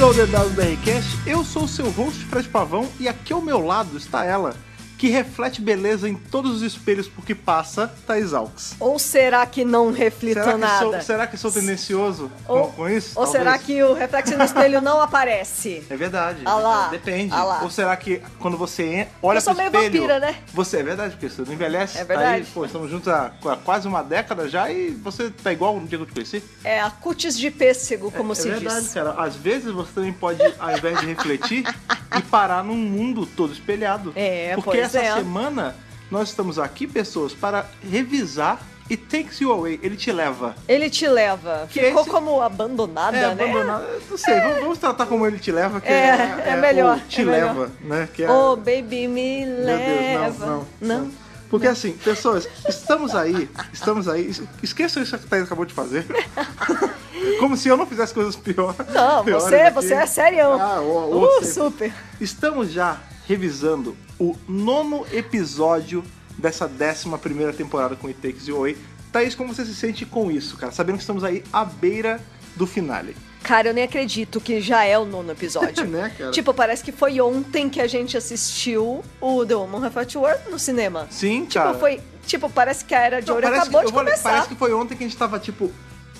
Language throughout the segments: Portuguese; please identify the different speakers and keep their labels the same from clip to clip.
Speaker 1: ao DW da Recast, eu sou o seu host Fred Pavão e aqui ao meu lado está ela, que reflete beleza em todos os espelhos por que passa, Thais Alks.
Speaker 2: Ou será que não reflito
Speaker 1: Será que,
Speaker 2: nada?
Speaker 1: sou, será que sou tendencioso
Speaker 2: ou
Speaker 1: com, com isso?
Speaker 2: ou
Speaker 1: Talvez.
Speaker 2: será que o reflexo no espelho não aparece?
Speaker 1: É verdade.
Speaker 2: Ah lá,
Speaker 1: Depende.
Speaker 2: ah lá.
Speaker 1: Ou será que quando você en- olha
Speaker 2: Eu sou
Speaker 1: pro
Speaker 2: meio
Speaker 1: espelho...
Speaker 2: vampira, né?
Speaker 1: Você, é verdade, porque você não envelhece.
Speaker 2: É verdade.
Speaker 1: Tá aí, pô, estamos juntos há, há quase uma década já e você tá igual no dia que eu te conheci.
Speaker 2: É a cutis de pêssego, como
Speaker 1: é
Speaker 2: se
Speaker 1: verdade,
Speaker 2: diz.
Speaker 1: cara. Às vezes você também pode, ao invés de refletir, e parar num mundo todo espelhado.
Speaker 2: É,
Speaker 1: Porque
Speaker 2: pois
Speaker 1: essa
Speaker 2: é.
Speaker 1: semana nós estamos aqui, pessoas, para revisar e takes you away. Ele te leva.
Speaker 2: Ele te leva.
Speaker 1: Que
Speaker 2: Ficou
Speaker 1: esse-
Speaker 2: como abandonada,
Speaker 1: É,
Speaker 2: né?
Speaker 1: abandonado. Não sei, vamos- vamos tratar como ele te leva, que
Speaker 2: É, é melhor,
Speaker 1: o te
Speaker 2: é melhor.
Speaker 1: leva, né? Que é,
Speaker 2: Oh, baby, me
Speaker 1: Meu
Speaker 2: leva.
Speaker 1: Deus, não, não. não. Porque assim, pessoas, estamos aí, estamos aí. Es- Esqueçam isso que a Thaís acabou de fazer. Como se eu não fizesse coisas pior- piores.
Speaker 2: Não, você,
Speaker 1: aqui.
Speaker 2: você é serião.
Speaker 1: Ah, ô, ô,
Speaker 2: uh,
Speaker 1: sempre.
Speaker 2: super.
Speaker 1: Estamos já revisando o nono episódio dessa décima primeira temporada com It Takes You Away. Thaís, como você se sente com isso, cara? Sabendo que estamos aí à beira do finale.
Speaker 2: Cara, eu nem acredito que já é o nono episódio.
Speaker 1: Né, cara?
Speaker 2: Tipo, parece que foi ontem que a gente assistiu o The Woman Who Fought World no cinema.
Speaker 1: Sim,
Speaker 2: Tipo,
Speaker 1: cara.
Speaker 2: foi. Tipo, parece que a era de
Speaker 1: Não,
Speaker 2: ouro
Speaker 1: parece
Speaker 2: acabou
Speaker 1: que,
Speaker 2: de
Speaker 1: eu vou-
Speaker 2: começar.
Speaker 1: Parece que foi ontem que a gente tava, tipo,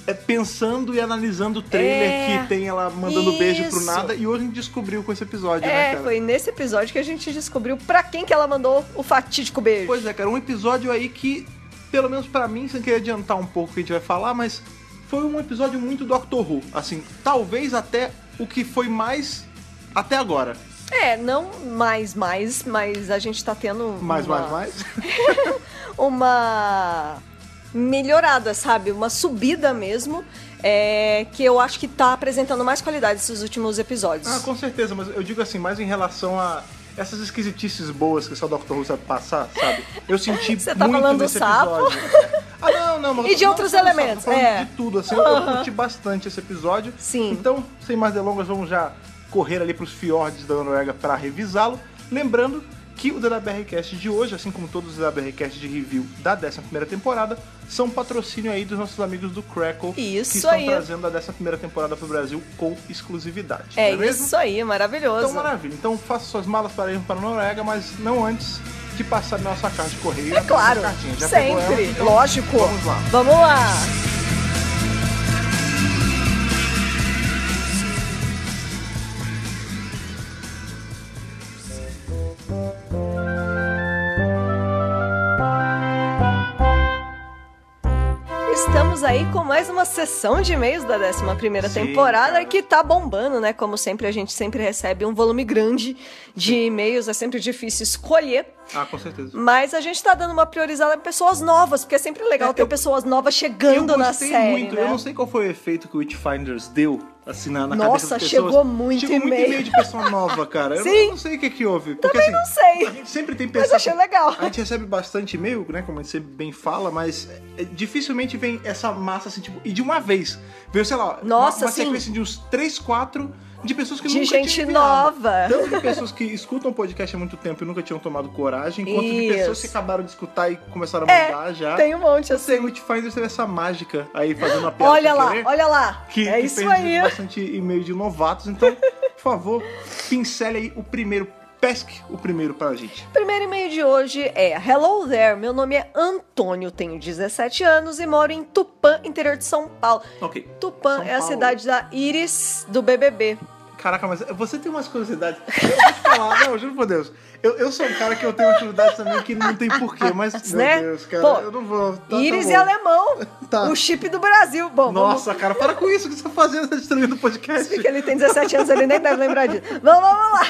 Speaker 1: é, pensando e analisando o trailer
Speaker 2: É.
Speaker 1: que tem ela mandando beijo pro
Speaker 2: Isso.
Speaker 1: nada. E hoje a gente descobriu com esse episódio, né,
Speaker 2: É,
Speaker 1: cara?
Speaker 2: foi nesse episódio que a gente descobriu pra quem que ela mandou o fatídico beijo.
Speaker 1: Pois é, cara, um episódio aí que, pelo menos pra mim, sem querer adiantar um pouco o que a gente vai falar, mas foi um episódio muito Doctor Who. Assim, talvez até o que foi mais até agora.
Speaker 2: É, não mais, mais, mas a gente tá tendo
Speaker 1: Mais,
Speaker 2: uma,
Speaker 1: mais, mais.
Speaker 2: uma melhorada, sabe? Uma subida mesmo, é, que eu acho que tá apresentando mais qualidade esses últimos episódios.
Speaker 1: ah, com certeza, mas eu digo assim, mais em relação a. Essas esquisitices boas que só Doctor Who sabe passar, sabe? Eu senti
Speaker 2: Você tá
Speaker 1: muito
Speaker 2: falando do
Speaker 1: nesse
Speaker 2: sapo?
Speaker 1: episódio. Ah, não, não. Mas
Speaker 2: E de
Speaker 1: não,
Speaker 2: outros
Speaker 1: não, não,
Speaker 2: elementos,
Speaker 1: tô falando
Speaker 2: é.
Speaker 1: De tudo, assim. eu- Eu curti bastante esse episódio.
Speaker 2: Sim.
Speaker 1: Então, sem mais delongas, vamos já correr ali pros fiordes da Noruega para revisá-lo. Lembrando que o DWRcast de hoje, assim como todos os DWRcast de review da 11ª temporada, são patrocínio aí dos nossos amigos do Crackle,
Speaker 2: Isso
Speaker 1: que estão
Speaker 2: aí.
Speaker 1: trazendo a 11ª temporada pro Brasil com exclusividade.
Speaker 2: é
Speaker 1: não mesmo?
Speaker 2: isso aí, maravilhoso.
Speaker 1: Então, maravilha. Então, faça suas malas para ir para a Noruega, mas não antes de passar na nossa caixa de correio.
Speaker 2: é claro,
Speaker 1: Cartinha. Já pegou ela?
Speaker 2: sempre,
Speaker 1: Então,
Speaker 2: lógico.
Speaker 1: Vamos lá.
Speaker 2: Vamos lá. Estamos aí com mais uma sessão de e-mails da 11ª
Speaker 1: Sim,
Speaker 2: temporada
Speaker 1: cara.
Speaker 2: que tá bombando, né? Como sempre, a gente sempre recebe um volume grande de e-mails, é sempre difícil escolher.
Speaker 1: Ah, com certeza.
Speaker 2: Mas a gente tá dando uma priorizada em pessoas novas, porque é sempre legal
Speaker 1: É,
Speaker 2: ter
Speaker 1: eu-
Speaker 2: pessoas novas chegando
Speaker 1: eu
Speaker 2: na
Speaker 1: gostei
Speaker 2: série.
Speaker 1: muito.
Speaker 2: né?
Speaker 1: Eu não sei qual foi o efeito que o Witchfinders deu, assim, na, na
Speaker 2: Nossa,
Speaker 1: cabeça das pessoas.
Speaker 2: chegou muito
Speaker 1: Chegou muito
Speaker 2: e-mail.
Speaker 1: e-mail de pessoa nova, cara. Eu
Speaker 2: Sim.
Speaker 1: não- não sei o que que houve. Porque, assim,
Speaker 2: não sei.
Speaker 1: A gente sempre tem
Speaker 2: Mas
Speaker 1: pessoas...
Speaker 2: achei legal.
Speaker 1: A gente recebe bastante e-mail, né? Como a gente sempre bem fala, mas é, dificilmente vem essa massa assim, tipo, e de uma vez. Veio, sei lá,
Speaker 2: Nossa,
Speaker 1: uma, uma
Speaker 2: sim.
Speaker 1: sequência de uns 3, 4 de pessoas que
Speaker 2: De
Speaker 1: nunca
Speaker 2: gente
Speaker 1: tinham enviado.
Speaker 2: nova.
Speaker 1: Tanto de pessoas que escutam podcast há muito tempo e nunca tinham tomado coragem, quanto de pessoas
Speaker 2: Isso.
Speaker 1: que acabaram de escutar e começaram a
Speaker 2: É,
Speaker 1: mandar já.
Speaker 2: Tem um monte
Speaker 1: Eu sei,
Speaker 2: assim.
Speaker 1: o Witchfinder teve é essa mágica aí fazendo a piada.
Speaker 2: Olha
Speaker 1: sem
Speaker 2: lá,
Speaker 1: querer,
Speaker 2: olha lá.
Speaker 1: Que,
Speaker 2: é
Speaker 1: que
Speaker 2: isso
Speaker 1: fez
Speaker 2: aí.
Speaker 1: bastante e-mail de novatos. Então, por favor, pincele aí o primeiro. Pesque o primeiro pra gente.
Speaker 2: O Primeiro e-mail de hoje é Hello there, meu nome é Antônio, tenho 17 anos e moro em Tupã, interior de São Paulo.
Speaker 1: Ok.
Speaker 2: Tupã
Speaker 1: São
Speaker 2: é a
Speaker 1: Paulo. Tá,
Speaker 2: cidade da Iris do BBB.
Speaker 1: Caraca, mas você tem umas curiosidades. Eu vou te falar, não, juro por Deus. Eu, eu sou um cara que eu tenho uma curiosidade também que não tem porquê, mas. Meu
Speaker 2: Né?
Speaker 1: Deus, cara,
Speaker 2: Pô,
Speaker 1: eu não vou. tá- tá
Speaker 2: Iris
Speaker 1: bom.
Speaker 2: é alemão,
Speaker 1: Tá.
Speaker 2: o chip do Brasil. Bom, vamos
Speaker 1: Nossa, cara, para com isso que você tá fazendo, tá destruindo o podcast.
Speaker 2: Porque ele tem 17 anos, ele nem deve lembrar disso. Vamos, vamos lá.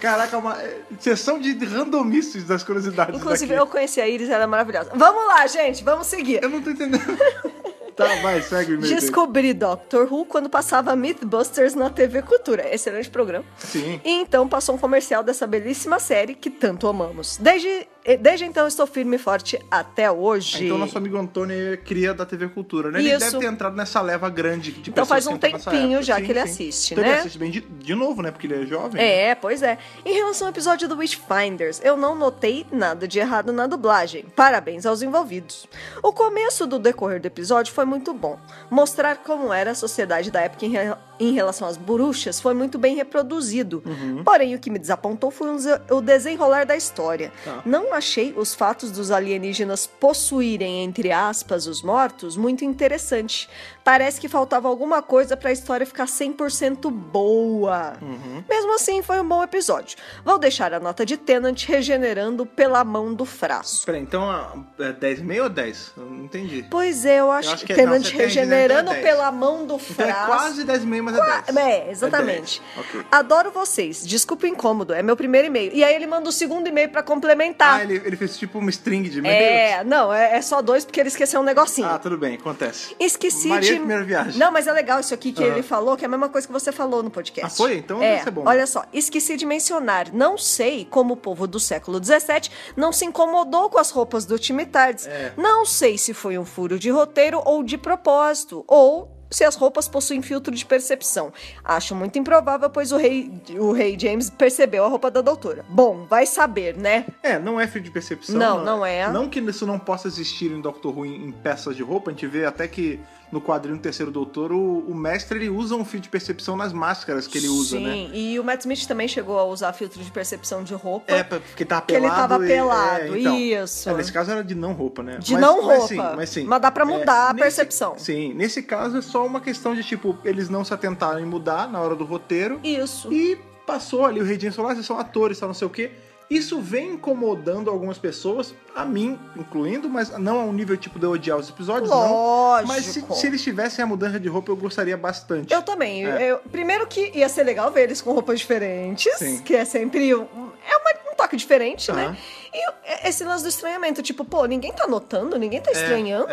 Speaker 1: Caraca, uma é, sessão de randomices das curiosidades.
Speaker 2: Inclusive,
Speaker 1: daqui.
Speaker 2: eu conheci a Iris, ela é maravilhosa. Vamos lá, gente, vamos seguir.
Speaker 1: Eu não tô entendendo. tá, vai, segue o e-mail. dele.
Speaker 2: Descobri Doctor Who quando passava Mythbusters na TV Cultura. Excelente programa.
Speaker 1: Sim.
Speaker 2: E então passou um comercial dessa belíssima série que tanto amamos. Desde, desde então estou firme e forte até
Speaker 1: Ah,
Speaker 2: hoje.
Speaker 1: Então nosso amigo Antônio ele cria da TV Cultura, né? Ele
Speaker 2: Isso.
Speaker 1: deve ter entrado nessa leva grande de
Speaker 2: Então
Speaker 1: pessoas
Speaker 2: faz
Speaker 1: que
Speaker 2: um
Speaker 1: entram nessa
Speaker 2: tempinho
Speaker 1: época.
Speaker 2: já
Speaker 1: Sim,
Speaker 2: que ele
Speaker 1: sim.
Speaker 2: assiste,
Speaker 1: Então
Speaker 2: né?
Speaker 1: ele assiste bem de, de novo, né? Porque ele é jovem.
Speaker 2: É, pois é. Em relação ao episódio do Witchfinders, eu não notei nada de errado na dublagem. Parabéns aos envolvidos. O começo do decorrer do episódio foi muito bom. Mostrar como era a sociedade da época em, re- em relação às bruxas foi muito bem reproduzido.
Speaker 1: Uhum.
Speaker 2: Porém, o que me desapontou foi um ze- o desenrolar da história.
Speaker 1: Tá.
Speaker 2: Não achei os fatos dos alienígenas possuírem, entre aspas, os mortos muito interessante. Parece que faltava alguma coisa para a história ficar 100% boa.
Speaker 1: Uhum.
Speaker 2: Mesmo assim, foi um bom episódio. Vou deixar a nota de Tenant regenerando pela mão do Fraço.
Speaker 1: Peraí, então a- é 10,5 ou 10? Eu não entendi.
Speaker 2: Pois é, eu acho,
Speaker 1: acho que é- não,
Speaker 2: Tenant
Speaker 1: você tem, né, então é
Speaker 2: regenerando
Speaker 1: 10.
Speaker 2: pela mão do
Speaker 1: Então
Speaker 2: Fraço.
Speaker 1: é quase 10,5, mas
Speaker 2: Qua-
Speaker 1: é 10.
Speaker 2: É, exatamente.
Speaker 1: 10, ok.
Speaker 2: Adoro vocês. Desculpa o incômodo, é meu primeiro e-mail. E aí ele manda o segundo e-mail pra complementar.
Speaker 1: Ah, ele, ele fez tipo uma string de e-mails?
Speaker 2: Tá. É, não, é, é só dois porque ele esqueceu um negocinho.
Speaker 1: Ah, tudo bem, acontece.
Speaker 2: Esqueci
Speaker 1: Maria
Speaker 2: de.
Speaker 1: de primeira viagem.
Speaker 2: Não, mas é legal isso aqui que
Speaker 1: Aham.
Speaker 2: ele falou, que é a mesma coisa que você falou no podcast.
Speaker 1: Ah, foi? Então
Speaker 2: é,
Speaker 1: deve ser bom.
Speaker 2: Olha só, esqueci de mencionar. Não sei como o povo do século XVII não se incomodou com as roupas do time Tardes.
Speaker 1: É.
Speaker 2: Não sei se foi um furo de roteiro ou de propósito, ou se as roupas possuem filtro de percepção. Acho muito improvável, pois o rei, o rei James percebeu a roupa da doutora. Bom, vai saber, né?
Speaker 1: É, não é fio de percepção.
Speaker 2: Não, não é.
Speaker 1: Não que isso não possa existir em Doctor Who em, em peças de roupa. A gente vê até que no quadrinho do Terceiro Doutor, o, o mestre ele usa um fio de percepção nas máscaras que ele usa, né?
Speaker 2: Sim, e o Matt Smith também chegou a usar filtro de percepção de roupa.
Speaker 1: É, pra- porque tava
Speaker 2: Que ele
Speaker 1: pelado.
Speaker 2: tava
Speaker 1: e-
Speaker 2: pelado,
Speaker 1: é, então.
Speaker 2: isso.
Speaker 1: É, nesse caso era de não roupa, né?
Speaker 2: De não roupa.
Speaker 1: sim, mas sim. É,
Speaker 2: Mas dá pra mudar a percepção.
Speaker 1: Sim, nesse caso é só uma questão de, tipo, eles não se atentaram em mudar na hora do roteiro.
Speaker 2: Isso.
Speaker 1: E passou ali, o Rei James falou, ah, vocês são atores, tal, não sei o quê. Isso vem incomodando algumas pessoas, a mim incluindo, mas não a um nível tipo de eu odiar os episódios, não.
Speaker 2: Lógico.
Speaker 1: Mas se, se eles tivessem a mudança de roupa, eu gostaria bastante.
Speaker 2: Eu também.
Speaker 1: É.
Speaker 2: Eu- primeiro que ia ser legal ver eles com roupas diferentes,
Speaker 1: Sim.
Speaker 2: que é sempre um, é uma- um toque diferente,
Speaker 1: Aham.
Speaker 2: né? E o- é- esse lance do estranhamento, tipo, pô, ninguém tá notando, ninguém
Speaker 1: É,
Speaker 2: tá estranhando.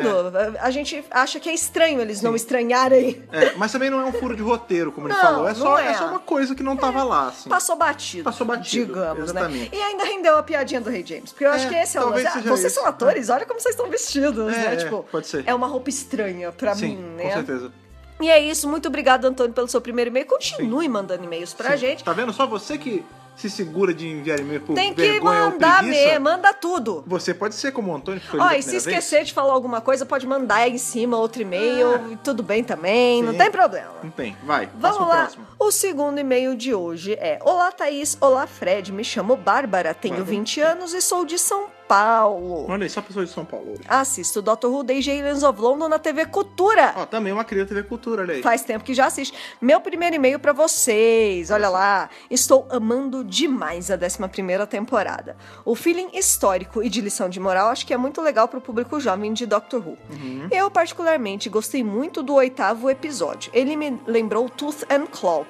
Speaker 2: A a gente acha que é estranho eles não estranharem.
Speaker 1: É, mas também não é um furo de roteiro, como ele
Speaker 2: Não,
Speaker 1: falou. É
Speaker 2: não
Speaker 1: só, é.
Speaker 2: é.
Speaker 1: só uma coisa que não tava lá, assim.
Speaker 2: Passou batido.
Speaker 1: Passou batido,
Speaker 2: Digamos,
Speaker 1: exatamente.
Speaker 2: né? E ainda rendeu a piadinha do Rei James. Porque eu acho
Speaker 1: É,
Speaker 2: que esse é o
Speaker 1: talvez
Speaker 2: lance. Ah,
Speaker 1: seja
Speaker 2: vocês
Speaker 1: isso. né?
Speaker 2: são atores, olha como vocês estão vestidos,
Speaker 1: É,
Speaker 2: né?
Speaker 1: é,
Speaker 2: tipo,
Speaker 1: pode ser.
Speaker 2: é uma roupa estranha pra
Speaker 1: Sim,
Speaker 2: mim,
Speaker 1: com
Speaker 2: né?
Speaker 1: certeza.
Speaker 2: E é isso, muito obrigado, Antônio, pelo seu primeiro e-mail. Continue mandando e-mails pra
Speaker 1: Sim.
Speaker 2: gente.
Speaker 1: Tá vendo? Só você que se segura de enviar e-mail por
Speaker 2: Tem que
Speaker 1: vergonha
Speaker 2: mandar
Speaker 1: ou preguiça.
Speaker 2: mesmo, manda tudo.
Speaker 1: Você pode ser como o Antônio, que foi
Speaker 2: Ó,
Speaker 1: lido a
Speaker 2: e se
Speaker 1: primeira vez.
Speaker 2: esquecer de falar alguma coisa, pode mandar aí em cima outro e-mail, tudo bem também, não
Speaker 1: Ah. Sim.
Speaker 2: tem problema.
Speaker 1: Não tem. Vai,
Speaker 2: Vamos
Speaker 1: passa o
Speaker 2: lá.
Speaker 1: próximo.
Speaker 2: O segundo e-mail de hoje é: Olá, Thaís. Olá, Fred. Me chamo Bárbara, tenho
Speaker 1: Bárbara.
Speaker 2: 20 anos e sou de São Paulo.
Speaker 1: Olha aí, só pessoas de São Paulo.
Speaker 2: Assisto Dr. Who desde Aliens of London na TV Cultura.
Speaker 1: Ó, também é uma criança TV Cultura, olha aí.
Speaker 2: Faz tempo que já assiste. Meu primeiro e-mail pra vocês. Olha lá. Estou amando demais a 11ª temporada. O feeling histórico e de lição de moral acho que é muito legal pro público jovem de Doctor Who.
Speaker 1: Uhum.
Speaker 2: Eu particularmente gostei muito do oitavo episódio. Ele me lembrou Tooth and Claw.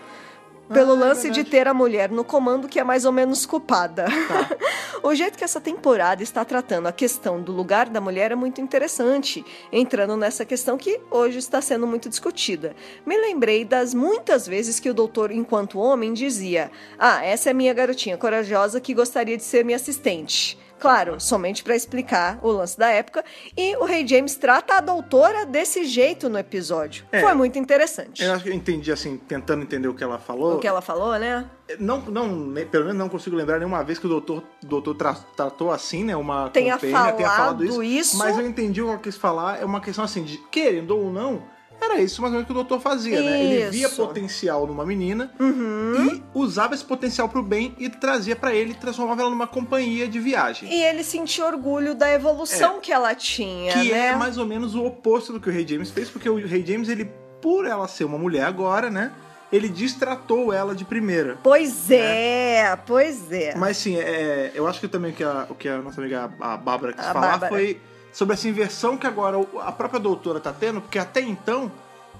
Speaker 2: Pelo
Speaker 1: Ah, é
Speaker 2: lance de
Speaker 1: verdade.
Speaker 2: ter a mulher no comando que é mais ou menos culpada.
Speaker 1: Tá.
Speaker 2: o jeito que essa temporada está tratando a questão do lugar da mulher é muito interessante, entrando nessa questão que hoje está sendo muito discutida. Me lembrei das muitas vezes que o doutor, enquanto homem, dizia: Ah, essa é minha garotinha corajosa que gostaria de ser minha assistente. Claro, somente para explicar o lance da época. E o Rei James trata a doutora desse jeito no episódio.
Speaker 1: É.
Speaker 2: Foi muito interessante.
Speaker 1: Eu acho que eu entendi, assim, tentando entender o que ela falou. É,
Speaker 2: O que ela falou, né?
Speaker 1: Não, não, ne- pelo menos não consigo lembrar nenhuma vez que o doutor, doutor tra- tratou assim, né? Uma
Speaker 2: Tenha
Speaker 1: companheira, tenha falado isso,
Speaker 2: falado isso.
Speaker 1: Mas eu entendi o que ela quis falar. É uma questão assim, de querendo ou não, era isso mais ou menos que o doutor fazia, né? Ele via
Speaker 2: Isso. Uhum.
Speaker 1: potencial numa menina e usava esse potencial pro bem e trazia pra ele, transformava ela numa companhia de viagem.
Speaker 2: E ele sentia orgulho da evolução que ela tinha,
Speaker 1: É. Que
Speaker 2: né?
Speaker 1: é mais ou menos o oposto do que o Rei James fez, porque o Rei James, ele, por ela ser uma mulher agora, né? Ele destratou ela de primeira.
Speaker 2: Pois é, pois é.
Speaker 1: Mas sim, é, eu acho que também o que a, o que a nossa amiga a Bárbara quis
Speaker 2: A
Speaker 1: falar
Speaker 2: Bárbara.
Speaker 1: foi sobre essa inversão que agora o- a própria doutora tá tendo, porque até então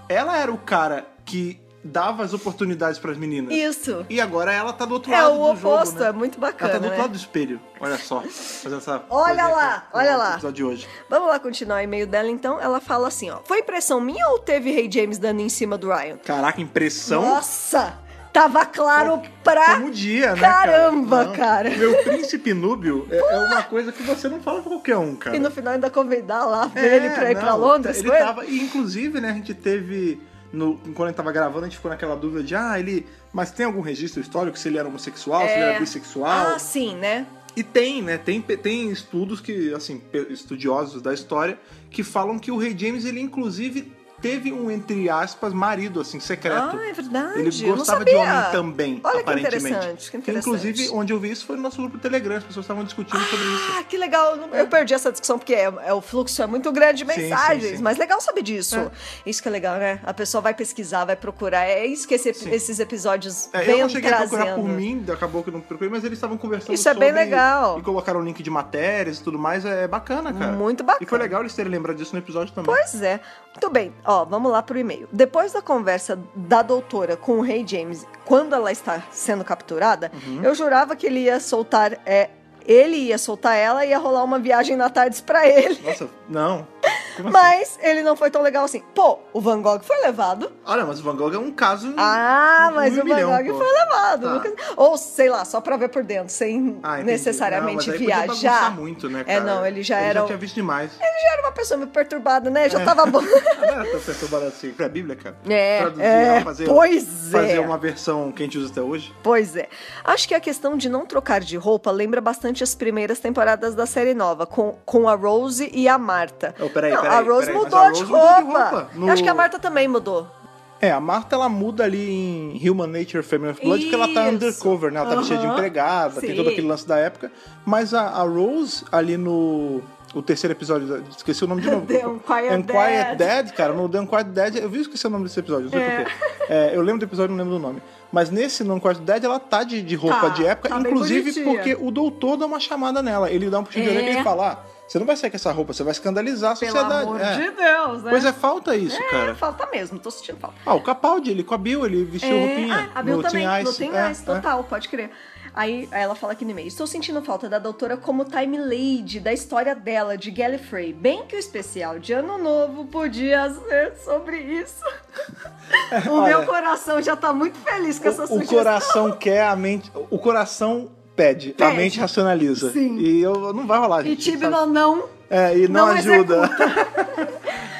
Speaker 1: ela era o cara que dava as oportunidades pras meninas.
Speaker 2: Isso.
Speaker 1: E agora ela tá do outro
Speaker 2: É
Speaker 1: lado
Speaker 2: o
Speaker 1: do jogo,
Speaker 2: oposto,
Speaker 1: né?
Speaker 2: é muito
Speaker 1: Ela
Speaker 2: bacana.
Speaker 1: tá do outro
Speaker 2: né?
Speaker 1: lado do espelho. Olha só. Fazendo essa
Speaker 2: Olha
Speaker 1: coisa aí
Speaker 2: lá,
Speaker 1: com- com
Speaker 2: olha
Speaker 1: o
Speaker 2: lá.
Speaker 1: episódio de hoje.
Speaker 2: Vamos lá continuar o e-mail dela então. Ela fala assim, ó: "Foi impressão minha ou teve Rei James dando em cima do Ryan?"
Speaker 1: Caraca, impressão.
Speaker 2: Nossa, tava claro pra
Speaker 1: Como dia, né?
Speaker 2: Tá? Caramba,
Speaker 1: Não.
Speaker 2: cara.
Speaker 1: Meu príncipe núbio é, é uma coisa que você não fala pra qualquer um, cara.
Speaker 2: e no final ainda convidar lá ele pra ir pra Londres,
Speaker 1: É, ele
Speaker 2: foi?
Speaker 1: tava- e inclusive, né, a gente teve. No, quando ele tava gravando, a gente ficou naquela dúvida de, ah, ele. Mas tem algum registro histórico se ele era homossexual, se ele era bissexual?
Speaker 2: Ah, sim, né?
Speaker 1: E tem, né? Tem, pe- tem estudos que, assim, pe- estudiosos da história, que falam que o Rei James, ele inclusive teve um, entre aspas, marido, assim, secreto.
Speaker 2: Ah, é verdade.
Speaker 1: Ele
Speaker 2: eu não
Speaker 1: gostava de
Speaker 2: sabia.
Speaker 1: homem também,
Speaker 2: Olha que
Speaker 1: aparentemente.
Speaker 2: interessante, que interessante.
Speaker 1: Inclusive, onde eu vi isso foi no nosso grupo do Telegram, as pessoas estavam discutindo sobre isso.
Speaker 2: Ah, que legal. Eu não- Eu perdi essa discussão, porque é, é- o fluxo é muito grande de
Speaker 1: Sim, sim,
Speaker 2: mensagens.
Speaker 1: sim.
Speaker 2: Mas legal saber disso. Isso que é legal, né? A pessoa vai pesquisar, vai procurar. É isso que esse-
Speaker 1: Sim.
Speaker 2: esses episódios
Speaker 1: É,
Speaker 2: vêm
Speaker 1: eu não cheguei
Speaker 2: Ah, trazendo.
Speaker 1: a procurar por mim, acabou que eu não procurei, mas eles estavam conversando
Speaker 2: Isso é
Speaker 1: sobre...
Speaker 2: bem legal.
Speaker 1: E colocaram o link de matérias e tudo mais, é bacana, cara.
Speaker 2: Muito bacana.
Speaker 1: E foi legal eles terem lembrado disso no episódio também.
Speaker 2: Pois é. Muito bem, ó, vamos lá pro e-mail. Depois da conversa da doutora com o rei James, quando ela está sendo capturada,
Speaker 1: Uhum.
Speaker 2: eu jurava que ele ia soltar. É, ele ia soltar ela e ia rolar uma viagem na tarde pra ele.
Speaker 1: Nossa, não. Como assim?
Speaker 2: Mas ele não foi tão legal assim. Pô, o Van Gogh foi levado.
Speaker 1: Olha, mas o Van Gogh é um caso...
Speaker 2: Ah,
Speaker 1: Um
Speaker 2: mas o Van
Speaker 1: milhão,
Speaker 2: Gogh
Speaker 1: pô.
Speaker 2: foi levado.
Speaker 1: Tá.
Speaker 2: Nunca- Ou, sei lá, só pra ver por dentro,
Speaker 1: Ah,
Speaker 2: sem
Speaker 1: entendi. não, mas
Speaker 2: necessariamente
Speaker 1: aí podia bagunçar
Speaker 2: viajar.
Speaker 1: muito, né,
Speaker 2: É,
Speaker 1: cara?
Speaker 2: não, ele já
Speaker 1: Ele
Speaker 2: era
Speaker 1: já
Speaker 2: o-
Speaker 1: tinha visto demais.
Speaker 2: Ele já era uma pessoa meio perturbada, né?
Speaker 1: É.
Speaker 2: Já tava bom.
Speaker 1: Não era tão perturbado assim. Foi a Bíblia, cara.
Speaker 2: É,
Speaker 1: Traduzir,
Speaker 2: é,
Speaker 1: né, fazer,
Speaker 2: pois é.
Speaker 1: fazer uma versão que a gente usa até hoje.
Speaker 2: Pois é. Acho que a questão de não trocar de roupa lembra bastante as primeiras temporadas da série nova, com, com a Rose e a Marta.
Speaker 1: Oh, peraí,
Speaker 2: não,
Speaker 1: peraí,
Speaker 2: a Rose
Speaker 1: peraí, mas
Speaker 2: mudou
Speaker 1: a
Speaker 2: de
Speaker 1: Rose mudou
Speaker 2: roupa.
Speaker 1: de roupa no-
Speaker 2: Eu acho que a Marta também mudou.
Speaker 1: É, a Marta ela muda ali em Human Nature Family of Blood porque ela tá
Speaker 2: Isso.
Speaker 1: undercover, né? Ela tá
Speaker 2: Aham.
Speaker 1: vestida de empregada,
Speaker 2: Sim.
Speaker 1: tem todo aquele lance da época. Mas a, a Rose, ali no. O terceiro episódio, da- esqueci o nome de novo.
Speaker 2: The Unquiet
Speaker 1: Unquiet Dead, cara, no The Unquiet Dead, eu vi esqueci o nome desse episódio, não sei
Speaker 2: É.
Speaker 1: porquê. É, eu lembro do episódio, não lembro do nome. Mas nesse No Unquiet Dead, ela tá de, de roupa
Speaker 2: Tá,
Speaker 1: de época,
Speaker 2: tá bem
Speaker 1: inclusive
Speaker 2: bonitinha.
Speaker 1: porque o doutor dá uma chamada nela. Ele dá um puxinho de
Speaker 2: É.
Speaker 1: orelha e fala: "Ah, você não vai sair com essa roupa, você vai escandalizar a
Speaker 2: Pelo
Speaker 1: sociedade.
Speaker 2: amor
Speaker 1: É.
Speaker 2: de Deus, né?
Speaker 1: Pois é, falta isso, cara.
Speaker 2: É, falta mesmo, tô sentindo falta.
Speaker 1: Ah, o Capaldi, ele com a Bill, ele vestiu
Speaker 2: É,
Speaker 1: roupinha.
Speaker 2: Ah, a Bill
Speaker 1: no
Speaker 2: também.
Speaker 1: Teen
Speaker 2: no
Speaker 1: Ice.
Speaker 2: Teen
Speaker 1: É,
Speaker 2: Ice,
Speaker 1: é.
Speaker 2: total, pode crer. Aí ela fala aqui no e-mail: Estou sentindo falta da doutora como Time Lady, da história dela, de Gallifrey. Bem que o especial de Ano Novo podia ser sobre isso. o
Speaker 1: É, olha,
Speaker 2: meu coração já tá muito feliz com essa
Speaker 1: é. O, o
Speaker 2: sugestão.
Speaker 1: coração quer, a mente. O coração pede, a
Speaker 2: Pede.
Speaker 1: mente racionaliza.
Speaker 2: Sim.
Speaker 1: E eu, não vai rolar,
Speaker 2: E
Speaker 1: gente.
Speaker 2: Tibi
Speaker 1: sabe?
Speaker 2: não, não.
Speaker 1: É, e não,
Speaker 2: não
Speaker 1: ajuda.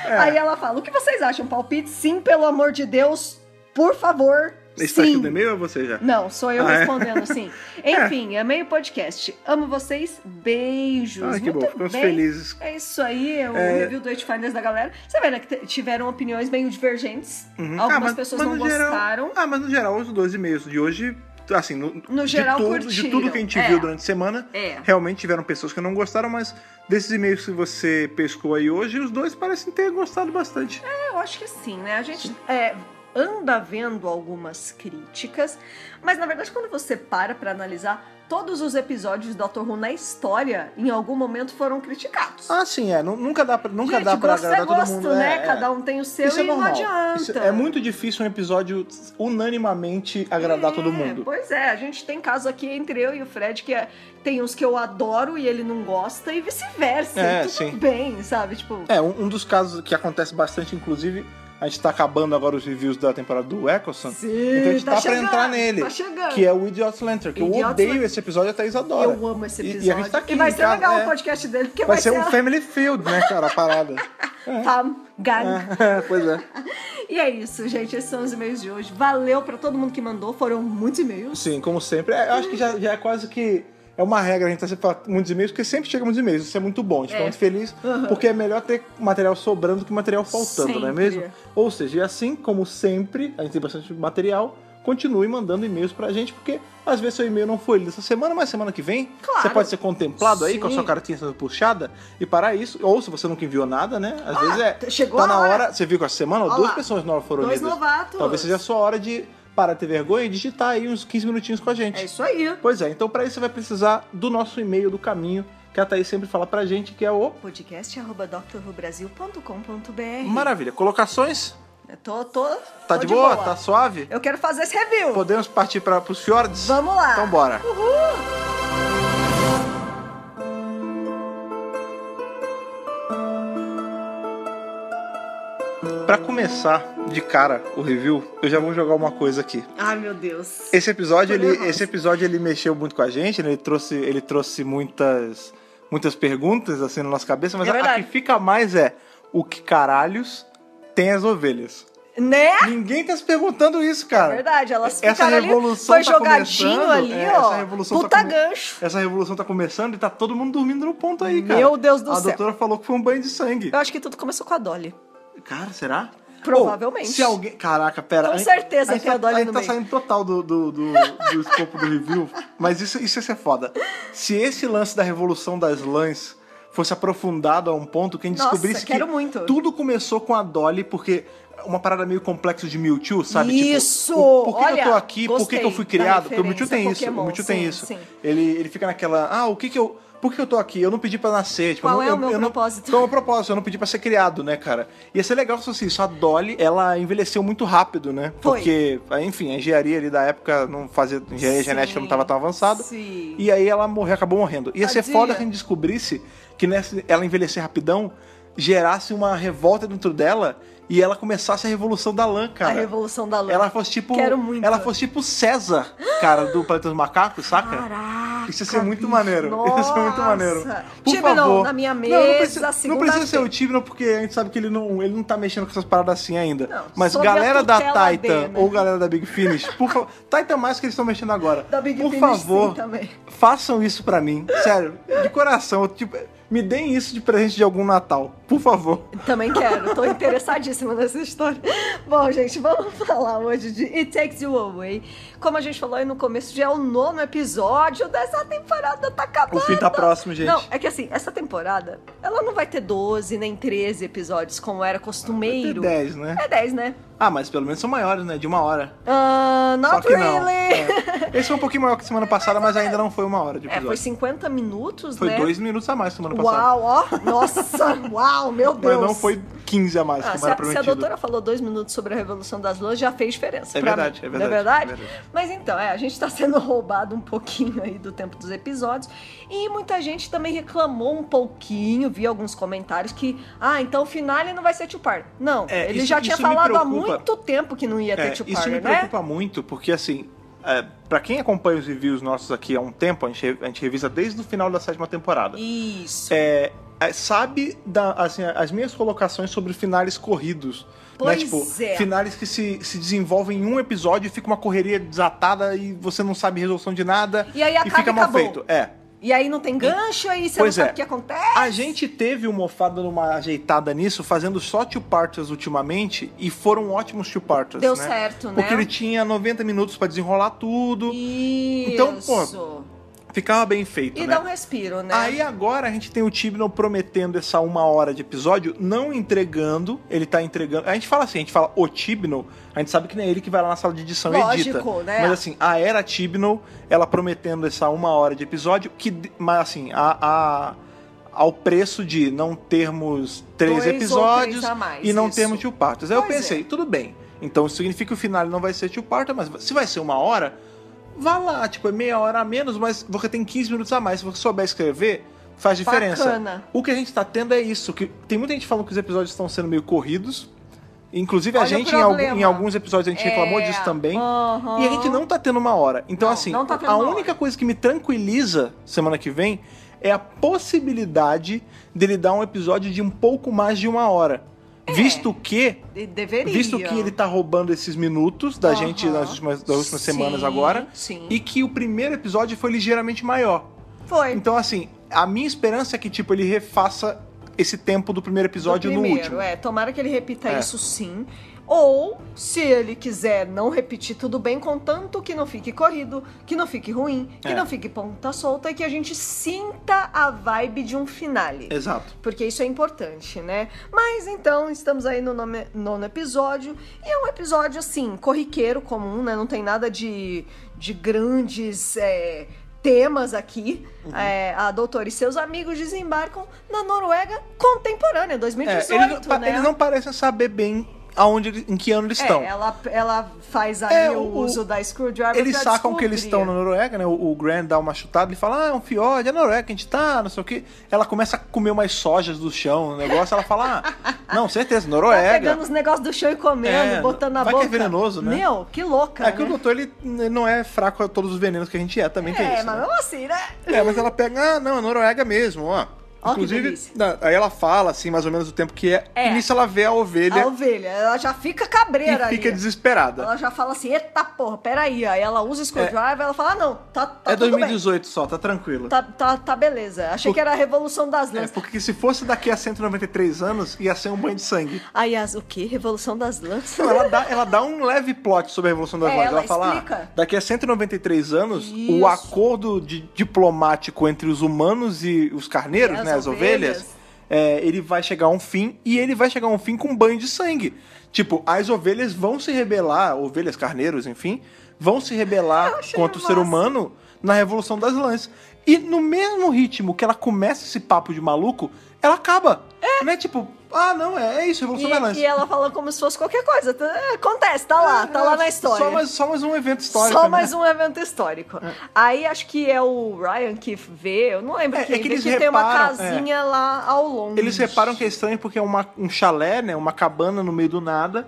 Speaker 1: É.
Speaker 2: Aí ela fala: O que vocês acham? Palpite? Sim, pelo amor de Deus, por favor.
Speaker 1: Esse tá aqui
Speaker 2: sim. Hum,
Speaker 1: no e-mail ou você já?
Speaker 2: Não, sou eu
Speaker 1: Ah, é?
Speaker 2: respondendo, sim. Enfim, amei o podcast. Amo vocês. Beijos.
Speaker 1: Ah, que
Speaker 2: Muito
Speaker 1: bom, ficamos
Speaker 2: bem.
Speaker 1: felizes.
Speaker 2: É isso aí, o
Speaker 1: É.
Speaker 2: review do Eight Finders da galera. Você vê, né, que t- tiveram opiniões meio divergentes.
Speaker 1: Uhum.
Speaker 2: Algumas
Speaker 1: Ah, mas-
Speaker 2: pessoas
Speaker 1: mas
Speaker 2: não
Speaker 1: no geral-
Speaker 2: gostaram.
Speaker 1: Ah, mas no geral, os dois e-mails de hoje, assim, no,
Speaker 2: No
Speaker 1: de
Speaker 2: geral,
Speaker 1: tudo, de
Speaker 2: curtiram.
Speaker 1: tudo que a gente
Speaker 2: É.
Speaker 1: viu durante a semana,
Speaker 2: É.
Speaker 1: realmente tiveram pessoas que não gostaram, mas desses e-mails que você pescou aí hoje, os dois parecem ter gostado bastante.
Speaker 2: É, eu acho que sim, né? A gente é, anda vendo algumas críticas, mas na verdade, quando você para pra analisar. Todos os episódios do Doctor Who na história, em algum momento, foram criticados.
Speaker 1: Ah, sim, é. nu- Nunca dá pra, nunca
Speaker 2: Gente,
Speaker 1: dá pra
Speaker 2: gosto é
Speaker 1: agradar todo
Speaker 2: gosto,
Speaker 1: mundo.
Speaker 2: né?
Speaker 1: é, é.
Speaker 2: Cada um tem o seu
Speaker 1: Isso é
Speaker 2: e
Speaker 1: normal.
Speaker 2: não adianta.
Speaker 1: Isso- é muito difícil um episódio unanimamente agradar todo mundo.
Speaker 2: Pois é, a gente tem caso aqui entre eu e o Fred que é- tem uns que eu adoro e ele não gosta e vice-versa.
Speaker 1: É,
Speaker 2: tudo
Speaker 1: sim.
Speaker 2: bem, sabe? Tipo,
Speaker 1: É, um, um dos casos que acontece bastante, inclusive, a gente tá acabando agora os reviews da temporada do Eccleston.
Speaker 2: sim,
Speaker 1: então a gente tá, pra
Speaker 2: chegando,
Speaker 1: entrar nele.
Speaker 2: Tá chegando.
Speaker 1: Que é o Idiot Lantern, que
Speaker 2: Idiot's
Speaker 1: eu odeio
Speaker 2: Lantern.
Speaker 1: esse episódio, a Thaís adora.
Speaker 2: Eu amo esse
Speaker 1: E- e a
Speaker 2: episódio.
Speaker 1: gente tá aqui
Speaker 2: vai
Speaker 1: em
Speaker 2: ser
Speaker 1: casa,
Speaker 2: legal
Speaker 1: é.
Speaker 2: o podcast dele, porque
Speaker 1: Vai ser um
Speaker 2: a-
Speaker 1: family field, né, cara, a parada.
Speaker 2: Pam, gan.
Speaker 1: É, pois é.
Speaker 2: E é isso, gente. Esses são os e-mails de hoje. Valeu pra todo mundo que mandou. Foram muitos e-mails.
Speaker 1: Sim, como sempre. É, eu acho que já, já é quase que. É uma regra, a gente tá sempre falando muitos e-mails, porque sempre chega muitos e-mails. Isso é muito bom, a gente
Speaker 2: É.
Speaker 1: fica muito feliz, porque é melhor ter material sobrando que material faltando, não é
Speaker 2: Sempre.
Speaker 1: mesmo? Ou seja, e assim como sempre, a gente tem bastante material, continue mandando e-mails pra gente, porque às vezes seu e-mail não foi lido essa semana, mas semana que vem
Speaker 2: Claro.
Speaker 1: você pode ser contemplado aí com a
Speaker 2: Sim.
Speaker 1: sua cartinha sendo puxada e parar isso. Ou se você nunca enviou nada, né? Às vezes é.
Speaker 2: Ah, chegou
Speaker 1: tá
Speaker 2: a
Speaker 1: na
Speaker 2: hora.
Speaker 1: Você viu com essa semana,
Speaker 2: Ó
Speaker 1: duas
Speaker 2: lá.
Speaker 1: pessoas novas foram
Speaker 2: Dois
Speaker 1: lidas.
Speaker 2: novatos.
Speaker 1: Talvez seja a sua hora de parar de ter vergonha e digitar aí uns 15 minutinhos com a gente.
Speaker 2: É isso aí.
Speaker 1: Pois é, então para isso você vai precisar do nosso e-mail do caminho, que a Thaís sempre fala pra gente, que é o.
Speaker 2: podcast.drrubrasil.com.br
Speaker 1: Maravilha. Colocações?
Speaker 2: Eu Tô, tô,
Speaker 1: Tá
Speaker 2: tô
Speaker 1: de, boa? Tá suave?
Speaker 2: Eu quero fazer esse review.
Speaker 1: Podemos partir para pros fiordes?
Speaker 2: Vamos lá.
Speaker 1: Então bora. Pra começar de cara o review, eu já vou jogar uma coisa aqui.
Speaker 2: Ai, meu Deus.
Speaker 1: Esse episódio,
Speaker 2: Tô
Speaker 1: ele,
Speaker 2: nervosa.
Speaker 1: esse episódio ele mexeu muito com a gente, né? ele trouxe, ele trouxe muitas, muitas perguntas assim na nossa cabeça, mas
Speaker 2: É
Speaker 1: a- a,
Speaker 2: verdade.
Speaker 1: que fica mais é o que caralhos tem as ovelhas?
Speaker 2: Né?
Speaker 1: Ninguém tá se perguntando isso, cara.
Speaker 2: É Verdade, elas
Speaker 1: Essa
Speaker 2: ficaram ali,
Speaker 1: revolução
Speaker 2: foi
Speaker 1: tá
Speaker 2: jogadinho
Speaker 1: começando,
Speaker 2: ali,
Speaker 1: é,
Speaker 2: ó.
Speaker 1: essa revolução tá
Speaker 2: puta
Speaker 1: come-
Speaker 2: gancho.
Speaker 1: Essa revolução tá começando e tá todo mundo dormindo no ponto aí, cara.
Speaker 2: Meu Deus do
Speaker 1: a
Speaker 2: céu.
Speaker 1: doutora falou que foi um banho de sangue.
Speaker 2: Eu acho que tudo começou com a Dolly.
Speaker 1: Cara, será?
Speaker 2: Provavelmente.
Speaker 1: Ou, se alguém. Caraca, pera.
Speaker 2: Com
Speaker 1: a gente-
Speaker 2: certeza é
Speaker 1: a gente
Speaker 2: tem a
Speaker 1: tá-
Speaker 2: Dolly
Speaker 1: gente
Speaker 2: no
Speaker 1: tá
Speaker 2: meio.
Speaker 1: saindo total do, do, do, do escopo do review, mas isso, isso ia ser foda. Se esse lance da revolução das lãs fosse aprofundado a um ponto, quem
Speaker 2: Nossa,
Speaker 1: descobrisse que
Speaker 2: quero muito.
Speaker 1: tudo começou com a Dolly, porque. Uma parada meio complexa de Mewtwo, sabe? Tipo,
Speaker 2: Isso!
Speaker 1: o- por que que
Speaker 2: Olha,
Speaker 1: eu tô aqui? Por que que, eu
Speaker 2: gostei
Speaker 1: fui
Speaker 2: da
Speaker 1: criado? Porque o
Speaker 2: referência
Speaker 1: Mewtwo tem isso.
Speaker 2: Pokémon,
Speaker 1: o Mewtwo tem
Speaker 2: sim,
Speaker 1: isso.
Speaker 2: sim.
Speaker 1: Ele, ele fica naquela. Ah, o que que eu. Por que eu tô aqui? Eu não pedi pra nascer. Tipo, eu
Speaker 2: Qual
Speaker 1: não-
Speaker 2: é o
Speaker 1: eu-
Speaker 2: meu
Speaker 1: eu não-
Speaker 2: propósito?
Speaker 1: Qual é o meu propósito? Eu não pedi pra ser criado, né, cara? Ia ser legal se fosse isso. A Dolly, ela envelheceu muito rápido, né?
Speaker 2: Foi.
Speaker 1: Porque, enfim, a engenharia ali da época não fazia. A engenharia
Speaker 2: Sim,
Speaker 1: genética não tava tão avançada.
Speaker 2: sim.
Speaker 1: E aí ela morreu, acabou morrendo. Ia ser
Speaker 2: Tadinha.
Speaker 1: foda se a gente descobrisse que nessa, ela envelhecer rapidão gerasse uma revolta dentro dela e ela começasse a revolução da lã,
Speaker 2: A
Speaker 1: cara.
Speaker 2: Revolução da Lã.
Speaker 1: Ela fosse tipo.
Speaker 2: Quero muito.
Speaker 1: Ela fosse tipo César, cara, do Planeta dos Macacos, saca?
Speaker 2: Caraca,
Speaker 1: Isso ia ser muito
Speaker 2: bicho,
Speaker 1: maneiro. Isso ia ser muito
Speaker 2: nossa.
Speaker 1: maneiro. Por
Speaker 2: Tibenon,
Speaker 1: favor.
Speaker 2: na minha
Speaker 1: não,
Speaker 2: mesa,
Speaker 1: precisa, não precisa ser
Speaker 2: segunda-feira.
Speaker 1: o Tibenon, porque a gente sabe que ele não, ele não tá mexendo com essas paradas assim ainda.
Speaker 2: Não,
Speaker 1: Mas
Speaker 2: sob a
Speaker 1: galera da
Speaker 2: tutela
Speaker 1: Titan
Speaker 2: dele, né?
Speaker 1: ou galera da Big Finish, por favor. Titan mais que eles estão mexendo agora.
Speaker 2: Da Big
Speaker 1: por
Speaker 2: Finish,
Speaker 1: favor,
Speaker 2: sim, também.
Speaker 1: façam isso pra mim. Sério, de coração. eu, tipo, me deem isso de presente de algum Natal. Por favor.
Speaker 2: Também quero, tô interessadíssima nessa história. Bom, gente, vamos falar hoje de It Takes You Away. Como a gente falou aí no começo, já é o nono episódio dessa temporada, tá acabando.
Speaker 1: O fim tá próximo, gente.
Speaker 2: Não, é que assim, essa temporada, ela não vai ter 12 nem 13 episódios, como era
Speaker 1: Tem
Speaker 2: costumeiro.
Speaker 1: 10, né?
Speaker 2: É 10, né?
Speaker 1: Ah, mas pelo menos são maiores, né? De uma hora.
Speaker 2: Ah,
Speaker 1: Só
Speaker 2: not
Speaker 1: que não.
Speaker 2: really!
Speaker 1: É. Esse foi um pouquinho maior que semana passada, mas ainda não foi uma hora de
Speaker 2: É,
Speaker 1: episódio.
Speaker 2: foi 50 minutos,
Speaker 1: Foi
Speaker 2: né?
Speaker 1: dois minutos a mais semana passada.
Speaker 2: Uau, ó. Nossa, uau, meu Deus.
Speaker 1: Mas não foi 15 a mais,
Speaker 2: Ah,
Speaker 1: como
Speaker 2: se,
Speaker 1: era
Speaker 2: a, se a
Speaker 1: prometido.
Speaker 2: doutora falou dois minutos sobre a Revolução das Lãs, já fez diferença.
Speaker 1: É
Speaker 2: pra
Speaker 1: verdade,
Speaker 2: mim.
Speaker 1: é
Speaker 2: Não
Speaker 1: verdade,
Speaker 2: verdade?
Speaker 1: é verdade.
Speaker 2: Mas então, é, a gente tá sendo roubado um pouquinho aí do tempo dos episódios. E muita gente também reclamou um pouquinho, vi alguns comentários que, ah, então o finale não vai ser two-part. Não,
Speaker 1: É,
Speaker 2: ele
Speaker 1: isso-
Speaker 2: já tinha
Speaker 1: isso me
Speaker 2: falado há
Speaker 1: preocupa.
Speaker 2: muito tempo que não ia ter
Speaker 1: É,
Speaker 2: two-part,
Speaker 1: isso me
Speaker 2: né?
Speaker 1: preocupa muito, porque assim, é, pra quem acompanha os reviews nossos aqui há um tempo, a gente, re- a gente revisa desde o final da sétima temporada.
Speaker 2: Isso.
Speaker 1: É, é, sabe da- assim, as minhas colocações sobre finales corridos. né?
Speaker 2: Pois
Speaker 1: Tipo,
Speaker 2: é.
Speaker 1: finales que se, se desenvolvem em um episódio e fica uma correria desatada e você não sabe resolução de nada
Speaker 2: E aí acaba
Speaker 1: fica
Speaker 2: e
Speaker 1: mal
Speaker 2: acabou.
Speaker 1: feito. É.
Speaker 2: E aí não tem gancho, aí você
Speaker 1: Pois
Speaker 2: não sabe
Speaker 1: é.
Speaker 2: o que acontece.
Speaker 1: A gente teve uma mofada numa ajeitada nisso, fazendo só two-parters ultimamente, e foram ótimos two-parters,
Speaker 2: Deu
Speaker 1: né?
Speaker 2: certo, né?
Speaker 1: Porque ele tinha 90 minutos pra desenrolar tudo,
Speaker 2: Isso.
Speaker 1: Então, pô, ficava bem feito,
Speaker 2: E
Speaker 1: né?
Speaker 2: dá um respiro, né?
Speaker 1: Aí agora a gente tem o Tibno prometendo essa uma hora de episódio, não entregando, ele tá entregando. A gente fala assim, a gente fala o Tibno, a gente sabe que não é ele que vai lá na sala de edição e
Speaker 2: Lógico,
Speaker 1: edita.
Speaker 2: né?
Speaker 1: Mas assim, a era Tibno, ela prometendo essa uma hora de episódio, que, mas assim, a- a- ao preço de não termos três
Speaker 2: Dois ou
Speaker 1: episódios
Speaker 2: três a mais,
Speaker 1: e não
Speaker 2: isso.
Speaker 1: termos two partos. Aí eu
Speaker 2: Pois é.
Speaker 1: pensei, tudo bem. Então isso significa que o final não vai ser two parter, mas se vai ser uma hora, vá lá, tipo, é meia hora a menos, mas você tem 15 minutos a mais. Se você souber escrever, faz diferença.
Speaker 2: Bacana.
Speaker 1: O que a gente tá tendo é isso, que tem muita gente falando que os episódios estão sendo meio corridos. Inclusive a
Speaker 2: Olha o
Speaker 1: gente, em, algum-
Speaker 2: problema.
Speaker 1: em alguns episódios, a gente
Speaker 2: É.
Speaker 1: reclamou disso também.
Speaker 2: Aham.
Speaker 1: E a gente não tá tendo uma hora. Então,
Speaker 2: Não,
Speaker 1: assim,
Speaker 2: não tá tendo
Speaker 1: a
Speaker 2: uma
Speaker 1: única coisa que me tranquiliza semana que vem é a possibilidade dele dar um episódio de um pouco mais de uma hora.
Speaker 2: É.
Speaker 1: Visto que
Speaker 2: De- deveria.
Speaker 1: Visto que ele tá roubando esses minutos da
Speaker 2: Aham.
Speaker 1: gente nas últimas, das últimas
Speaker 2: Sim,
Speaker 1: semanas agora.
Speaker 2: sim.
Speaker 1: E que o primeiro episódio foi ligeiramente maior.
Speaker 2: foi
Speaker 1: Então, assim, a minha esperança é que, tipo, ele refaça esse tempo do primeiro
Speaker 2: do
Speaker 1: episódio
Speaker 2: primeiro,
Speaker 1: no último.
Speaker 2: É, tomara que ele repita
Speaker 1: É.
Speaker 2: isso sim. Ou, se ele quiser não repetir, tudo bem, contanto que não fique corrido, que não fique ruim, que
Speaker 1: É.
Speaker 2: não fique ponta solta e que a gente sinta a vibe de um finale.
Speaker 1: Exato.
Speaker 2: Porque isso é importante, né? Mas então, estamos aí no nome- nono episódio. E é um episódio, assim, corriqueiro, comum, né? Não tem nada de, de grandes é, temas aqui.
Speaker 1: Uhum.
Speaker 2: É, a doutora e seus amigos desembarcam na Noruega contemporânea,
Speaker 1: É,
Speaker 2: 2018,
Speaker 1: eles, não- pa-
Speaker 2: né?
Speaker 1: eles não parecem saber bem aonde, eles- em que ano eles estão.
Speaker 2: É, ela, ela faz aí
Speaker 1: É,
Speaker 2: o,
Speaker 1: o-
Speaker 2: uso da screwdriver
Speaker 1: Eles
Speaker 2: pra
Speaker 1: sacam que eles
Speaker 2: descobrir.
Speaker 1: estão na Noruega, né? O, o Grand dá uma chutada e fala: Ah, é um fiord, é a Noruega que a gente tá, não sei o quê. Ela começa a comer umas sojas do chão, o negócio. Ela fala: Ah, não, certeza,
Speaker 2: Tá
Speaker 1: Noruega.
Speaker 2: pegando os negócios do chão e comendo,
Speaker 1: É,
Speaker 2: botando na
Speaker 1: vai que é
Speaker 2: boca.
Speaker 1: venenoso, né?
Speaker 2: Meu, que louca,
Speaker 1: É que o
Speaker 2: né?
Speaker 1: doutor, ele ele não é fraco a todos os venenos que a gente é, também tem
Speaker 2: É,
Speaker 1: isso.
Speaker 2: mas
Speaker 1: né?
Speaker 2: mesmo assim, né?
Speaker 1: É, mas ela pega, ah, não, é Noruega mesmo, ó.
Speaker 2: Ó, que
Speaker 1: Inclusive,
Speaker 2: delícia.
Speaker 1: na- aí ela fala, assim, mais ou menos o tempo que é.
Speaker 2: É.
Speaker 1: E nisso ela vê a ovelha
Speaker 2: A ovelha, ela já fica
Speaker 1: é- e
Speaker 2: cabreira
Speaker 1: fica
Speaker 2: ali.
Speaker 1: desesperada.
Speaker 2: Ela já fala assim, eita porra, peraí. Aí ela usa o screwdriver, ela fala, ah, não, tá, tá
Speaker 1: é
Speaker 2: tudo
Speaker 1: 2018 só, tá tranquilo.
Speaker 2: bem. Tá, tá, tá beleza. Achei
Speaker 1: Por-
Speaker 2: que era a Revolução das
Speaker 1: É,
Speaker 2: Lãs.
Speaker 1: porque se fosse daqui a 193 anos, ia ser um banho de sangue.
Speaker 2: Aí as, o quê? Revolução das Lãs?
Speaker 1: Então, ela dá, ela dá um leve plot sobre a Revolução das
Speaker 2: É,
Speaker 1: Lojas.
Speaker 2: ela
Speaker 1: fala,
Speaker 2: explica.
Speaker 1: ah, daqui a 193 anos,
Speaker 2: Isso.
Speaker 1: o acordo de- diplomático entre os humanos e os carneiros,
Speaker 2: E as
Speaker 1: né, as ovelhas,
Speaker 2: ovelhas.
Speaker 1: é, ele vai chegar a um fim, e ele vai chegar a um fim com banho de sangue. Tipo, as ovelhas vão se rebelar, ovelhas, carneiros, enfim, vão se rebelar
Speaker 2: Eu achei
Speaker 1: contra o ser
Speaker 2: massa.
Speaker 1: humano na Revolução das Lãs. E no mesmo ritmo que ela começa esse papo de maluco, ela acaba. É. Não é tipo, ah, não, é, é isso, Revolução das Lãs.
Speaker 2: E, e ela fala como se fosse qualquer coisa. Tá- é, Acontece, tá lá, tá lá na história.
Speaker 1: Só mais, só mais um evento histórico.
Speaker 2: Só
Speaker 1: né?
Speaker 2: mais um evento histórico. Aí acho que é o Ryan que vê, eu não lembro
Speaker 1: É,
Speaker 2: quem,
Speaker 1: é que
Speaker 2: vê
Speaker 1: eles
Speaker 2: que tem uma
Speaker 1: reparam,
Speaker 2: casinha lá ao longe.
Speaker 1: Eles reparam que é estranho porque é uma- um chalé, né? Uma cabana no meio do nada,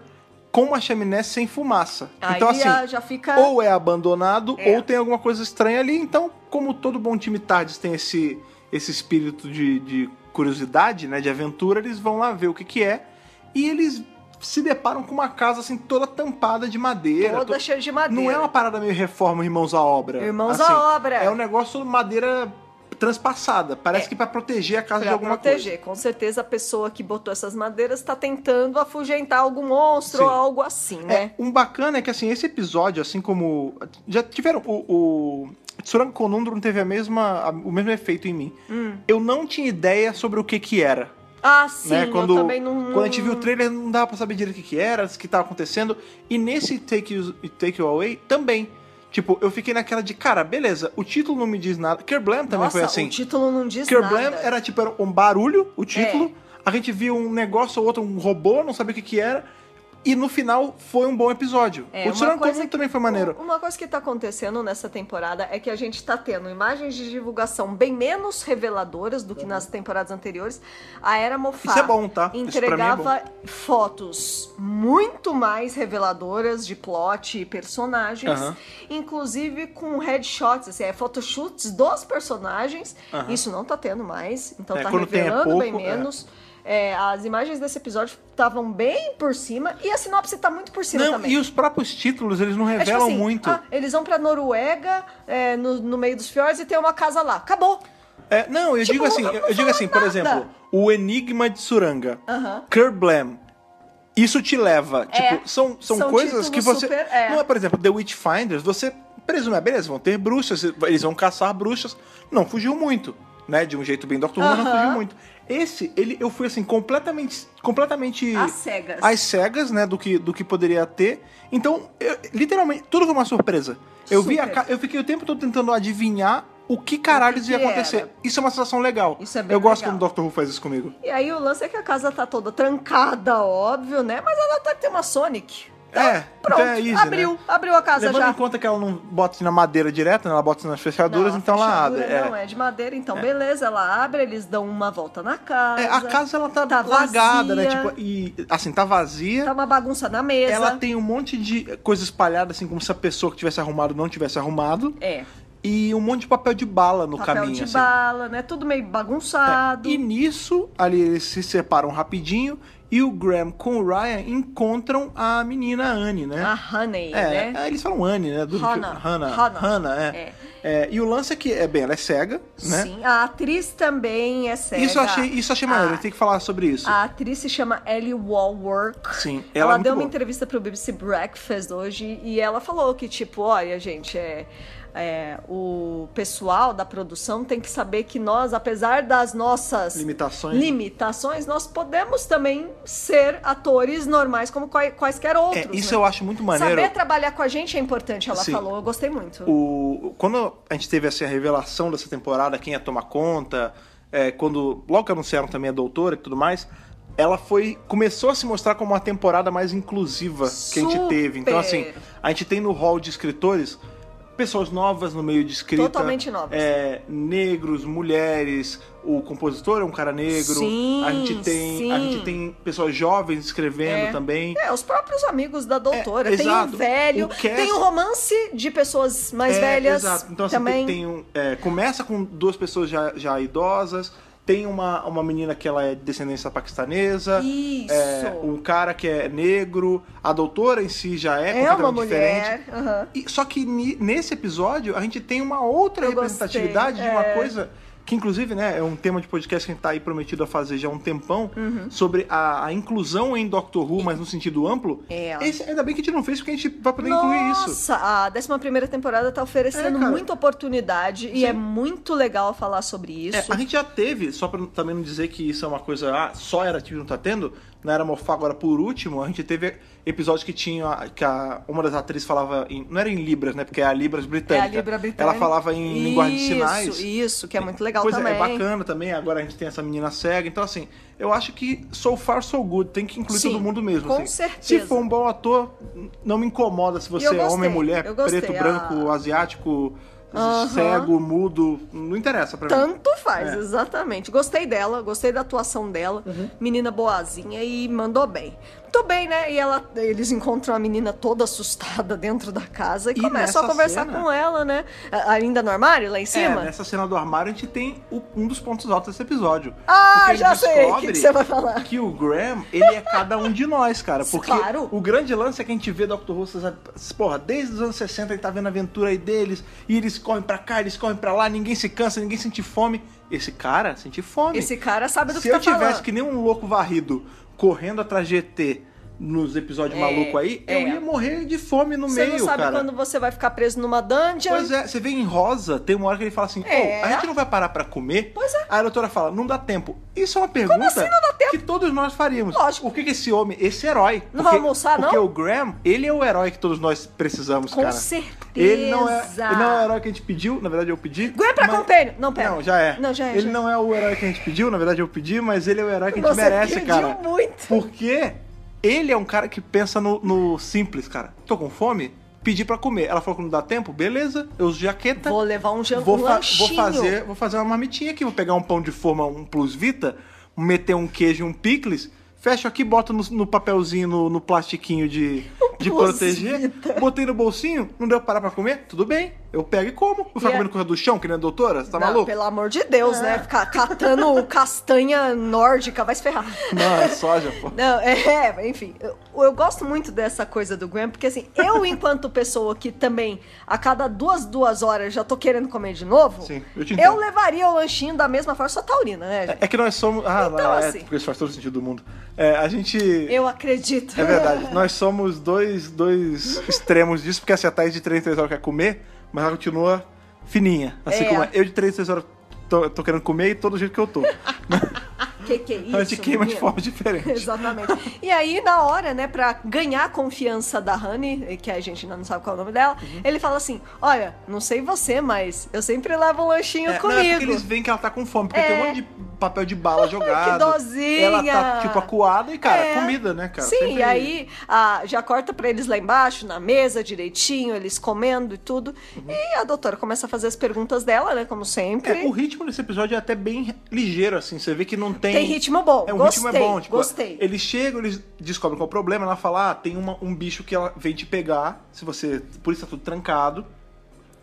Speaker 1: com uma chaminé sem fumaça.
Speaker 2: Aí
Speaker 1: então, assim,
Speaker 2: a- já fica...
Speaker 1: ou é abandonado,
Speaker 2: É.
Speaker 1: ou tem alguma coisa estranha ali. Então, como todo bom time Tardes tem esse, esse espírito de, de curiosidade, né? De aventura, eles vão lá ver o que, que é. E eles se deparam com uma casa, assim, toda tampada de madeira.
Speaker 2: toda
Speaker 1: to-
Speaker 2: cheia de madeira.
Speaker 1: Não é uma parada meio reforma Irmãos à Obra.
Speaker 2: Irmãos
Speaker 1: assim.
Speaker 2: à obra. É.
Speaker 1: É um negócio madeira transpassada. Parece que pra proteger a casa de
Speaker 2: Pra
Speaker 1: alguma
Speaker 2: proteger. Com certeza a pessoa que botou essas madeiras tá tentando afugentar algum monstro
Speaker 1: Sim.
Speaker 2: ou algo assim,
Speaker 1: coisa.
Speaker 2: né?
Speaker 1: É, um bacana é que assim, esse episódio, assim como. Já tiveram. O, o Tsuranga Conundrum teve a mesma, a- o mesmo efeito em mim.
Speaker 2: Hum.
Speaker 1: Eu não tinha ideia sobre o que que era.
Speaker 2: Ah, sim,
Speaker 1: né? Quando,
Speaker 2: eu também não...
Speaker 1: quando a gente viu o trailer, não dava pra saber direito o que, que era, o que tava acontecendo. E nesse Take You, Take you Away também. Tipo, eu fiquei naquela de, cara, beleza, o título não me diz nada. Kerblam também
Speaker 2: Nossa,
Speaker 1: foi assim.
Speaker 2: o título não diz
Speaker 1: Kerblam
Speaker 2: nada. É.
Speaker 1: era tipo era um barulho, o título. A gente via um negócio ou outro, um robô, não sabia o que que era. E no final foi um bom episódio.
Speaker 2: É,
Speaker 1: o
Speaker 2: uma
Speaker 1: Tsuranoko
Speaker 2: coisa
Speaker 1: Comum
Speaker 2: que-
Speaker 1: também foi maneiro.
Speaker 2: Uma coisa que tá acontecendo nessa temporada é que a gente tá tendo imagens de divulgação bem menos reveladoras do que nas temporadas anteriores. A Era Mofá
Speaker 1: Uhum. Isso é bom, tá? Isso pra mim é bom.
Speaker 2: entregava fotos muito mais reveladoras de plot e personagens,
Speaker 1: Aham.
Speaker 2: inclusive com headshots, assim, é photoshoots dos personagens.
Speaker 1: Aham.
Speaker 2: Isso não tá tendo mais, então
Speaker 1: É,
Speaker 2: tá
Speaker 1: quando tem é
Speaker 2: revelando bem
Speaker 1: pouco, é.
Speaker 2: menos. É, as imagens desse episódio estavam bem por cima e a sinopse tá muito por cima
Speaker 1: Não,
Speaker 2: também.
Speaker 1: e os próprios títulos, eles não
Speaker 2: É tipo
Speaker 1: revelam
Speaker 2: assim,
Speaker 1: muito.
Speaker 2: ah, eles vão pra Noruega, é, no, no meio dos fiordes, e tem uma casa lá. Acabou.
Speaker 1: É, não, eu
Speaker 2: Tipo,
Speaker 1: digo assim,
Speaker 2: não
Speaker 1: eu digo assim, por
Speaker 2: fala nada.
Speaker 1: exemplo, o Enigma de Suranga,
Speaker 2: Aham.
Speaker 1: Kerblam. Isso te leva,
Speaker 2: É.
Speaker 1: tipo, são, são,
Speaker 2: São
Speaker 1: coisas que
Speaker 2: títulos
Speaker 1: você
Speaker 2: super- é.
Speaker 1: não é, por exemplo, The Witchfinders, você presume, ah, beleza, vão ter bruxas, eles vão caçar bruxas, não fugiu muito, né, de um jeito bem Doctor Who, mas não
Speaker 2: Aham.
Speaker 1: fugiu muito. Esse, ele eu fui assim completamente completamente
Speaker 2: Às cegas.
Speaker 1: às cegas, né, do que do que poderia ter. Então, eu- literalmente tudo foi uma surpresa. Eu vi a,
Speaker 2: Super.
Speaker 1: ca- eu fiquei o tempo todo tentando adivinhar o que caralhos
Speaker 2: que
Speaker 1: ia
Speaker 2: que
Speaker 1: acontecer.
Speaker 2: era?
Speaker 1: Isso é uma sensação legal.
Speaker 2: Isso é bem
Speaker 1: Eu gosto
Speaker 2: legal.
Speaker 1: quando o Dr. Who faz isso comigo.
Speaker 2: E aí o lance é que a casa tá toda trancada, óbvio, né? Mas ela tá tem uma Sonic.
Speaker 1: É,
Speaker 2: Pronto,
Speaker 1: então é easy,
Speaker 2: abriu.
Speaker 1: né?
Speaker 2: Abriu a casa
Speaker 1: Levando
Speaker 2: já.
Speaker 1: em conta que ela não bota na madeira direto, né? Ela bota nas fechaduras,
Speaker 2: Não, a
Speaker 1: então ela abre.
Speaker 2: fechadura Não, é de madeira, então beleza, ela abre, eles dão uma volta na casa.
Speaker 1: É, a casa ela tá,
Speaker 2: Tá
Speaker 1: largada, né?
Speaker 2: vazia.
Speaker 1: Tipo, e assim, tá vazia.
Speaker 2: Tá uma bagunça na mesa.
Speaker 1: ela tem um monte de coisa espalhada, assim, como se a pessoa que tivesse arrumado não tivesse arrumado.
Speaker 2: É.
Speaker 1: E um monte de papel de bala no
Speaker 2: Papel
Speaker 1: caminho,
Speaker 2: de
Speaker 1: assim. É,
Speaker 2: bala, né? Tudo meio bagunçado.
Speaker 1: E né? nisso, ali eles se separam rapidinho e o Graham com o Ryan encontram a menina Anne, né?
Speaker 2: A Honey,
Speaker 1: é,
Speaker 2: Ah, né?
Speaker 1: é, eles falam Anne, né? Do
Speaker 2: Hannah.
Speaker 1: Hannah.
Speaker 2: Hannah.
Speaker 1: Hannah, é. É, E o lance é que, é, bem, ela é cega, né?
Speaker 2: Sim, a atriz também é cega. Ah.
Speaker 1: Isso eu achei, isso eu achei maneiro,
Speaker 2: A-
Speaker 1: eu tenho que falar sobre isso.
Speaker 2: A atriz se chama Ellie Walworth.
Speaker 1: Sim, ela
Speaker 2: ela,
Speaker 1: é muito
Speaker 2: deu uma
Speaker 1: boa.
Speaker 2: entrevista pro BBC Breakfast hoje e ela falou que, tipo, olha, gente, é, é, o pessoal da produção tem que saber que nós, apesar das nossas
Speaker 1: Limitações. né?"
Speaker 2: limitações, nós podemos também ser atores normais como quai- quaisquer outros.
Speaker 1: É, isso
Speaker 2: né?
Speaker 1: eu acho muito maneiro.
Speaker 2: Saber trabalhar com a gente é importante, ela
Speaker 1: Sim.
Speaker 2: falou. Eu gostei muito.
Speaker 1: O, quando a gente teve essa revelação dessa temporada, quem ia tomar conta, é, quando logo que anunciaram também a doutora e tudo mais, ela foi começou a se mostrar como uma temporada mais inclusiva que a gente
Speaker 2: Super!
Speaker 1: teve. Então assim, a gente tem no hall de escritores pessoas novas no meio de escrita,
Speaker 2: Totalmente novas.
Speaker 1: é, negros, mulheres, o compositor é um cara negro,
Speaker 2: Sim,
Speaker 1: a gente tem a
Speaker 2: sim.
Speaker 1: gente tem pessoas jovens escrevendo
Speaker 2: É.
Speaker 1: também.
Speaker 2: É, os próprios amigos da doutora.
Speaker 1: É,
Speaker 2: tem
Speaker 1: exato.
Speaker 2: um velho,
Speaker 1: O cast-
Speaker 2: tem um romance de pessoas mais
Speaker 1: É,
Speaker 2: velhas
Speaker 1: Exato. Então, assim,
Speaker 2: também.
Speaker 1: tem, tem um, é, começa com duas pessoas já, já idosas, Tem uma, uma menina que ela é de descendência paquistanesa.
Speaker 2: Isso.
Speaker 1: é, um cara que é negro. A doutora em si já é,
Speaker 2: É uma
Speaker 1: completamente diferente.
Speaker 2: mulher. aham.
Speaker 1: E- só que ni- nesse episódio a gente tem uma outra
Speaker 2: Eu
Speaker 1: representatividade
Speaker 2: gostei,
Speaker 1: de uma
Speaker 2: é.
Speaker 1: coisa que, inclusive, né, é um tema de podcast que a gente tá aí prometido a fazer já há um tempão
Speaker 2: Uhum.
Speaker 1: sobre a, a inclusão em Doctor Who, mas no sentido amplo.
Speaker 2: É.
Speaker 1: Esse- ainda bem que a gente não fez, porque a gente vai poder incluir isso.
Speaker 2: Nossa, a 11 temporada tá oferecendo
Speaker 1: É, cara.
Speaker 2: muita oportunidade e
Speaker 1: Sim.
Speaker 2: é muito legal falar sobre isso.
Speaker 1: É, a gente já teve, só pra também não dizer que isso é uma coisa, ah, só era tipo não tá tendo, na Era Mofá agora por último, a gente teve episódio que tinha, a- que a- uma das atrizes falava em, não era em libras, né, porque é a libras
Speaker 2: É
Speaker 1: britânica.
Speaker 2: a Libra Britânica.
Speaker 1: Ela falava em linguagem de sinais.
Speaker 2: Isso, isso, que é muito legal
Speaker 1: Pois
Speaker 2: também.
Speaker 1: é, é bacana também. Agora a gente tem essa menina cega. Então, assim, eu acho que so far so good. Tem que incluir
Speaker 2: Sim,
Speaker 1: todo mundo mesmo.
Speaker 2: com
Speaker 1: assim. Se
Speaker 2: certeza.
Speaker 1: for um bom ator, não me incomoda se você
Speaker 2: Eu
Speaker 1: é
Speaker 2: gostei,
Speaker 1: homem, mulher,
Speaker 2: eu gostei,
Speaker 1: preto,
Speaker 2: a-
Speaker 1: branco, asiático,
Speaker 2: Aham.
Speaker 1: cego, mudo. Não interessa pra mim.
Speaker 2: Tanto faz,
Speaker 1: É. Uhum.
Speaker 2: exatamente. Gostei dela, gostei da atuação dela. Menina boazinha e mandou bem. Muito bem, né? E ela, eles encontram a menina toda assustada dentro da casa e,
Speaker 1: E
Speaker 2: começam a
Speaker 1: nessa
Speaker 2: conversar
Speaker 1: cena-
Speaker 2: com ela, né? A- Ainda no armário, lá em cima?
Speaker 1: É, nessa cena do armário a gente tem o- um dos pontos altos desse episódio.
Speaker 2: Ah,
Speaker 1: Porque ele
Speaker 2: já sei o que que
Speaker 1: descobre
Speaker 2: você vai falar.
Speaker 1: Que o Graham, ele é cada um de nós, cara. Porque
Speaker 2: Claro.
Speaker 1: o grande lance é que a gente vê Dr. Who, você sabe, porra, desde os anos 60 ele tá vendo a aventura aí deles, e eles correm pra cá, eles correm pra lá, ninguém se cansa, ninguém sente fome. Esse cara sente fome.
Speaker 2: Esse cara sabe do
Speaker 1: Se
Speaker 2: que
Speaker 1: eu
Speaker 2: tá
Speaker 1: tivesse
Speaker 2: falando.
Speaker 1: que nem um louco varrido correndo atrás de ET nos episódios
Speaker 2: É,
Speaker 1: maluco aí, eu
Speaker 2: é.
Speaker 1: ia morrer de fome no
Speaker 2: Você
Speaker 1: meio,
Speaker 2: não sabe
Speaker 1: cara.
Speaker 2: quando você vai ficar preso numa dungeon.
Speaker 1: Pois é, você vê em rosa, tem uma hora que ele fala assim, "Ô,
Speaker 2: É.
Speaker 1: a gente não vai parar pra comer?
Speaker 2: Pois é.
Speaker 1: Aí a doutora fala, não dá tempo. Isso é uma pergunta
Speaker 2: assim não dá tempo?
Speaker 1: que todos nós faríamos.
Speaker 2: Lógico.
Speaker 1: Por que, que esse homem, esse herói... porque-
Speaker 2: Não vai almoçar, não?
Speaker 1: Porque o Graham, ele é o herói que todos nós precisamos,
Speaker 2: Com
Speaker 1: cara.
Speaker 2: certeza.
Speaker 1: Ele não, é, ele não é o herói que a gente pediu, na verdade eu pedi.
Speaker 2: Graham pra
Speaker 1: mas-
Speaker 2: container. Não, pera.
Speaker 1: Não, já é.
Speaker 2: Não, já é,
Speaker 1: Ele
Speaker 2: já é.
Speaker 1: não é o herói que a gente pediu, na verdade eu pedi, mas ele é o herói que a gente
Speaker 2: Você
Speaker 1: merece,
Speaker 2: pediu
Speaker 1: cara.
Speaker 2: muito.
Speaker 1: Porque ele é um cara que pensa no, no simples, cara. Tô com fome? Pedi pra comer. Ela falou que não dá tempo? Beleza, eu uso jaqueta.
Speaker 2: Vou levar um jan-
Speaker 1: vou,
Speaker 2: um
Speaker 1: fa-
Speaker 2: lanchinho.
Speaker 1: vou fazer, vou fazer uma marmitinha aqui, vou pegar um pão de forma, um plus vita, meter um queijo, e um picles, fecho aqui, boto no, no papelzinho, no, no plastiquinho de, de
Speaker 2: Um Plus
Speaker 1: proteger,
Speaker 2: Vita.
Speaker 1: botei no bolsinho, não deu pra parar pra comer? Tudo bem, eu pego e como. Vou ficar
Speaker 2: E é-
Speaker 1: comendo coisa do chão, que nem a doutora? Você tá
Speaker 2: Não,
Speaker 1: maluco? É.
Speaker 2: Pelo amor de Deus, né? Ficar catando castanha nórdica, vai se ferrar.
Speaker 1: Não, é soja, pô.
Speaker 2: Não, é, enfim, eu, eu gosto muito dessa coisa do Graham, porque assim, eu enquanto pessoa que também a cada duas, duas horas já tô querendo comer de novo,
Speaker 1: Sim, eu te entendo.
Speaker 2: eu levaria o lanchinho da mesma forma, só taurina, né? gente?
Speaker 1: É que nós somos. Ah,
Speaker 2: Então,
Speaker 1: não, é,
Speaker 2: assim.
Speaker 1: porque isso faz todo sentido do mundo. É, a gente.
Speaker 2: Eu acredito.
Speaker 1: É verdade. Nós somos dois, dois extremos disso, porque assim, a Thaís de 3 em 3 horas quer comer, mas ela continua fininha. Assim
Speaker 2: É.
Speaker 1: como eu de 3 em 3 horas tô, tô querendo comer e todo jeito que eu tô. Então
Speaker 2: Que que é isso?
Speaker 1: a gente queima de
Speaker 2: menino?
Speaker 1: forma diferente.
Speaker 2: Exatamente. E aí, na hora, né, pra ganhar a confiança da Honey, que a gente ainda não sabe qual é o nome dela,
Speaker 1: Uhum.
Speaker 2: ele fala assim: Olha, não sei você, mas eu sempre levo um lanchinho
Speaker 1: É,
Speaker 2: comigo.
Speaker 1: Não, é porque eles veem que ela tá com fome, porque
Speaker 2: É.
Speaker 1: tem um monte de papel de bala jogado.
Speaker 2: dozinha!
Speaker 1: Ela tá, tipo, acuada e, cara,
Speaker 2: É.
Speaker 1: comida, né, cara?
Speaker 2: Sim,
Speaker 1: Sempre-
Speaker 2: e aí ah, já corta pra eles lá embaixo, na mesa, direitinho, eles comendo e tudo. E a doutora começa a fazer as perguntas dela, né? Como sempre.
Speaker 1: Uhum. É, o ritmo desse episódio é até bem ligeiro, assim. Você vê que não tem.
Speaker 2: Tem ritmo bom,
Speaker 1: É, o
Speaker 2: gostei,
Speaker 1: ritmo é bom. Tipo,
Speaker 2: gostei.
Speaker 1: Eles chegam, eles descobrem qual é o problema. Ela fala: ah, tem uma- um bicho que ela vem te pegar. Se você. Por isso tá tudo trancado.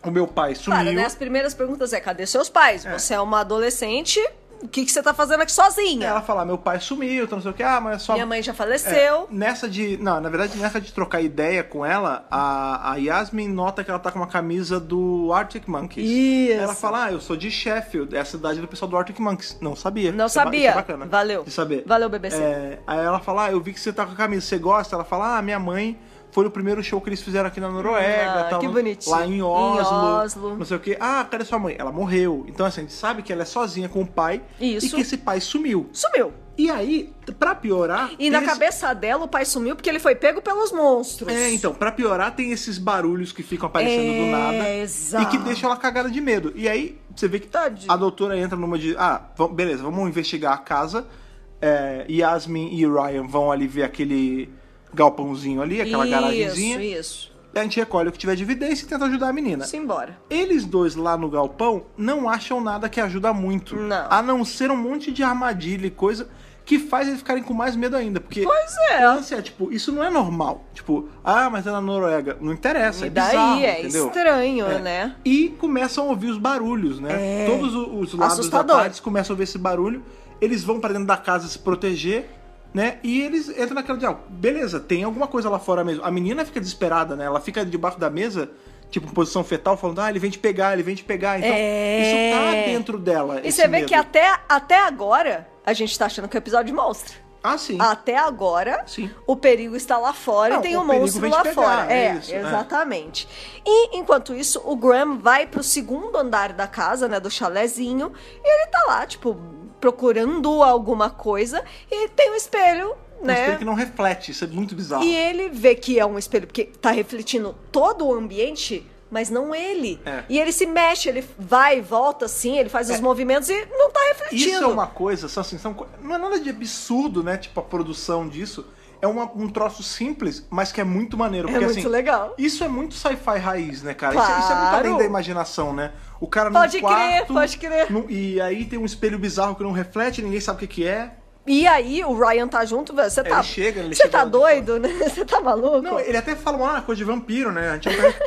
Speaker 1: O meu pai sumiu.
Speaker 2: Claro, né? As primeiras perguntas é: cadê seus pais? Você é uma adolescente, o que, que você tá fazendo aqui sozinha?
Speaker 1: É, Ela fala: "Ah, meu pai sumiu, então não sei o que. Ah, mas é só.
Speaker 2: Minha mãe já
Speaker 1: É,
Speaker 2: faleceu.
Speaker 1: nessa de. Não, na verdade, nessa de trocar ideia com ela, a, a Yasmin nota que ela tá com uma camisa do Arctic Monkeys.
Speaker 2: Isso.
Speaker 1: Ela fala: Ah, eu sou de Sheffield, é a cidade do pessoal do Arctic Monkeys. Não sabia.
Speaker 2: Não
Speaker 1: Isso é ba- isso
Speaker 2: sabia.
Speaker 1: é bacana
Speaker 2: Valeu.
Speaker 1: De saber.
Speaker 2: Valeu, BBC.
Speaker 1: É, aí ela fala: ah, eu vi que você tá com a camisa, você gosta? Ela fala: Ah, minha mãe. Foi o primeiro show que eles fizeram aqui na Noruega,
Speaker 2: Ah,
Speaker 1: tal,
Speaker 2: que
Speaker 1: no-
Speaker 2: bonitinho.
Speaker 1: lá em
Speaker 2: Em
Speaker 1: Oslo,
Speaker 2: Oslo.
Speaker 1: não sei o que. Ah, cadê sua mãe? Ela morreu. Então, assim, a gente sabe que ela é sozinha com o pai e
Speaker 2: Isso.
Speaker 1: que esse pai sumiu.
Speaker 2: Sumiu.
Speaker 1: E aí, pra piorar...
Speaker 2: E na
Speaker 1: tem esse-
Speaker 2: cabeça dela, o pai sumiu porque ele foi pego pelos monstros.
Speaker 1: é, então, pra piorar, tem esses barulhos que ficam aparecendo do
Speaker 2: É,
Speaker 1: nada.
Speaker 2: exato.
Speaker 1: E que deixam ela cagada de medo. E aí, você vê que
Speaker 2: Tadinho.
Speaker 1: a doutora entra numa de. Ah, vamos- beleza, vamos investigar a casa. É, Yasmin e Ryan vão ali ver aquele galpãozinho ali, aquela
Speaker 2: isso,
Speaker 1: garagenzinha. Né?
Speaker 2: isso.
Speaker 1: A gente recolhe o que tiver de evidência e tenta ajudar a menina.
Speaker 2: Simbora.
Speaker 1: Eles dois lá no galpão não acham nada que ajuda muito.
Speaker 2: Não.
Speaker 1: A não ser um monte de armadilha e coisa que faz eles ficarem com mais medo ainda, porque
Speaker 2: Pois é.
Speaker 1: o lance é, tipo, isso não é normal. Tipo, ah, mas é na Noruega. Não interessa,
Speaker 2: E
Speaker 1: é
Speaker 2: daí
Speaker 1: bizarro,
Speaker 2: é
Speaker 1: entendeu?
Speaker 2: estranho,
Speaker 1: É.
Speaker 2: né?
Speaker 1: E começam a ouvir os barulhos, né?
Speaker 2: É.
Speaker 1: Todos o- os lados
Speaker 2: Assustador.
Speaker 1: da tarde começam a ouvir esse barulho. Eles vão pra dentro da casa se proteger, né? E eles entram naquela de, ah, beleza, tem alguma coisa lá fora mesmo. A menina fica desesperada, né? Ela fica debaixo da mesa, tipo, em posição fetal, falando, ah, ele vem te pegar, ele vem te pegar. Então,
Speaker 2: É.
Speaker 1: isso tá dentro dela.
Speaker 2: E
Speaker 1: esse
Speaker 2: você vê
Speaker 1: medo.
Speaker 2: que até, até agora a gente tá achando que é um episódio de monstro.
Speaker 1: Ah, sim.
Speaker 2: Até agora,
Speaker 1: Sim.
Speaker 2: o perigo está lá fora
Speaker 1: Não,
Speaker 2: e tem
Speaker 1: o
Speaker 2: um
Speaker 1: perigo
Speaker 2: monstro
Speaker 1: vem te
Speaker 2: lá
Speaker 1: pegar,
Speaker 2: fora.
Speaker 1: é
Speaker 2: É,
Speaker 1: isso, é.
Speaker 2: exatamente. E enquanto isso, o Graham vai pro segundo andar da casa, né, do chalezinho, e ele tá lá, tipo, procurando alguma coisa e tem um espelho,
Speaker 1: Um
Speaker 2: né?
Speaker 1: espelho que não reflete, isso é muito bizarro.
Speaker 2: E ele vê que é um espelho, porque tá refletindo todo o ambiente, mas não ele.
Speaker 1: É.
Speaker 2: E ele se mexe, ele vai e volta assim, ele faz os movimentos e não tá refletindo.
Speaker 1: Isso é uma coisa, são assim, são, co- não é nada de absurdo, né? Tipo, a produção disso. É uma- um troço simples, mas que é muito maneiro.
Speaker 2: É
Speaker 1: porque,
Speaker 2: muito
Speaker 1: assim,
Speaker 2: legal.
Speaker 1: Isso é muito sci-fi raiz, né, cara? Isso- Isso, é muito
Speaker 2: Claro.
Speaker 1: além da imaginação, né? O cara num
Speaker 2: Pode crer,
Speaker 1: quarto,
Speaker 2: pode crer.
Speaker 1: num- e aí tem um espelho bizarro que não reflete, ninguém sabe o que, que é.
Speaker 2: E aí o Ryan tá junto, velho, você tá.
Speaker 1: Ele chega, ele
Speaker 2: Você
Speaker 1: chega
Speaker 2: tá
Speaker 1: lá de
Speaker 2: doido, né? Você tá maluco?
Speaker 1: Não, ele até fala uma coisa de vampiro, né? A gente não tá,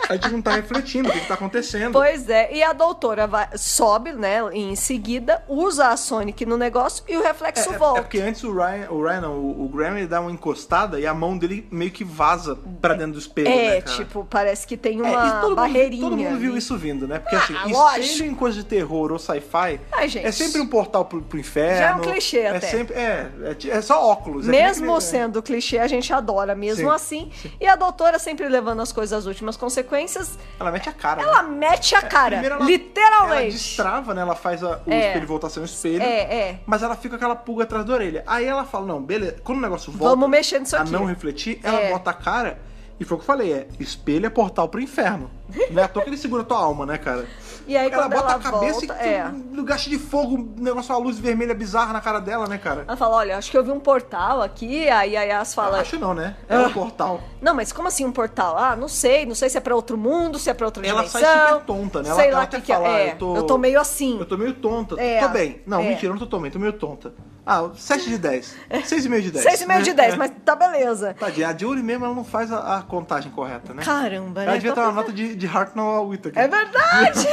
Speaker 1: a gente não tá refletindo o que, que tá acontecendo.
Speaker 2: Pois é, e a doutora vai- sobe, né, em seguida, usa a Sonic no negócio e o
Speaker 1: É,
Speaker 2: reflexo
Speaker 1: é-
Speaker 2: volta.
Speaker 1: é porque antes o Ryan, o, Ryan não, o, o Graham, ele dá uma encostada e a mão dele meio que vaza pra dentro do espelho,
Speaker 2: É,
Speaker 1: né, cara?
Speaker 2: tipo, parece que tem
Speaker 1: É,
Speaker 2: uma
Speaker 1: e todo
Speaker 2: barreirinha.
Speaker 1: Mundo, todo mundo viu
Speaker 2: ali.
Speaker 1: isso vindo, né? Porque
Speaker 2: Ah,
Speaker 1: assim,
Speaker 2: lógico.
Speaker 1: espelho em coisa de terror ou sci-fi
Speaker 2: Ai, gente.
Speaker 1: é sempre um portal pro, pro inferno.
Speaker 2: Já é um clichê
Speaker 1: é
Speaker 2: até.
Speaker 1: Sempre, é, é ti- é só óculos. é que nem
Speaker 2: Mesmo
Speaker 1: aquele-
Speaker 2: sendo clichê, a gente adora mesmo
Speaker 1: Sim,
Speaker 2: assim. E a doutora sempre levando as coisas às últimas consequências,
Speaker 1: Ela mete a cara.
Speaker 2: ela
Speaker 1: né?
Speaker 2: mete a cara,
Speaker 1: Primeiro ela- Ela
Speaker 2: literalmente.
Speaker 1: destrava, né? Ela faz a- o
Speaker 2: É.
Speaker 1: espelho voltar a ser um espelho.
Speaker 2: É, é.
Speaker 1: Mas ela fica com aquela pulga atrás da orelha. Aí ela fala, não, beleza. Quando o negócio volta
Speaker 2: Vamos mexer nisso
Speaker 1: a
Speaker 2: aqui.
Speaker 1: não refletir, ela
Speaker 2: É.
Speaker 1: bota a cara... E foi o que eu falei, é espelho é portal pro inferno. Não é à toa que ele segura tua alma, né, cara?
Speaker 2: E aí,
Speaker 1: ela
Speaker 2: quando
Speaker 1: bota
Speaker 2: ela
Speaker 1: a cabeça
Speaker 2: volta,
Speaker 1: e
Speaker 2: é.
Speaker 1: um lugar cheio de fogo, um negócio, uma luz vermelha bizarra na cara dela, né, cara?
Speaker 2: Ela fala: olha, acho que eu vi um portal aqui. Aí a Yas fala: Ah.
Speaker 1: Acho não, né? É um portal.
Speaker 2: Não, mas como assim um portal? Ah, não sei, não sei se é pra outro mundo, se é pra outra
Speaker 1: Ela
Speaker 2: dimensão.
Speaker 1: sai super tonta, né? Ela-
Speaker 2: Sei
Speaker 1: ela
Speaker 2: lá o
Speaker 1: até
Speaker 2: que, que é.
Speaker 1: fala,
Speaker 2: é.
Speaker 1: eu tô-
Speaker 2: meio assim.
Speaker 1: Eu tô meio tonta.
Speaker 2: É.
Speaker 1: Tô bem. Não,
Speaker 2: É.
Speaker 1: mentira, eu não tô tão bem, tô meio tonta. Ah, 7 de 10. 6,5 de 10.
Speaker 2: Seis e meio de
Speaker 1: né?"
Speaker 2: 10, mas tá beleza.
Speaker 1: Tadinha, a Jury mesmo ela não faz a, a contagem correta, né?
Speaker 2: Caramba,
Speaker 1: Ela
Speaker 2: né?
Speaker 1: devia ter uma nota de, de Hartnell Whittaker.
Speaker 2: É verdade!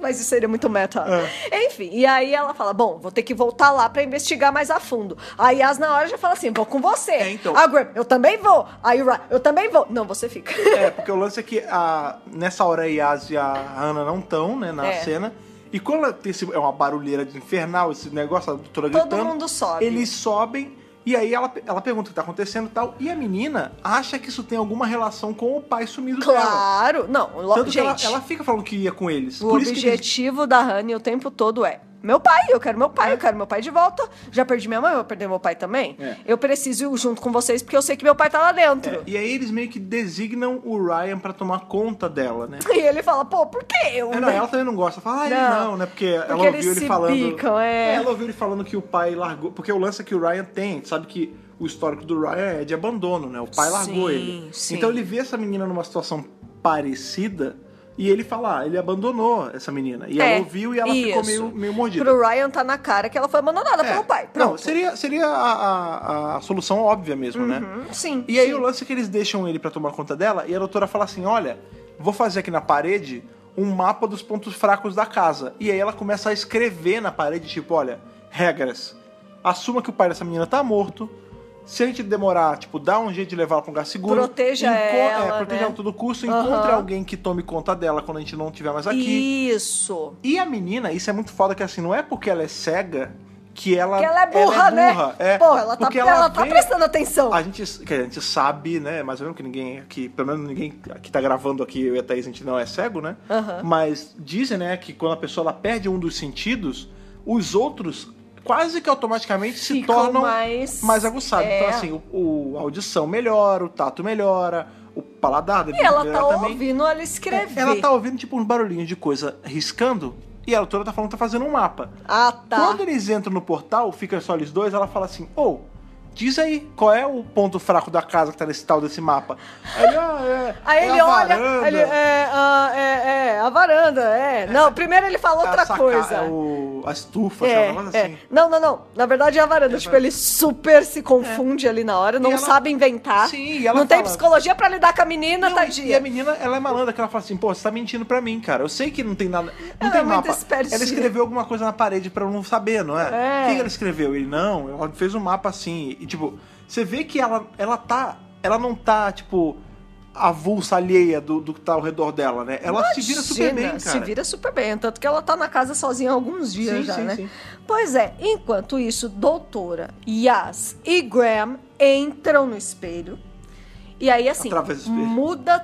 Speaker 2: Mas isso seria muito meta.
Speaker 1: É.
Speaker 2: Enfim, e aí ela fala: Bom, vou ter que voltar lá pra investigar mais a fundo. Aí as na hora já fala assim: Vou com você.
Speaker 1: É, então.
Speaker 2: Ah, Graham, eu também vou. Aí o Ryan, eu também vou. Não, você fica.
Speaker 1: É, porque o lance é que a- nessa hora a Yas e a Hannah não estão, né, na
Speaker 2: É.
Speaker 1: cena. E quando ela tem esse- é uma barulheira de infernal, esse negócio, a doutora
Speaker 2: Todo
Speaker 1: gritando.
Speaker 2: mundo sobe.
Speaker 1: Eles sobem. E aí ela, ela pergunta o que tá acontecendo e tal. E a menina acha que isso tem alguma relação com o pai sumido dela.
Speaker 2: claro. Não, logo,
Speaker 1: Tanto
Speaker 2: gente.
Speaker 1: que ela, ela fica falando que ia com eles.
Speaker 2: O
Speaker 1: Por isso que eles-
Speaker 2: objetivo da Honey o tempo todo é. Meu pai, eu quero meu pai, eu quero meu pai de volta. Já perdi minha mãe, eu vou perder meu pai também.
Speaker 1: É.
Speaker 2: Eu preciso ir junto com vocês porque eu sei que meu pai tá lá dentro.
Speaker 1: E aí eles meio que designam o Ryan pra tomar conta dela, né?
Speaker 2: E ele fala, pô, por que eu?
Speaker 1: É, não,
Speaker 2: né?
Speaker 1: ela também não gosta. Fala, ah, ele
Speaker 2: Não.
Speaker 1: não, né? Porque, ela
Speaker 2: Porque
Speaker 1: ouviu
Speaker 2: eles
Speaker 1: ele
Speaker 2: se
Speaker 1: falando.
Speaker 2: bicam, é.
Speaker 1: Ela ouviu ele falando que o pai largou. Porque o lance é que o Ryan tem, sabe que o histórico do Ryan é de abandono, né? O pai largou
Speaker 2: Sim,
Speaker 1: ele.
Speaker 2: sim.
Speaker 1: Então ele vê essa menina numa situação parecida e ele fala, ah, ele abandonou essa menina. E
Speaker 2: É,
Speaker 1: ela ouviu e ela ficou
Speaker 2: isso.
Speaker 1: meio, meio mordida.
Speaker 2: Pro Ryan tá na cara que ela foi abandonada
Speaker 1: É.
Speaker 2: pelo pai.
Speaker 1: Não,
Speaker 2: Pronto.
Speaker 1: seria, seria a, a- a solução óbvia mesmo, né?
Speaker 2: Hum, Sim.
Speaker 1: E aí
Speaker 2: sim.
Speaker 1: o lance é que eles deixam ele pra tomar conta dela e a doutora fala assim: "Olha, vou fazer aqui na parede um mapa dos pontos fracos da casa". E aí ela começa a escrever na parede tipo, olha, regras. Assuma que o pai dessa menina tá morto. Se a gente demorar, tipo, dá um jeito de levar ela pra um lugar seguro.
Speaker 2: Proteja ela,
Speaker 1: É, proteja
Speaker 2: né?
Speaker 1: ela a todo custo.
Speaker 2: Aham.
Speaker 1: Encontre alguém que tome conta dela quando a gente não tiver mais aqui.
Speaker 2: Isso.
Speaker 1: E a menina, isso é muito foda que assim, não é porque ela é cega que ela,
Speaker 2: Porque ela é burra,
Speaker 1: burra,
Speaker 2: né?
Speaker 1: É,
Speaker 2: Porra, ela tá,
Speaker 1: Porque
Speaker 2: ela tá
Speaker 1: vê-
Speaker 2: prestando atenção.
Speaker 1: a gente, quer dizer, a gente sabe, né? Mais ou menos que ninguém aqui, pelo menos ninguém que tá gravando aqui, eu e a Thaís, a gente não é cego, né?
Speaker 2: Aham.
Speaker 1: Mas dizem, né, que quando a pessoa ela perde um dos sentidos, os outros quase que automaticamente se
Speaker 2: Ficam
Speaker 1: tornam
Speaker 2: mais-
Speaker 1: mais aguçados. Então,
Speaker 2: é.
Speaker 1: assim, o, o- a audição melhora, o tato melhora, o paladar deve
Speaker 2: E ela
Speaker 1: melhorar
Speaker 2: tá
Speaker 1: também. É,
Speaker 2: ouvindo é, ela escrever.
Speaker 1: Ela tá ouvindo, tipo, uns barulhinhos de coisa riscando, e a autora tá falando que tá fazendo um mapa.
Speaker 2: Ah, tá.
Speaker 1: Quando eles entram no portal, fica só eles dois, ela fala assim: ou diz aí, qual é o ponto fraco da casa que tá nesse tal desse mapa? Aí ele, ah, é,
Speaker 2: Aí
Speaker 1: é
Speaker 2: ele
Speaker 1: a
Speaker 2: olha,
Speaker 1: varanda,
Speaker 2: ele, é, ah, é, é, a varanda, é. Não, primeiro ele fala
Speaker 1: a
Speaker 2: outra
Speaker 1: saca-
Speaker 2: coisa.
Speaker 1: é o- a estufa, sei lá,
Speaker 2: É,
Speaker 1: um negócio
Speaker 2: é.
Speaker 1: assim.
Speaker 2: Não, não, não. Na verdade é a varanda. tipo, ele super se confunde ali na hora, não
Speaker 1: É. ela-
Speaker 2: sabe inventar.
Speaker 1: Sim, e ela
Speaker 2: não tem
Speaker 1: fala-
Speaker 2: psicologia pra lidar com a menina, tá
Speaker 1: Não, e- E
Speaker 2: tadinha.
Speaker 1: a menina, ela é malandra, que ela fala assim, pô, você tá mentindo pra mim, cara. Eu sei que não tem nada. Não
Speaker 2: Ela
Speaker 1: tem
Speaker 2: é muito
Speaker 1: mapa.
Speaker 2: espertinha.
Speaker 1: Ela escreveu alguma coisa na parede pra eu não saber, não é?
Speaker 2: É.
Speaker 1: O que ela escreveu? Ele, não, ela fez um mapa assim. E tipo, você vê que ela, ela tá. Ela não tá, tipo, avulsa alheia do, do que tá ao redor dela, né? Ela se vira super bem,
Speaker 2: Imagina,
Speaker 1: cara.
Speaker 2: Se vira super bem. Tanto que ela tá na casa sozinha há alguns dias
Speaker 1: Sim,
Speaker 2: já,
Speaker 1: sim,
Speaker 2: né?
Speaker 1: sim.
Speaker 2: Pois é, enquanto isso, doutora, Yas e Graham entram no espelho. E aí, assim,
Speaker 1: Através do espelho.
Speaker 2: muda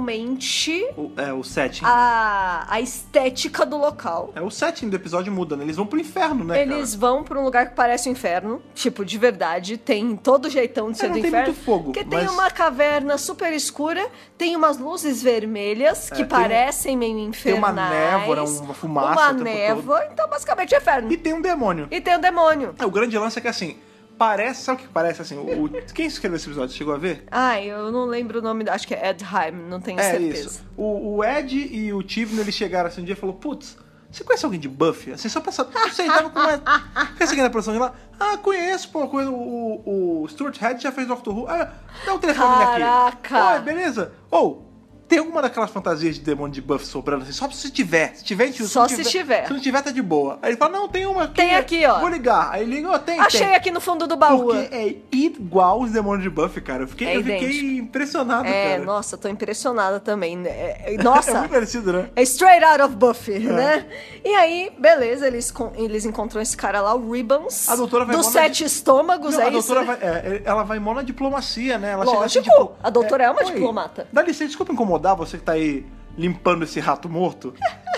Speaker 2: totalmente
Speaker 1: O, é, o setting.
Speaker 2: Ah. a, a estética do local.
Speaker 1: É, o setting do episódio muda, né? Eles vão pro inferno, né, cara?
Speaker 2: Eles vão pra um lugar que parece um inferno. Tipo, de verdade, tem todo jeitão de ser
Speaker 1: É, não
Speaker 2: do
Speaker 1: tem
Speaker 2: inferno.
Speaker 1: muito fogo,
Speaker 2: Porque tem
Speaker 1: mas-
Speaker 2: uma caverna super escura, tem umas luzes vermelhas que
Speaker 1: tem um-
Speaker 2: parecem meio
Speaker 1: tem
Speaker 2: infernais.
Speaker 1: uma névoa, né, uma fumaça
Speaker 2: Uma
Speaker 1: o tempo
Speaker 2: névoa, então basicamente é inferno.
Speaker 1: E tem um demônio.
Speaker 2: E tem o demônio.
Speaker 1: É, O grande lance é que assim, parece, sabe o que parece assim? O, o- quem escreveu esse episódio? Chegou a ver?
Speaker 2: Ai, eu não lembro o nome, da- acho que é Edheim, não tenho
Speaker 1: É
Speaker 2: certeza.
Speaker 1: isso. O, o Ed e o Tivno, eles chegaram assim um dia e falaram, putz, você conhece alguém de Buffy? Assim, só pensando, não sei, tava com uma... Conhece alguém da produção de lá? Ah, conheço, pô, coisa, o, o Stuart Head já fez Doctor Who. Ah, dá o telefone daqui.
Speaker 2: Caraca!
Speaker 1: Oi, beleza? Ou, tem alguma daquelas fantasias de demônio de Buffy sobrando assim, só se tiver. Se tiver, a gente usa.
Speaker 2: Só
Speaker 1: não
Speaker 2: se tiver.
Speaker 1: Se não tiver, tá de boa. Aí ele fala, não, tem uma aqui. né?
Speaker 2: Tem aqui, ó.
Speaker 1: Vou ligar. Aí liga, ó, tem, tem.
Speaker 2: Achei aqui no fundo do baú.
Speaker 1: Porque é igual os demônios de Buffy, cara. Eu fiquei,
Speaker 2: É
Speaker 1: eu fiquei
Speaker 2: idêntico.
Speaker 1: impressionado,
Speaker 2: É,
Speaker 1: cara.
Speaker 2: nossa, tô impressionada também. né? É- é-
Speaker 1: É
Speaker 2: Nossa,
Speaker 1: muito parecido, né?
Speaker 2: É straight out of Buffy, né? E aí, beleza, eles, con- eles encontram esse cara lá, o Ribbons.
Speaker 1: A doutora vai
Speaker 2: Dos
Speaker 1: embora
Speaker 2: sete
Speaker 1: de-
Speaker 2: estômagos,
Speaker 1: Não,
Speaker 2: é
Speaker 1: a
Speaker 2: isso?
Speaker 1: doutora vai, é, ela vai mó na diplomacia, né? Ela
Speaker 2: Lógico,
Speaker 1: chega assim, tipo,
Speaker 2: a doutora é uma
Speaker 1: "Oi,
Speaker 2: diplomata."
Speaker 1: Dá licença, desculpa incomodar você que tá aí limpando esse rato morto.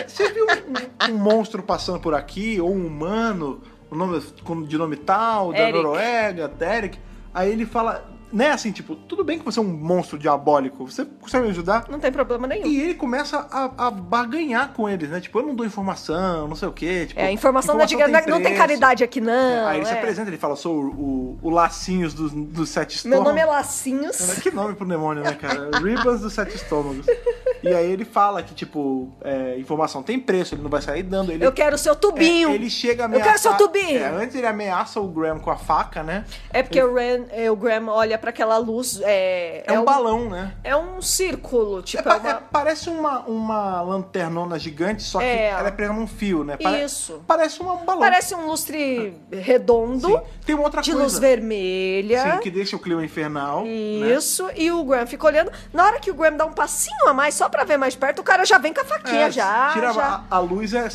Speaker 1: Você viu um, um monstro passando por aqui, ou um humano, o nome, com- de nome tal, da
Speaker 2: Eric.
Speaker 1: Noruega, Derek. Aí ele fala, né, assim, tipo, tudo bem que você é um monstro diabólico, você consegue me ajudar?
Speaker 2: Não tem problema nenhum.
Speaker 1: E ele começa a, a barganhar com eles, né? Tipo, eu não dou informação, não sei o quê. Tipo,
Speaker 2: É, a informação da diga, não tem
Speaker 1: preço.
Speaker 2: caridade aqui, não.
Speaker 1: Aí ele se
Speaker 2: é.
Speaker 1: apresenta, ele fala, sou o, o- o Lacinhos dos, dos Sete
Speaker 2: Meu
Speaker 1: Estômagos.
Speaker 2: nome é Lacinhos.
Speaker 1: Que nome pro demônio, né, cara? Ribbons dos Sete Estômagos. E aí ele fala que, tipo, é, informação tem preço, ele não vai sair dando. Ele,
Speaker 2: Eu quero seu tubinho.
Speaker 1: É, ele chega a
Speaker 2: Eu quero seu
Speaker 1: ameaçar-
Speaker 2: tubinho.
Speaker 1: É, antes ele ameaça o Graham com a faca, né?
Speaker 2: É porque o, Ren, é, o Graham olha pra aquela luz. É,
Speaker 1: É, um, balão, né?
Speaker 2: É um círculo, tipo, é
Speaker 1: Pa-
Speaker 2: uma-
Speaker 1: é, parece uma, uma lanternona gigante, só que
Speaker 2: É.
Speaker 1: ela é presa num fio, né? Pare-
Speaker 2: Isso.
Speaker 1: Parece uma- um balão.
Speaker 2: Parece um lustre redondo
Speaker 1: Sim. Tem uma outra
Speaker 2: de
Speaker 1: coisa.
Speaker 2: luz vermelha.
Speaker 1: Sim, que deixa o clima infernal. né?
Speaker 2: Isso, e o Graham fica olhando. Na hora que o Graham dá um passinho a mais, só pra ver mais perto, o cara já vem com a faquinha,
Speaker 1: É,
Speaker 2: já.
Speaker 1: Tira
Speaker 2: já.
Speaker 1: A, a luz é,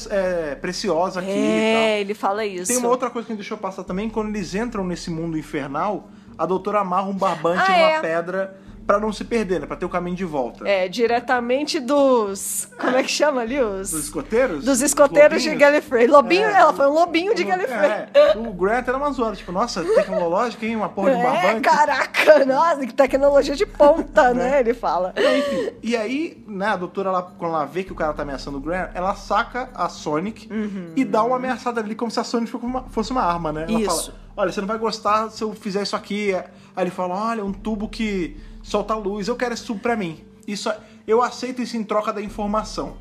Speaker 1: é preciosa aqui e
Speaker 2: É,
Speaker 1: tal.
Speaker 2: ele fala isso.
Speaker 1: Tem uma outra coisa que deixou passar também, quando eles entram nesse mundo infernal, a doutora amarra um barbante
Speaker 2: Ah,
Speaker 1: numa
Speaker 2: é.
Speaker 1: pedra pra não se perder, né? Pra ter o caminho de volta.
Speaker 2: É, diretamente dos. Como é que chama ali? Os.
Speaker 1: Dos escoteiros?
Speaker 2: Dos escoteiros de
Speaker 1: Lobinhos?
Speaker 2: Gallifrey. Lobinho,
Speaker 1: É,
Speaker 2: ela
Speaker 1: o-
Speaker 2: foi um lobinho de
Speaker 1: o-
Speaker 2: Gallifrey.
Speaker 1: É, o Grant era uma zoada, tipo, nossa, tecnológico, hein? Uma porra de um
Speaker 2: É,
Speaker 1: barbante.
Speaker 2: caraca, nossa, que tecnologia de ponta, né? Ele fala.
Speaker 1: Enfim, e aí, né, a doutora, ela, quando ela vê que o cara tá ameaçando o Graham, ela saca a Sonic e dá uma ameaçada ali, como se a Sonic fosse uma, fosse uma arma, né? Ela
Speaker 2: Isso.
Speaker 1: fala, olha, você não vai gostar se eu fizer isso aqui. É, Aí ele fala, olha, um tubo que solta luz, eu quero esse tubo pra mim. Isso, eu aceito isso em troca da informação.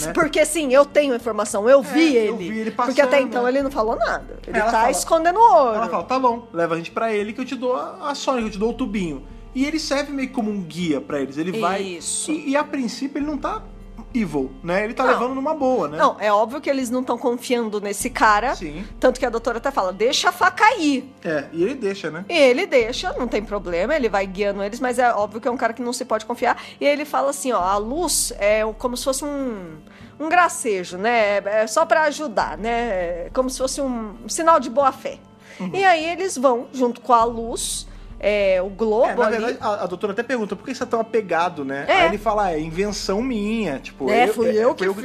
Speaker 1: né?
Speaker 2: Porque sim, eu tenho a informação, eu vi
Speaker 1: É,
Speaker 2: ele.
Speaker 1: eu vi ele
Speaker 2: porque até
Speaker 1: passando,
Speaker 2: então
Speaker 1: né?
Speaker 2: ele não falou nada. Ele
Speaker 1: Ela
Speaker 2: tá
Speaker 1: fala-
Speaker 2: escondendo o ouro.
Speaker 1: Ela fala, tá bom, leva a gente pra ele que eu te dou a, a Sonic, eu te dou o tubinho. E ele serve meio que como um guia pra eles. Ele vai.
Speaker 2: Isso.
Speaker 1: E, e a princípio ele não tá evil, né? Ele tá
Speaker 2: Não.
Speaker 1: levando numa boa, né?
Speaker 2: Não, é óbvio que eles não estão confiando nesse cara.
Speaker 1: Sim.
Speaker 2: Tanto que a doutora até fala, deixa a faca aí.
Speaker 1: É, e ele deixa, né?
Speaker 2: E ele deixa, não tem problema, ele vai guiando eles, mas é óbvio que é um cara que não se pode confiar. E ele fala assim, ó, a luz é como se fosse um, um gracejo, né? É- É só pra ajudar,
Speaker 1: Uhum.
Speaker 2: né? É como se fosse um, sinal de boa fé. E aí eles vão, junto com a luz, é, o Globo.
Speaker 1: É, na
Speaker 2: ali-
Speaker 1: verdade, a, a doutora até pergunta por que você é tão apegado, né?
Speaker 2: É.
Speaker 1: Aí ele fala, "Ah, é invenção minha. Tipo,
Speaker 2: É, fui eu que fiz.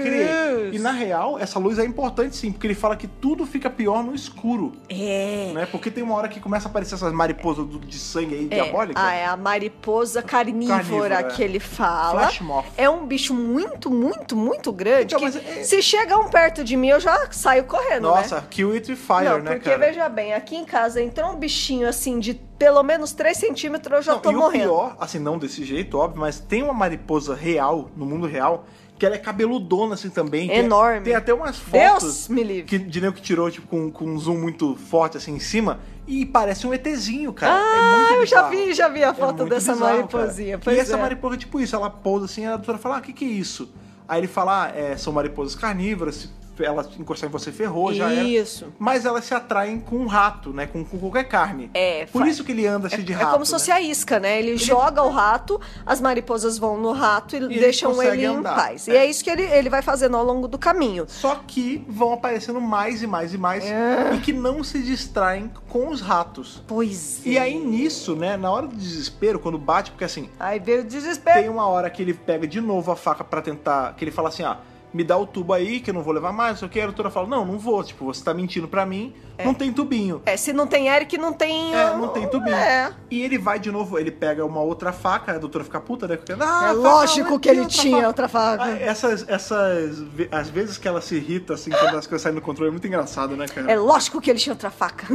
Speaker 1: E na real, essa luz é importante sim, porque ele fala que tudo fica pior no escuro,
Speaker 2: É.
Speaker 1: né? Porque tem uma hora que começa a aparecer essas mariposas do- de sangue aí,
Speaker 2: É,
Speaker 1: diabólica.
Speaker 2: ah, é a mariposa carnívora,
Speaker 1: Carnívora, é.
Speaker 2: que ele fala.
Speaker 1: Flash Moth.
Speaker 2: É um bicho muito, muito, muito grande.
Speaker 1: Então,
Speaker 2: que
Speaker 1: mas é-
Speaker 2: Se chega um perto de mim, eu já saio correndo, né?
Speaker 1: Nossa, Kill It with Fire,
Speaker 2: Não,
Speaker 1: né,
Speaker 2: porque
Speaker 1: cara?
Speaker 2: veja bem, aqui em casa entrou um bichinho assim de pelo menos 3 centímetros, eu já
Speaker 1: Não,
Speaker 2: tô
Speaker 1: e
Speaker 2: morrendo.
Speaker 1: o pior, assim, não desse jeito, óbvio, mas tem uma mariposa real, no mundo real, que ela é cabeludona, assim, também. que é-
Speaker 2: Enorme.
Speaker 1: Tem até umas
Speaker 2: Deus
Speaker 1: fotos
Speaker 2: me livre.
Speaker 1: que de nego que tirou, tipo, com, com um zoom muito forte, assim, em cima, e parece um ETzinho, cara. é
Speaker 2: Ah,
Speaker 1: muito
Speaker 2: eu já
Speaker 1: bizarro.
Speaker 2: vi, já vi a
Speaker 1: É
Speaker 2: foto
Speaker 1: muito
Speaker 2: dessa
Speaker 1: bizarro,
Speaker 2: mariposinha.
Speaker 1: cara.
Speaker 2: Pois
Speaker 1: e essa
Speaker 2: é.
Speaker 1: mariposa, tipo isso, ela pousa assim, a doutora fala, ah, o que que é isso? Aí ele fala, ah, é, são mariposas carnívoras, se ela encostar em você ferrou, já era.
Speaker 2: Isso.
Speaker 1: Mas elas se atraem com um rato, né? Com, com qualquer carne.
Speaker 2: É,
Speaker 1: Por
Speaker 2: fa-
Speaker 1: isso que ele anda cheio de
Speaker 2: É
Speaker 1: rato.
Speaker 2: como se
Speaker 1: né?
Speaker 2: fosse a isca, né? Ele, joga o rato, as mariposas vão no rato e,
Speaker 1: ele
Speaker 2: deixam
Speaker 1: consegue
Speaker 2: ele em
Speaker 1: andar.
Speaker 2: paz. E
Speaker 1: É.
Speaker 2: é isso que ele, ele vai fazendo ao longo do caminho.
Speaker 1: Só que vão aparecendo mais e mais e mais.
Speaker 2: É.
Speaker 1: E que não se distraem com os ratos.
Speaker 2: Pois é.
Speaker 1: E aí nisso, né? Na hora do desespero, quando bate, porque assim,
Speaker 2: Aí veio o desespero.
Speaker 1: tem uma hora que ele pega de novo a faca pra tentar. Que ele fala assim, ó. Me dá o tubo aí, que eu não vou levar mais, não sei o que. A doutora fala, não, não vou. Tipo, você tá mentindo pra mim. Não tem tubinho.
Speaker 2: É, se não tem Eric, não tem.
Speaker 1: É,
Speaker 2: o-
Speaker 1: não tem tubinho.
Speaker 2: É.
Speaker 1: E ele vai de novo, ele pega uma outra faca, a doutora fica puta, né? Porque, ah,
Speaker 2: É
Speaker 1: faca,
Speaker 2: lógico
Speaker 1: mas
Speaker 2: que ele
Speaker 1: tem outra
Speaker 2: tinha
Speaker 1: faca.
Speaker 2: outra faca.
Speaker 1: Ah, Essas, essas. ve- As vezes que ela se irrita, assim, quando as coisas saem do controle, é muito engraçado, né, cara?
Speaker 2: É lógico que ele tinha outra faca.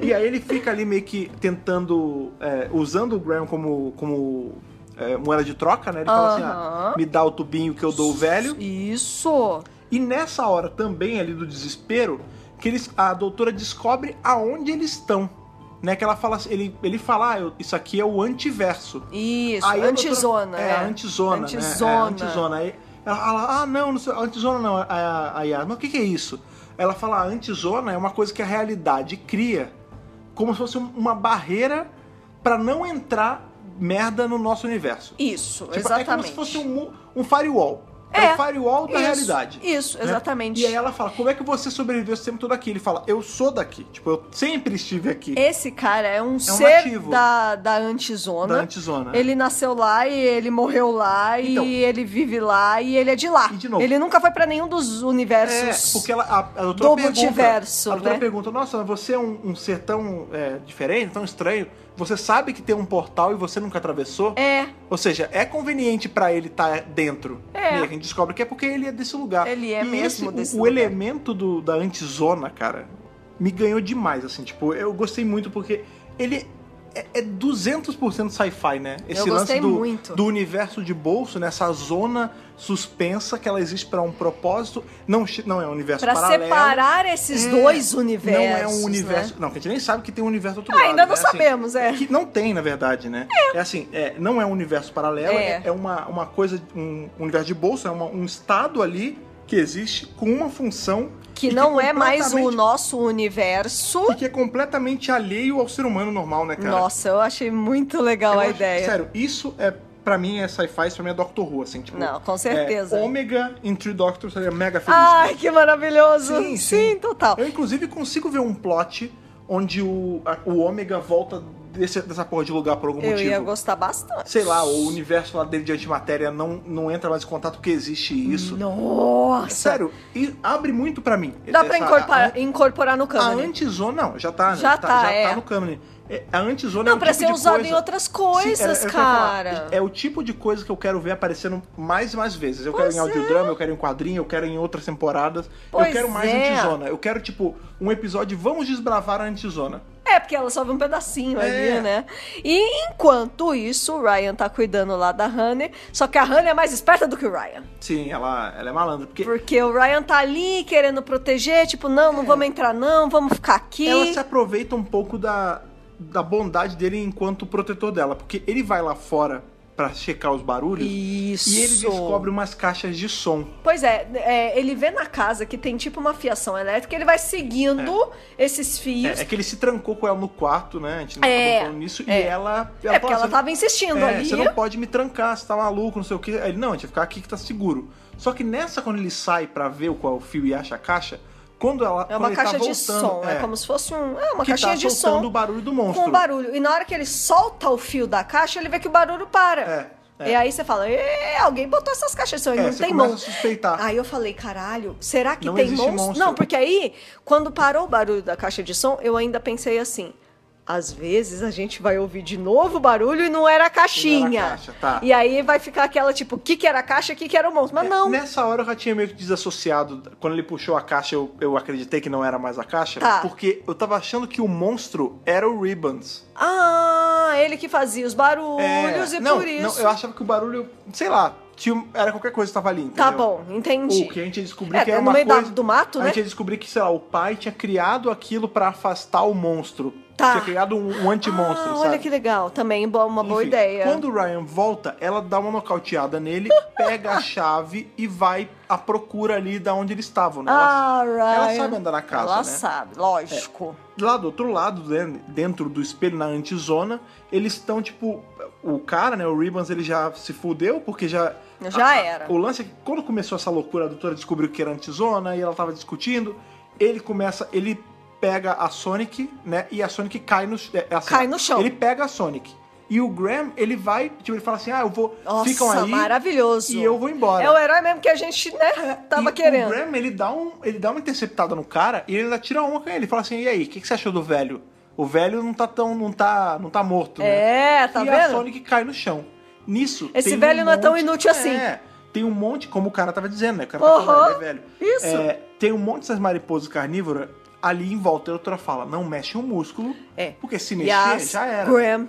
Speaker 1: E aí ele fica ali meio que tentando. é, usando o Graham como. como é, moeda de troca, né? Ele fala assim:
Speaker 2: Aham.
Speaker 1: ah, me dá o tubinho que eu dou o velho.
Speaker 2: Isso.
Speaker 1: E nessa hora também ali do desespero, que eles, a doutora descobre aonde eles estão. Né? Que ela fala, assim- ele, ele fala, ah, eu- isso aqui é o antiverso.
Speaker 2: Isso.
Speaker 1: Aí a
Speaker 2: antizona.
Speaker 1: doutora- É, antizona. né?
Speaker 2: Antizona.
Speaker 1: É, antizona. Aí ela fala, ah, não, não sei, antizona não, a- a, a Yara, mas o que, que é isso? Ela fala, a antizona é uma coisa que a realidade cria como se fosse um- uma barreira pra não entrar merda no nosso universo.
Speaker 2: Isso,
Speaker 1: Tipo,
Speaker 2: exatamente.
Speaker 1: É como se fosse um, mu- um firewall.
Speaker 2: É.
Speaker 1: É, o firewall da
Speaker 2: Isso,
Speaker 1: realidade.
Speaker 2: isso,
Speaker 1: né?
Speaker 2: exatamente.
Speaker 1: E aí ela fala, como é que você sobreviveu esse tempo todo aqui? Ele fala, eu sou daqui. Tipo, eu sempre estive aqui.
Speaker 2: Esse cara é um ser
Speaker 1: nativo.
Speaker 2: da, da antizona.
Speaker 1: Da antizona.
Speaker 2: é Ele nasceu lá e ele morreu lá
Speaker 1: Então.
Speaker 2: e ele vive lá e ele é de lá.
Speaker 1: E de novo.
Speaker 2: Ele nunca foi pra nenhum dos
Speaker 1: É,
Speaker 2: universos.
Speaker 1: porque ela, a, a doutora
Speaker 2: do
Speaker 1: pergunta,
Speaker 2: multiverso,
Speaker 1: a doutora
Speaker 2: né?
Speaker 1: pergunta, nossa, mas você é um, um ser tão é, diferente, tão estranho, você sabe que tem um portal e você nunca atravessou?
Speaker 2: É,
Speaker 1: Ou seja, é conveniente pra ele estar dentro.
Speaker 2: É.
Speaker 1: E a gente descobre que é porque ele é desse lugar.
Speaker 2: Ele é
Speaker 1: E
Speaker 2: mesmo
Speaker 1: esse- o-
Speaker 2: desse
Speaker 1: O
Speaker 2: lugar.
Speaker 1: elemento do, da antizona, cara, me ganhou demais, assim. Tipo, eu gostei muito porque ele é, é 200% sci-fi, né? Esse
Speaker 2: Eu
Speaker 1: lance
Speaker 2: gostei
Speaker 1: do,
Speaker 2: muito.
Speaker 1: do universo de bolso, nessa zona suspensa que ela existe pra um propósito. Não, che- não é um universo
Speaker 2: pra
Speaker 1: paralelo.
Speaker 2: separar esses
Speaker 1: É,
Speaker 2: dois universos.
Speaker 1: Não é um universo.
Speaker 2: né?
Speaker 1: Não, que a gente nem sabe que tem um universo do outro
Speaker 2: Ah,
Speaker 1: lado.
Speaker 2: ainda não
Speaker 1: né? Assim,
Speaker 2: sabemos, é.
Speaker 1: Que não tem, na verdade, né? É, assim, é, não é um universo paralelo,
Speaker 2: É.
Speaker 1: é, é uma, uma coisa, um universo de bolsa, é uma- um estado ali que existe com uma função.
Speaker 2: Que
Speaker 1: e
Speaker 2: não é mais o
Speaker 1: completamente-
Speaker 2: nosso universo.
Speaker 1: E que é completamente alheio ao ser humano normal, né, cara?
Speaker 2: Nossa, eu achei muito legal
Speaker 1: Eu
Speaker 2: a
Speaker 1: acho-
Speaker 2: ideia.
Speaker 1: Sério, isso é. Pra mim é sci-fi, isso pra mim é Doctor Who, assim, tipo.
Speaker 2: Não, com certeza. Ah,
Speaker 1: É, Ômega em True Doctor seria mega feliz. né?
Speaker 2: Ai, que maravilhoso!
Speaker 1: Sim, sim.
Speaker 2: total.
Speaker 1: Eu, inclusive, consigo ver um plot onde o, a- o ômega volta desse- dessa porra de lugar por algum
Speaker 2: Eu
Speaker 1: é motivo.
Speaker 2: ia gostar bastante.
Speaker 1: Sei lá, o universo lá dele de antimatéria não, não entra mais em contato porque existe isso.
Speaker 2: Nossa!
Speaker 1: Sério, e abre muito pra mim.
Speaker 2: Dá pra
Speaker 1: Essa-
Speaker 2: incorporar,
Speaker 1: é, A,
Speaker 2: incorporar no
Speaker 1: a, a
Speaker 2: cânone.
Speaker 1: antizona, não, já tá, né?
Speaker 2: Já tá,
Speaker 1: já
Speaker 2: é.
Speaker 1: tá no cânone. É, A antizona é
Speaker 2: Não,
Speaker 1: o
Speaker 2: pra
Speaker 1: tipo
Speaker 2: ser
Speaker 1: de
Speaker 2: usado
Speaker 1: coisa...
Speaker 2: em outras
Speaker 1: Sim, era-
Speaker 2: coisas,
Speaker 1: era o que eu ia falar.
Speaker 2: cara.
Speaker 1: É o tipo de coisa que eu quero ver aparecendo mais e mais vezes. Eu
Speaker 2: Pois é.
Speaker 1: quero em audiodrama, eu quero em quadrinho, eu quero em outras temporadas.
Speaker 2: Pois
Speaker 1: eu quero mais
Speaker 2: é.
Speaker 1: antizona. Eu quero, tipo, um episódio Vamos Desbravar a Antizona.
Speaker 2: É, porque ela só vê um pedacinho ali,
Speaker 1: É.
Speaker 2: né? E enquanto isso, o Ryan tá cuidando lá da Honey, só que a Honey é mais esperta do que o Ryan.
Speaker 1: Sim, ela, ela é malandra. Porque
Speaker 2: Porque o Ryan tá ali querendo proteger, tipo, não, não vamos entrar não, vamos ficar aqui.
Speaker 1: É. ela se aproveita um pouco da, da bondade dele enquanto protetor dela. Porque ele vai lá fora pra checar os barulhos
Speaker 2: Isso.
Speaker 1: e ele descobre umas caixas de som.
Speaker 2: Pois é, é, ele vê na casa que tem tipo uma fiação elétrica, ele vai seguindo esses fios.
Speaker 1: É, é que ele se trancou com ela no quarto, né? A gente não
Speaker 2: É,
Speaker 1: acabou falando nisso.
Speaker 2: é.
Speaker 1: E ela.
Speaker 2: É, porque
Speaker 1: fala,
Speaker 2: ela
Speaker 1: "Você-
Speaker 2: tava insistindo
Speaker 1: É,
Speaker 2: ali.
Speaker 1: Você não pode me trancar, você tá maluco, não sei o que. Ele, não, a gente vai ficar aqui que tá seguro. Só que nessa, quando ele sai pra ver o qual é o fio e acha a caixa, Quando ela
Speaker 2: É
Speaker 1: quando
Speaker 2: uma
Speaker 1: ele tá
Speaker 2: caixa de
Speaker 1: voltando,
Speaker 2: som, é. como se fosse um, é uma
Speaker 1: que
Speaker 2: caixinha
Speaker 1: tá
Speaker 2: de
Speaker 1: soltando
Speaker 2: som
Speaker 1: o barulho do monstro.
Speaker 2: com um barulho. E na hora que ele solta o fio da caixa, ele vê que o barulho para.
Speaker 1: É, é.
Speaker 2: E aí você fala, "Ê, alguém botou essas caixas de som, e
Speaker 1: É,
Speaker 2: não
Speaker 1: você
Speaker 2: tem
Speaker 1: começa
Speaker 2: mão.
Speaker 1: a suspeitar.
Speaker 2: Aí eu falei, caralho, será que
Speaker 1: Não
Speaker 2: tem
Speaker 1: existe
Speaker 2: monstro?
Speaker 1: monstro.
Speaker 2: Não, porque aí, quando parou o barulho da caixa de som, eu ainda pensei assim, às vezes a gente vai ouvir de novo o barulho e não era a caixinha.
Speaker 1: caixa, tá. É,
Speaker 2: E aí vai ficar aquela, tipo, o que que era a caixa, o que que era o monstro. Mas não,
Speaker 1: Nessa hora eu já tinha meio que desassociado. Quando ele puxou a caixa, eu, eu acreditei que não era mais a caixa.
Speaker 2: Tá.
Speaker 1: Porque eu tava achando que o monstro era o Ribbons. É,
Speaker 2: Ah, ele que fazia os barulhos e
Speaker 1: não,
Speaker 2: por isso.
Speaker 1: Não, eu achava que o barulho, sei lá, tinha- era qualquer coisa que tava ali.
Speaker 2: Tá
Speaker 1: entendeu?
Speaker 2: bom, entendi.
Speaker 1: O que a gente ia descobrir
Speaker 2: É,
Speaker 1: que era
Speaker 2: no
Speaker 1: uma
Speaker 2: meio da-
Speaker 1: coisa...
Speaker 2: do mato,
Speaker 1: A
Speaker 2: né?
Speaker 1: gente ia descobrir que, sei lá, o pai tinha criado aquilo pra afastar o monstro.
Speaker 2: Tá.
Speaker 1: Tinha criado um, um anti-monstro,
Speaker 2: ah,
Speaker 1: sabe?
Speaker 2: olha que legal. Também bo- uma boa
Speaker 1: Enfim,
Speaker 2: ideia.
Speaker 1: Quando o Ryan volta, ela dá uma nocauteada nele, pega a chave e vai à procura ali da onde eles estavam, né? Ela-
Speaker 2: Ah, Ryan.
Speaker 1: ela sabe andar na casa,
Speaker 2: Ela
Speaker 1: né?
Speaker 2: sabe, lógico.
Speaker 1: Lá do outro lado, né, dentro do espelho, na antizona, eles estão, tipo... O cara, né, o Ribbons, ele já se fudeu, porque já...
Speaker 2: Já
Speaker 1: a- a-
Speaker 2: era.
Speaker 1: O lance é que quando começou essa loucura, a doutora descobriu que era antizona e ela tava discutindo. Ele começa... Ele pega a Sonic, né, e a Sonic cai no... é, é assim,
Speaker 2: Cai no chão.
Speaker 1: Ele pega a Sonic. E o Graham, ele vai... Tipo, ele fala assim, ah, eu vou...
Speaker 2: Nossa,
Speaker 1: ficam aí...
Speaker 2: maravilhoso.
Speaker 1: E eu vou embora.
Speaker 2: É o herói mesmo que a gente, né, tava
Speaker 1: E
Speaker 2: querendo.
Speaker 1: O Graham, ele dá, um, ele dá uma interceptada no cara e ele ainda tira uma com ele. Ele fala assim: e aí, o que, que você achou do velho? O velho não tá tão. não tá, não tá morto, né?
Speaker 2: É, tá
Speaker 1: e a
Speaker 2: vendo?
Speaker 1: Sonic cai no chão. Nisso.
Speaker 2: Esse
Speaker 1: tem
Speaker 2: velho
Speaker 1: um
Speaker 2: não é tão
Speaker 1: monte-
Speaker 2: inútil assim.
Speaker 1: É, tem um monte, como o cara tava dizendo, né? O cara
Speaker 2: Aham,
Speaker 1: tá falando, ele é velho.
Speaker 2: isso.
Speaker 1: É, tem um monte dessas mariposas carnívoras ali em volta. E a doutora fala: não mexe o músculo.
Speaker 2: É.
Speaker 1: Porque se
Speaker 2: E
Speaker 1: mexer,
Speaker 2: as
Speaker 1: já era.
Speaker 2: Graham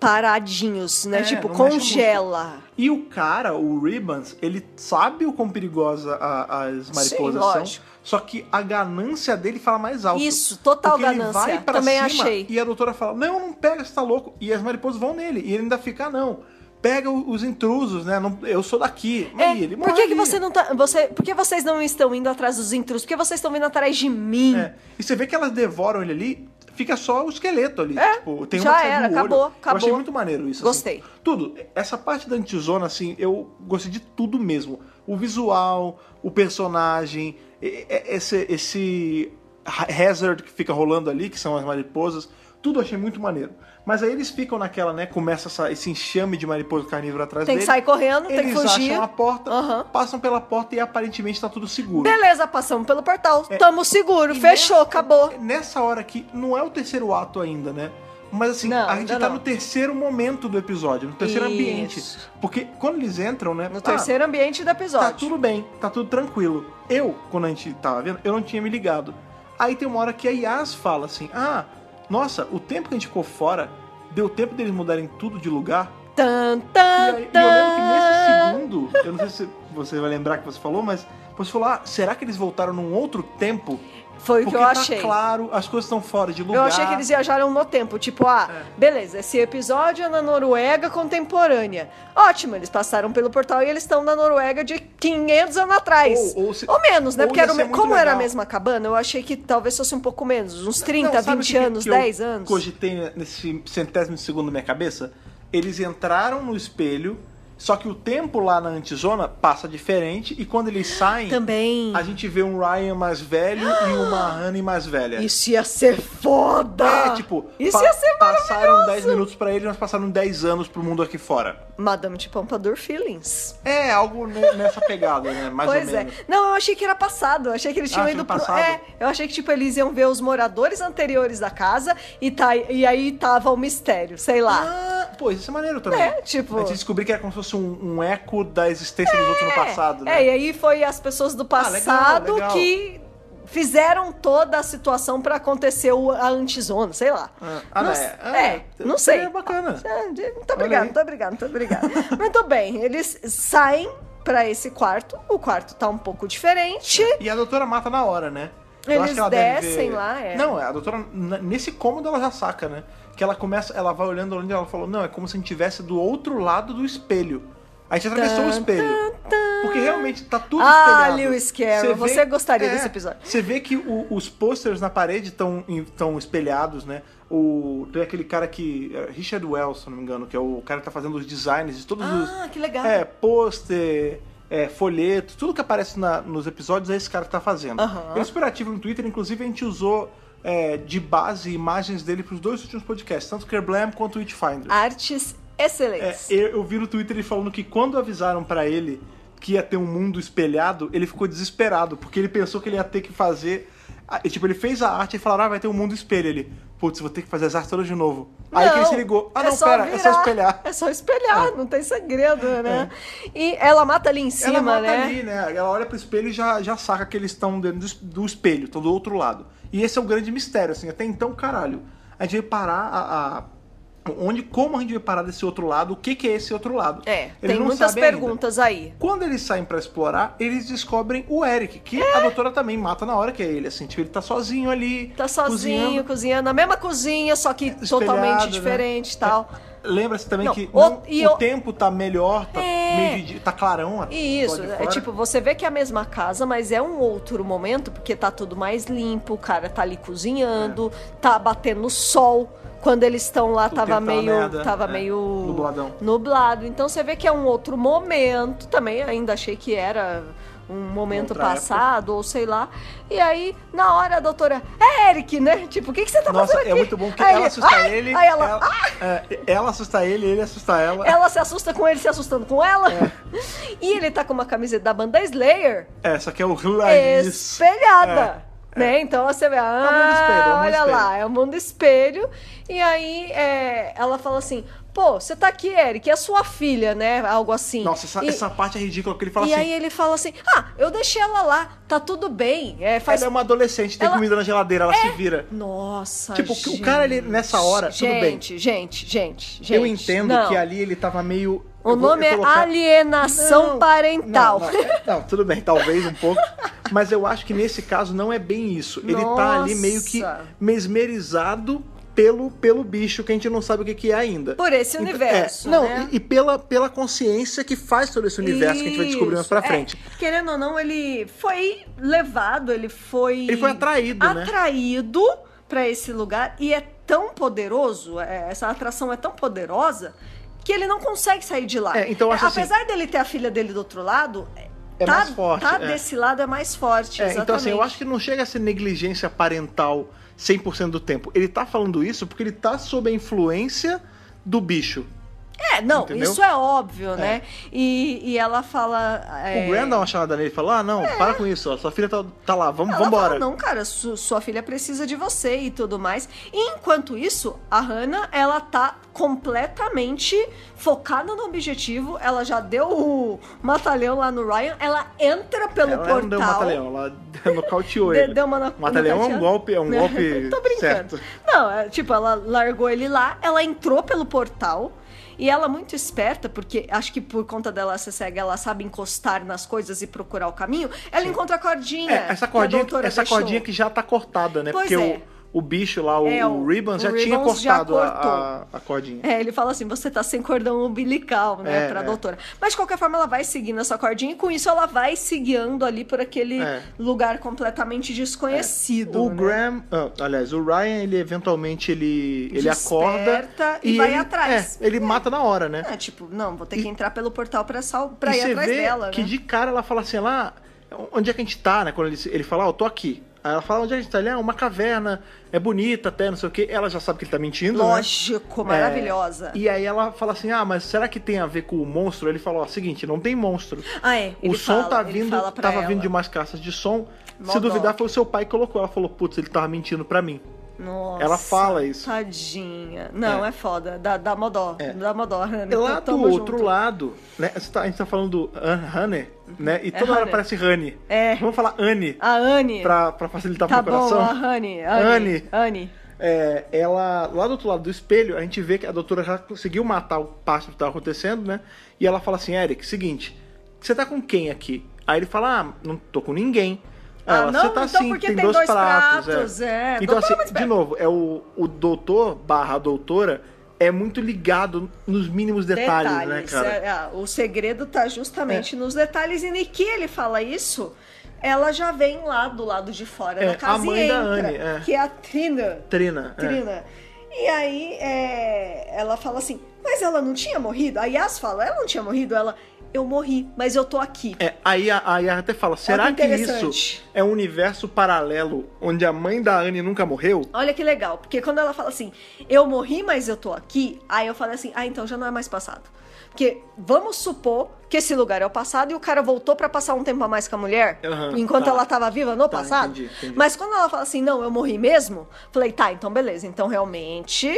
Speaker 2: paradinhos, né?
Speaker 1: É,
Speaker 2: tipo,
Speaker 1: não mexe o
Speaker 2: congela.
Speaker 1: E o cara, o Ribbons, ele sabe o quão perigosa a- as mariposas são.
Speaker 2: lógico.
Speaker 1: Só que a ganância dele fala mais alto.
Speaker 2: Isso, total
Speaker 1: Porque ele
Speaker 2: ganância.
Speaker 1: vai pra
Speaker 2: Também
Speaker 1: cima
Speaker 2: achei.
Speaker 1: E a doutora fala: Não, não pega, você tá louco. E as mariposas vão nele. E ele ainda fica: "Ah, Não, pega o- os intrusos, né? Não- eu sou daqui. Mas
Speaker 2: É,
Speaker 1: e ele morre.
Speaker 2: por que, que
Speaker 1: ali.
Speaker 2: você não tá. Você, por que vocês não estão indo atrás dos intrusos? Por que vocês estão vindo atrás de mim?
Speaker 1: É. E você vê que elas devoram ele ali, fica só o esqueleto ali.
Speaker 2: É,
Speaker 1: Tipo, tem
Speaker 2: já
Speaker 1: uma que sai do
Speaker 2: era,
Speaker 1: olho.
Speaker 2: acabou,
Speaker 1: Eu achei
Speaker 2: acabou.
Speaker 1: muito maneiro isso. assim.
Speaker 2: Gostei.
Speaker 1: Tudo. Essa parte da antizona, assim, eu gostei de tudo mesmo. O visual, o personagem, e- e- esse, esse ha- hazard que fica rolando ali, que são as mariposas. Tudo eu achei muito maneiro. Mas aí eles ficam naquela, né? Começa essa- esse enxame de mariposa carnívora atrás
Speaker 2: Tem que
Speaker 1: dele.
Speaker 2: sair correndo, tem que
Speaker 1: Eles
Speaker 2: fugir.
Speaker 1: acham a porta,
Speaker 2: Aham.
Speaker 1: passam pela porta e aparentemente tá tudo seguro.
Speaker 2: Beleza, passamos pelo portal, tamo seguro,
Speaker 1: É. E
Speaker 2: fechou,
Speaker 1: nessa-
Speaker 2: acabou.
Speaker 1: Nessa hora aqui, não é o terceiro ato ainda, né? Mas assim,
Speaker 2: Não,
Speaker 1: a gente
Speaker 2: ainda
Speaker 1: tá
Speaker 2: não.
Speaker 1: no terceiro momento do episódio, no terceiro
Speaker 2: Isso.
Speaker 1: ambiente. Porque quando eles entram, né?
Speaker 2: No
Speaker 1: ah,
Speaker 2: terceiro ambiente do
Speaker 1: Tá
Speaker 2: episódio.
Speaker 1: tudo bem, tá tudo tranquilo. Eu, quando a gente tava vendo, eu não tinha me ligado. Aí tem uma hora que a Yas fala assim: Ah, nossa, o tempo que a gente ficou fora, deu tempo deles mudarem tudo de lugar.
Speaker 2: Tan,
Speaker 1: E,
Speaker 2: tan,
Speaker 1: aí, e eu lembro que
Speaker 2: tan.
Speaker 1: nesse segundo, eu não sei se você vai lembrar que você falou, mas você falou: Ah, será que eles voltaram num outro tempo?
Speaker 2: Foi o que
Speaker 1: Porque
Speaker 2: eu
Speaker 1: tá
Speaker 2: achei.
Speaker 1: claro, as coisas estão fora de lugar.
Speaker 2: Eu achei que eles viajaram no tempo, tipo, ah, beleza, esse episódio é na Noruega contemporânea. Ótimo, eles passaram pelo portal e eles estão na Noruega de 500 anos atrás.
Speaker 1: Ou- ou se-
Speaker 2: menos, né?
Speaker 1: ou
Speaker 2: Porque
Speaker 1: ia
Speaker 2: era o
Speaker 1: ser
Speaker 2: me-
Speaker 1: muito
Speaker 2: como era a
Speaker 1: legal.
Speaker 2: mesma cabana, eu achei que talvez fosse um pouco menos, uns 30,
Speaker 1: Não, sabe o
Speaker 2: 20
Speaker 1: que-
Speaker 2: anos,
Speaker 1: que
Speaker 2: 10
Speaker 1: eu
Speaker 2: anos.
Speaker 1: cogitei nesse centésimo de segundo na minha cabeça? Eles entraram no espelho, só que o tempo lá na antizona passa diferente e quando eles saem,
Speaker 2: Também. Ah!
Speaker 1: a gente vê um Ryan mais velho e uma Honey mais velha.
Speaker 2: Isso ia ser foda!
Speaker 1: É, tipo,
Speaker 2: Isso
Speaker 1: pa-
Speaker 2: ia ser
Speaker 1: passaram
Speaker 2: maravilhoso!
Speaker 1: 10 minutos pra ele, mas passaram 10 anos pro mundo aqui fora.
Speaker 2: Madame de Pompadour Feelings.
Speaker 1: É, algo ne- nessa pegada, né? Mais
Speaker 2: pois
Speaker 1: ou menos.
Speaker 2: é. Não, eu achei que era passado. Eu achei que eles tinham
Speaker 1: Ah,
Speaker 2: ido
Speaker 1: achou
Speaker 2: pro.
Speaker 1: passado?
Speaker 2: É, eu achei que, tipo, eles iam ver os moradores anteriores da casa e, tá, e aí tava o mistério, sei lá.
Speaker 1: Ah, pô, isso é maneiro também.
Speaker 2: É, tipo-
Speaker 1: A gente descobriu que era como se fosse um, um eco da existência dos outros no passado, né? Ah,
Speaker 2: É, e aí foi as pessoas do
Speaker 1: legal,
Speaker 2: passado
Speaker 1: legal.
Speaker 2: que fizeram toda a situação pra acontecer o- a antizona, sei lá.
Speaker 1: Ah, ah,
Speaker 2: não,
Speaker 1: não,
Speaker 2: s-
Speaker 1: é. Ah,
Speaker 2: é, não sei.
Speaker 1: seria bacana.
Speaker 2: Ah, de- Muito
Speaker 1: Olha
Speaker 2: obrigado,
Speaker 1: aí.
Speaker 2: muito obrigado, muito obrigado. Muito bem, eles saem pra esse quarto. O quarto tá um pouco diferente.
Speaker 1: E a doutora mata na hora, né?
Speaker 2: Eles
Speaker 1: deve
Speaker 2: descem lá, é.
Speaker 1: Não, a doutora, n- nesse cômodo ela já saca, né? Que ela começa, ela vai olhando onde ela falou, não, é como se a gente estivesse do outro lado do espelho. A gente atravessou o
Speaker 2: Tan,
Speaker 1: espelho.
Speaker 2: tan, tan.
Speaker 1: Porque realmente tá tudo
Speaker 2: Ah,
Speaker 1: espelhado. é,
Speaker 2: Lewis Carroll, você gostaria desse episódio.
Speaker 1: Você vê que o- os posters na parede estão espelhados, né? O, tem aquele cara que. é, Richard Wells, se eu não me engano, que é o cara que tá fazendo os designs de todos os.
Speaker 2: Ah, que legal.
Speaker 1: É, pôster, é, folheto, tudo que aparece na- nos episódios é esse cara que tá fazendo.
Speaker 2: Aham.
Speaker 1: Ele é super ativo no Twitter, inclusive a gente usou é, de base imagens dele pros dois últimos podcasts, tanto o Kerblam quanto o Witchfinder.
Speaker 2: Ah, Artes
Speaker 1: É,
Speaker 2: excelentes.
Speaker 1: eu, eu vi no Twitter ele falando que quando avisaram pra ele que ia ter um mundo espelhado, ele ficou desesperado, porque ele pensou que ele ia ter que fazer. ah, e, Tipo, ele fez a arte e falaram, ah, vai ter um mundo espelho. Ele, putz, vou ter que fazer as artes todas de novo. Aí que ele se ligou, ah,
Speaker 2: é
Speaker 1: não,
Speaker 2: só
Speaker 1: pera, é só
Speaker 2: virar,
Speaker 1: espelhar. Ah. É.
Speaker 2: É só espelhar, não tem segredo, né? E ela mata ali em cima,
Speaker 1: Ela mata
Speaker 2: né?
Speaker 1: ali, né? Ela olha pro espelho e já, já saca que eles estão dentro do es- do espelho, estão do outro lado. E esse é o grande mistério, assim. Até então, caralho, a gente veio parar a... a- Onde, como a gente veio parar desse outro lado, o que, que é esse outro lado?
Speaker 2: É,
Speaker 1: Eles
Speaker 2: tem
Speaker 1: não
Speaker 2: muitas
Speaker 1: sabem ainda.
Speaker 2: perguntas aí.
Speaker 1: Quando eles saem pra explorar, eles descobrem o Eric, que
Speaker 2: É.
Speaker 1: a doutora também mata na hora que é ele, assim, tipo, ele tá sozinho ali.
Speaker 2: Tá sozinho,
Speaker 1: cozinhando.
Speaker 2: cozinhando, a mesma cozinha, só que
Speaker 1: Espelhado,
Speaker 2: totalmente
Speaker 1: né?
Speaker 2: diferente e tal.
Speaker 1: Lembra-se também
Speaker 2: Não,
Speaker 1: que
Speaker 2: o-
Speaker 1: não-
Speaker 2: e
Speaker 1: o
Speaker 2: eu-
Speaker 1: tempo tá melhor, tá
Speaker 2: É.
Speaker 1: meio de, tá clarão até.
Speaker 2: Isso,
Speaker 1: lá de
Speaker 2: é
Speaker 1: fora.
Speaker 2: tipo, você vê que é a mesma casa, mas é um outro momento, porque tá tudo mais limpo, o cara tá ali cozinhando,
Speaker 1: É.
Speaker 2: tá batendo sol. Quando eles estão lá,
Speaker 1: O
Speaker 2: tava
Speaker 1: tempo tá uma
Speaker 2: meio.
Speaker 1: merda,
Speaker 2: tava
Speaker 1: é,
Speaker 2: meio.
Speaker 1: nubladão.
Speaker 2: Nublado. Então você vê que é um outro momento também, ainda achei que era um momento
Speaker 1: Outra
Speaker 2: passado, ou sei lá. E aí, na hora, a doutora. É Eric, né? Tipo, o que, que você tá
Speaker 1: Nossa,
Speaker 2: fazendo aqui?
Speaker 1: é muito bom que
Speaker 2: Aí
Speaker 1: ela assusta
Speaker 2: "Ai!"
Speaker 1: ele.
Speaker 2: Aí ela. "Ah!"
Speaker 1: ela, é, ela assusta ele, ele assusta ela.
Speaker 2: Ela se assusta com ele se assustando com ela. E ele tá com uma camiseta da banda Slayer
Speaker 1: É, só que é o Laís.
Speaker 2: espelhada. Né? Então você vê, ah,
Speaker 1: mundo espelho, é o mundo
Speaker 2: olha
Speaker 1: espelho.
Speaker 2: lá, é o mundo espelho. E aí é, ela fala assim: pô, você tá aqui, Eric, é sua filha, né? Algo assim.
Speaker 1: Nossa, essa,
Speaker 2: e,
Speaker 1: essa parte é ridícula, porque ele fala
Speaker 2: e
Speaker 1: assim,
Speaker 2: aí ele fala assim: ah, eu deixei ela lá, tá tudo bem. É, faz...
Speaker 1: ela é uma adolescente, tem
Speaker 2: Ela- É,
Speaker 1: comida na geladeira, ela se vira.
Speaker 2: Nossa,
Speaker 1: Tipo,
Speaker 2: gente.
Speaker 1: o cara, ele, nessa hora, tudo bem.
Speaker 2: Gente, gente, gente, gente.
Speaker 1: Eu entendo
Speaker 2: Não.
Speaker 1: que ali ele tava meio.
Speaker 2: O
Speaker 1: eu vou-
Speaker 2: nome
Speaker 1: eu
Speaker 2: é
Speaker 1: colocar-
Speaker 2: alienação
Speaker 1: Não,
Speaker 2: parental.
Speaker 1: Não, não, é- não, tudo bem, talvez um pouco. mas eu acho que nesse caso não é bem isso. Ele tá ali meio que
Speaker 2: Nossa.
Speaker 1: mesmerizado pelo, pelo bicho que a gente não sabe o que, que é ainda.
Speaker 2: Por esse
Speaker 1: Então,
Speaker 2: universo,
Speaker 1: é, não,
Speaker 2: né?
Speaker 1: e, e pela, pela consciência que faz todo esse universo que a gente vai descobrir mais pra
Speaker 2: Isso, é.
Speaker 1: frente.
Speaker 2: Querendo ou não, ele foi levado, ele foi.
Speaker 1: Ele foi atraído, né?
Speaker 2: Atraído pra esse lugar e é tão poderoso, é, essa atração é tão poderosa que ele não consegue sair de lá.
Speaker 1: É, então eu acho assim-
Speaker 2: Apesar dele ter a filha dele do outro lado,
Speaker 1: É
Speaker 2: tá,
Speaker 1: mais forte,
Speaker 2: tá
Speaker 1: é.
Speaker 2: desse lado é mais forte.
Speaker 1: É, então, assim, eu
Speaker 2: exatamente.
Speaker 1: acho que não chega a ser negligência parental 100% do tempo. Ele tá falando isso porque ele tá sob a influência do bicho.
Speaker 2: É, não,
Speaker 1: Entendeu?
Speaker 2: isso é óbvio, né? E, e ela fala. é,
Speaker 1: O Graham dá uma chamada nele e fala: Ah, não, para com isso, ó, sua filha tá, tá lá, vamos,
Speaker 2: Ela
Speaker 1: vambora.
Speaker 2: fala, não, cara, su- sua filha precisa de você e tudo mais. E enquanto isso, a Hannah, ela tá completamente focada no objetivo. Ela já deu o matalhão lá no Ryan. Ela entra pelo
Speaker 1: ela
Speaker 2: portal.
Speaker 1: não deu um mata-leão, ela nocauteou
Speaker 2: de-
Speaker 1: ele.
Speaker 2: Deu uma no-
Speaker 1: O mata-leão é um
Speaker 2: nocaute-
Speaker 1: golpe, é um golpe
Speaker 2: Tô brincando.
Speaker 1: certo.
Speaker 2: Não, é, tipo, ela largou ele lá, ela entrou pelo portal. E ela é muito esperta, porque acho que por conta dela ser cega, ela sabe encostar nas coisas e procurar o caminho. Ela encontra a cordinha.
Speaker 1: É, essa
Speaker 2: que a
Speaker 1: cordinha,
Speaker 2: doutora
Speaker 1: essa
Speaker 2: deixou.
Speaker 1: cordinha que já tá cortada, né?
Speaker 2: Pois
Speaker 1: Porque
Speaker 2: é.
Speaker 1: o, o bicho lá, o,
Speaker 2: É, o-
Speaker 1: o Ribbons, já
Speaker 2: o
Speaker 1: tinha
Speaker 2: Ribbons já
Speaker 1: cortado a-
Speaker 2: cortou.
Speaker 1: a, a cordinha.
Speaker 2: É, ele fala assim, você tá sem cordão umbilical, né,
Speaker 1: É,
Speaker 2: pra
Speaker 1: é.
Speaker 2: doutora. Mas de qualquer forma, ela vai seguindo essa cordinha e com isso ela vai se guiando ali por aquele
Speaker 1: É.
Speaker 2: lugar completamente desconhecido.
Speaker 1: O
Speaker 2: né?
Speaker 1: Graham, ah, aliás, o Ryan, ele eventualmente ele, ele acorda
Speaker 2: Desperta e vai
Speaker 1: ele-
Speaker 2: atrás.
Speaker 1: é, ele mata na hora, né?
Speaker 2: É, tipo, não, vou ter que entrar pelo portal pra, sal... pra
Speaker 1: e
Speaker 2: ir
Speaker 1: você
Speaker 2: atrás
Speaker 1: vê
Speaker 2: dela,
Speaker 1: que
Speaker 2: né?
Speaker 1: de cara ela fala assim, lá, onde é que a gente tá, né? Quando ele, ele fala, ó, eu tô aqui. Aí ela fala, onde é que a gente tá? Ele, ah, uma caverna, é bonita até, não sei o quê. Ela já sabe que ele tá mentindo, né?
Speaker 2: Lógico, maravilhosa.
Speaker 1: É, e aí ela fala assim, ah, mas será que tem a ver com o monstro? Ele fala, ó, seguinte, não tem monstro.
Speaker 2: Ah, é, ele
Speaker 1: o som
Speaker 2: fala-
Speaker 1: tá
Speaker 2: ele
Speaker 1: vindo,
Speaker 2: fala pra
Speaker 1: tava
Speaker 2: ela.
Speaker 1: vindo de umas caixas de som.
Speaker 2: Mó
Speaker 1: Se
Speaker 2: dó.
Speaker 1: duvidar, foi o seu pai que colocou. Ela falou, putz, ele tava mentindo pra mim.
Speaker 2: Nossa,
Speaker 1: ela fala isso.
Speaker 2: Tadinha. Não, é,
Speaker 1: É.
Speaker 2: foda. Dá, dá modó. Dá modó, né?
Speaker 1: E lá
Speaker 2: Tamo
Speaker 1: do outro
Speaker 2: junto.
Speaker 1: lado, né? você tá- A gente tá falando do An- Honey, né? E toda hora
Speaker 2: É Honey.
Speaker 1: parece Honey.
Speaker 2: É.
Speaker 1: Vamos falar Anne
Speaker 2: A Anne.
Speaker 1: pra, pra facilitar
Speaker 2: Tá
Speaker 1: pro
Speaker 2: bom,
Speaker 1: coração.
Speaker 2: a Anne. Anne.
Speaker 1: Anne.
Speaker 2: Anne.
Speaker 1: É, ela, lá do outro lado do espelho, a gente vê que a doutora já conseguiu matar o pássaro que tava acontecendo, né? E ela fala assim, Eric, seguinte, você tá com quem aqui? Aí ele fala, ah, não tô com ninguém.
Speaker 2: Ah,
Speaker 1: Ela,
Speaker 2: não?
Speaker 1: você tá
Speaker 2: Então
Speaker 1: sim,
Speaker 2: porque
Speaker 1: tem,
Speaker 2: tem
Speaker 1: dois,
Speaker 2: dois
Speaker 1: pratos.
Speaker 2: pratos, é.
Speaker 1: Então,
Speaker 2: Doutora
Speaker 1: assim,
Speaker 2: é muito
Speaker 1: de
Speaker 2: esperta.
Speaker 1: novo, é o, o doutor barra doutora é muito ligado nos mínimos detalhes, né, cara? É.
Speaker 2: é, é, o segredo tá justamente nos detalhes. E Niki, ele fala isso, ela já vem lá do lado de fora
Speaker 1: É,
Speaker 2: da casa
Speaker 1: a mãe
Speaker 2: e
Speaker 1: da
Speaker 2: entra,
Speaker 1: Anne, é.
Speaker 2: que é a Trina.
Speaker 1: Trina. é.
Speaker 2: Trina. E aí é, ela fala assim, mas ela não tinha morrido? A Yas fala, ela não tinha morrido? Ela, eu morri, mas eu tô aqui.
Speaker 1: É, aí a, a Yara até fala: será
Speaker 2: Olha
Speaker 1: que isso
Speaker 2: interessante.
Speaker 1: é um universo paralelo onde a mãe da Anne nunca morreu?
Speaker 2: Olha que legal, porque quando ela fala assim, eu morri, mas eu tô aqui, aí eu falo assim, ah, então já não é mais passado. Porque vamos supor que esse lugar é o passado e o cara voltou pra passar um tempo a mais com a mulher,
Speaker 1: Aham,
Speaker 2: enquanto
Speaker 1: tá.
Speaker 2: ela tava viva no
Speaker 1: Tá,
Speaker 2: passado.
Speaker 1: entendi, entendi.
Speaker 2: Mas quando ela fala assim, não, eu morri mesmo, falei, tá, então beleza, então realmente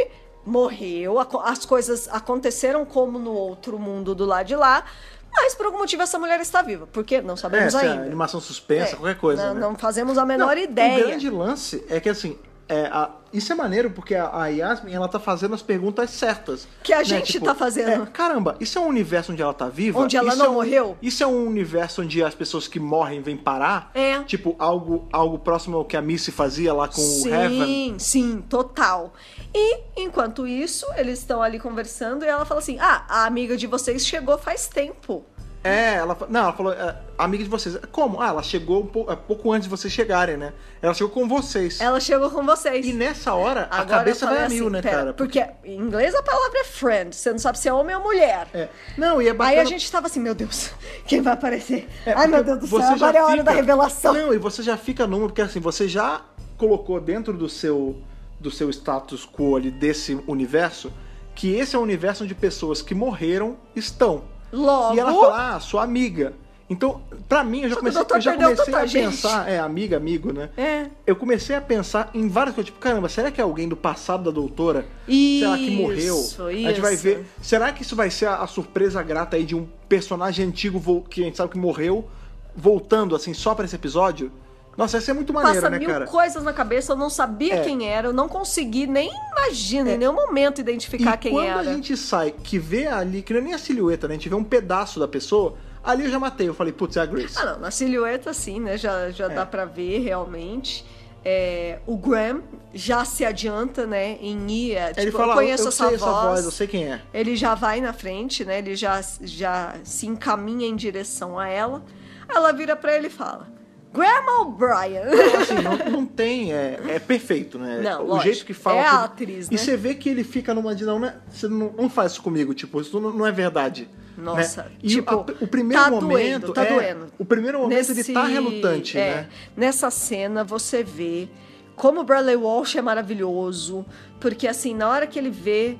Speaker 2: morreu, aco- as coisas aconteceram como no outro mundo do lado de lá, mas por algum motivo essa mulher está viva, porque não sabemos
Speaker 1: se é
Speaker 2: ainda.
Speaker 1: animação suspensa,
Speaker 2: É,
Speaker 1: qualquer coisa.
Speaker 2: não,
Speaker 1: né?
Speaker 2: não fazemos a menor
Speaker 1: Não,
Speaker 2: ideia.
Speaker 1: O grande lance é que assim. é, a- isso é maneiro porque a, a Yasmin ela tá fazendo as perguntas certas. né?
Speaker 2: Que a gente tá fazendo.
Speaker 1: é, caramba, isso é um universo onde ela tá viva?
Speaker 2: Onde ela
Speaker 1: Isso
Speaker 2: não
Speaker 1: é um-
Speaker 2: morreu?
Speaker 1: Isso é um universo onde as pessoas que morrem vêm parar?
Speaker 2: É.
Speaker 1: Tipo, algo, algo próximo ao que a Missy fazia lá com
Speaker 2: sim,
Speaker 1: o Heaven.
Speaker 2: Sim, total. E enquanto isso, eles estão ali conversando e ela fala assim: Ah, a amiga de vocês chegou faz tempo.
Speaker 1: É, ela fa- não, ela falou, é, amiga de vocês. Como? Ah, ela chegou um pouco, é, pouco antes de vocês chegarem, né? Ela chegou com vocês.
Speaker 2: Ela chegou com vocês.
Speaker 1: E nessa hora, a
Speaker 2: Agora eu
Speaker 1: cabeça vai
Speaker 2: falei
Speaker 1: a mil,
Speaker 2: assim,
Speaker 1: né,
Speaker 2: pera,
Speaker 1: cara?
Speaker 2: Porque em inglês a palavra é friend, você não sabe se é homem ou mulher.
Speaker 1: É. Não, e é bacana.
Speaker 2: Aí a gente tava assim, meu Deus, quem vai aparecer?
Speaker 1: É,
Speaker 2: Ai, meu
Speaker 1: porque
Speaker 2: Deus do
Speaker 1: você
Speaker 2: céu,
Speaker 1: já
Speaker 2: agora é a hora
Speaker 1: fica-
Speaker 2: da revelação.
Speaker 1: Não, e você já fica numa, porque assim, você já colocou dentro do seu, do seu status quo ali, desse universo, que esse é o universo onde pessoas que morreram estão.
Speaker 2: Logo.
Speaker 1: E ela fala, ah, sua amiga. Então, pra mim, eu já
Speaker 2: Só que o
Speaker 1: comecei,
Speaker 2: doutor
Speaker 1: eu já
Speaker 2: perdeu
Speaker 1: comecei
Speaker 2: tanta
Speaker 1: a
Speaker 2: gente.
Speaker 1: pensar... É, amiga, amigo, né?
Speaker 2: É.
Speaker 1: Eu comecei a pensar em várias coisas, tipo, caramba, será que é alguém do passado da doutora? será que morreu?
Speaker 2: Isso,
Speaker 1: a gente vai
Speaker 2: isso.
Speaker 1: ver. Será que isso vai ser a, a surpresa grata aí de um personagem antigo vo- que a gente sabe que morreu, voltando assim só pra esse episódio? Nossa, ia ser muito maneiro,
Speaker 2: Passa
Speaker 1: né,
Speaker 2: mil
Speaker 1: cara?
Speaker 2: coisas na cabeça, eu não sabia
Speaker 1: É.
Speaker 2: quem era, eu não consegui, nem imagino, em nenhum momento
Speaker 1: E
Speaker 2: identificar quem
Speaker 1: quando
Speaker 2: era.
Speaker 1: a gente sai, que vê ali, que não é nem a silhueta, né? A gente vê um pedaço da pessoa, ali eu já matei. Eu falei, putz, é a Grace.
Speaker 2: Ah, não, na silhueta sim, né? Já, já
Speaker 1: É.
Speaker 2: dá pra ver realmente. É, o Graham já se adianta, né? Em ir. É, tipo,
Speaker 1: Ele fala,
Speaker 2: eu conheço
Speaker 1: eu
Speaker 2: essa,
Speaker 1: sei
Speaker 2: voz.
Speaker 1: essa voz, eu sei quem é.
Speaker 2: Ele já vai na frente, né? Ele já, já se encaminha em direção a ela. Ela vira pra ele e fala: Graham O'Brien.
Speaker 1: Então, assim, não, não tem. É, é perfeito, né?
Speaker 2: Não,
Speaker 1: o
Speaker 2: lógico.
Speaker 1: jeito que fala.
Speaker 2: É a
Speaker 1: tudo.
Speaker 2: atriz,
Speaker 1: E
Speaker 2: né?
Speaker 1: você vê que ele fica numa de. Não, né? Você não, não faz isso comigo, tipo, isso não, não é verdade.
Speaker 2: Nossa,
Speaker 1: né? E
Speaker 2: tipo,
Speaker 1: a- o primeiro
Speaker 2: tá
Speaker 1: momento.
Speaker 2: doendo, tá
Speaker 1: é,
Speaker 2: doendo.
Speaker 1: O primeiro momento ele tá
Speaker 2: Nesse-
Speaker 1: relutante,
Speaker 2: é,
Speaker 1: né?
Speaker 2: Nessa cena você vê como o Bradley Walsh é maravilhoso, porque assim, na hora que ele vê.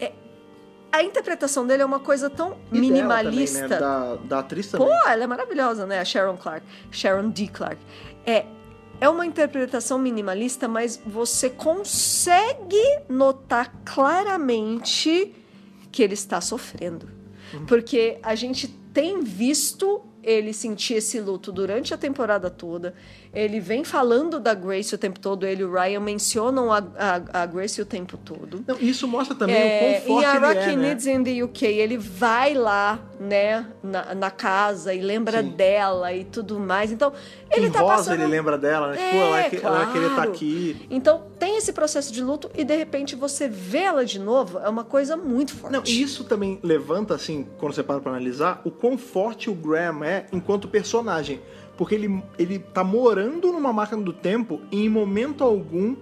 Speaker 2: é- a interpretação dele é uma coisa tão
Speaker 1: E dela
Speaker 2: minimalista.
Speaker 1: também, né? da, da atriz também.
Speaker 2: Pô, ela é maravilhosa, né? A Sharon Clark. Sharon D. Clark. É, é uma interpretação minimalista, mas você consegue notar claramente que ele está sofrendo. Porque a gente tem visto ele sentir esse luto durante a temporada toda. Ele vem falando da Grace o tempo todo. Ele e o Ryan mencionam a, a- a Grace o tempo todo.
Speaker 1: Não, isso mostra também
Speaker 2: É,
Speaker 1: o quão forte
Speaker 2: em
Speaker 1: ele
Speaker 2: Iraq
Speaker 1: é, né?
Speaker 2: Needs in the UK, ele vai lá, né, na, na casa e lembra
Speaker 1: Sim.
Speaker 2: dela e tudo mais. Então, ele
Speaker 1: em
Speaker 2: tá
Speaker 1: voz
Speaker 2: passando...
Speaker 1: ele lembra dela, né? tipo, ela,
Speaker 2: É,
Speaker 1: vai que- ela vai querer estar
Speaker 2: claro.
Speaker 1: aqui.
Speaker 2: Então, tem esse processo de luto e de repente você vê ela de novo, é uma coisa muito forte.
Speaker 1: Não, e isso também levanta, assim, quando você para pra analisar, o quão forte o Graham é enquanto personagem. Porque ele, ele tá morando numa máquina do tempo e em momento algum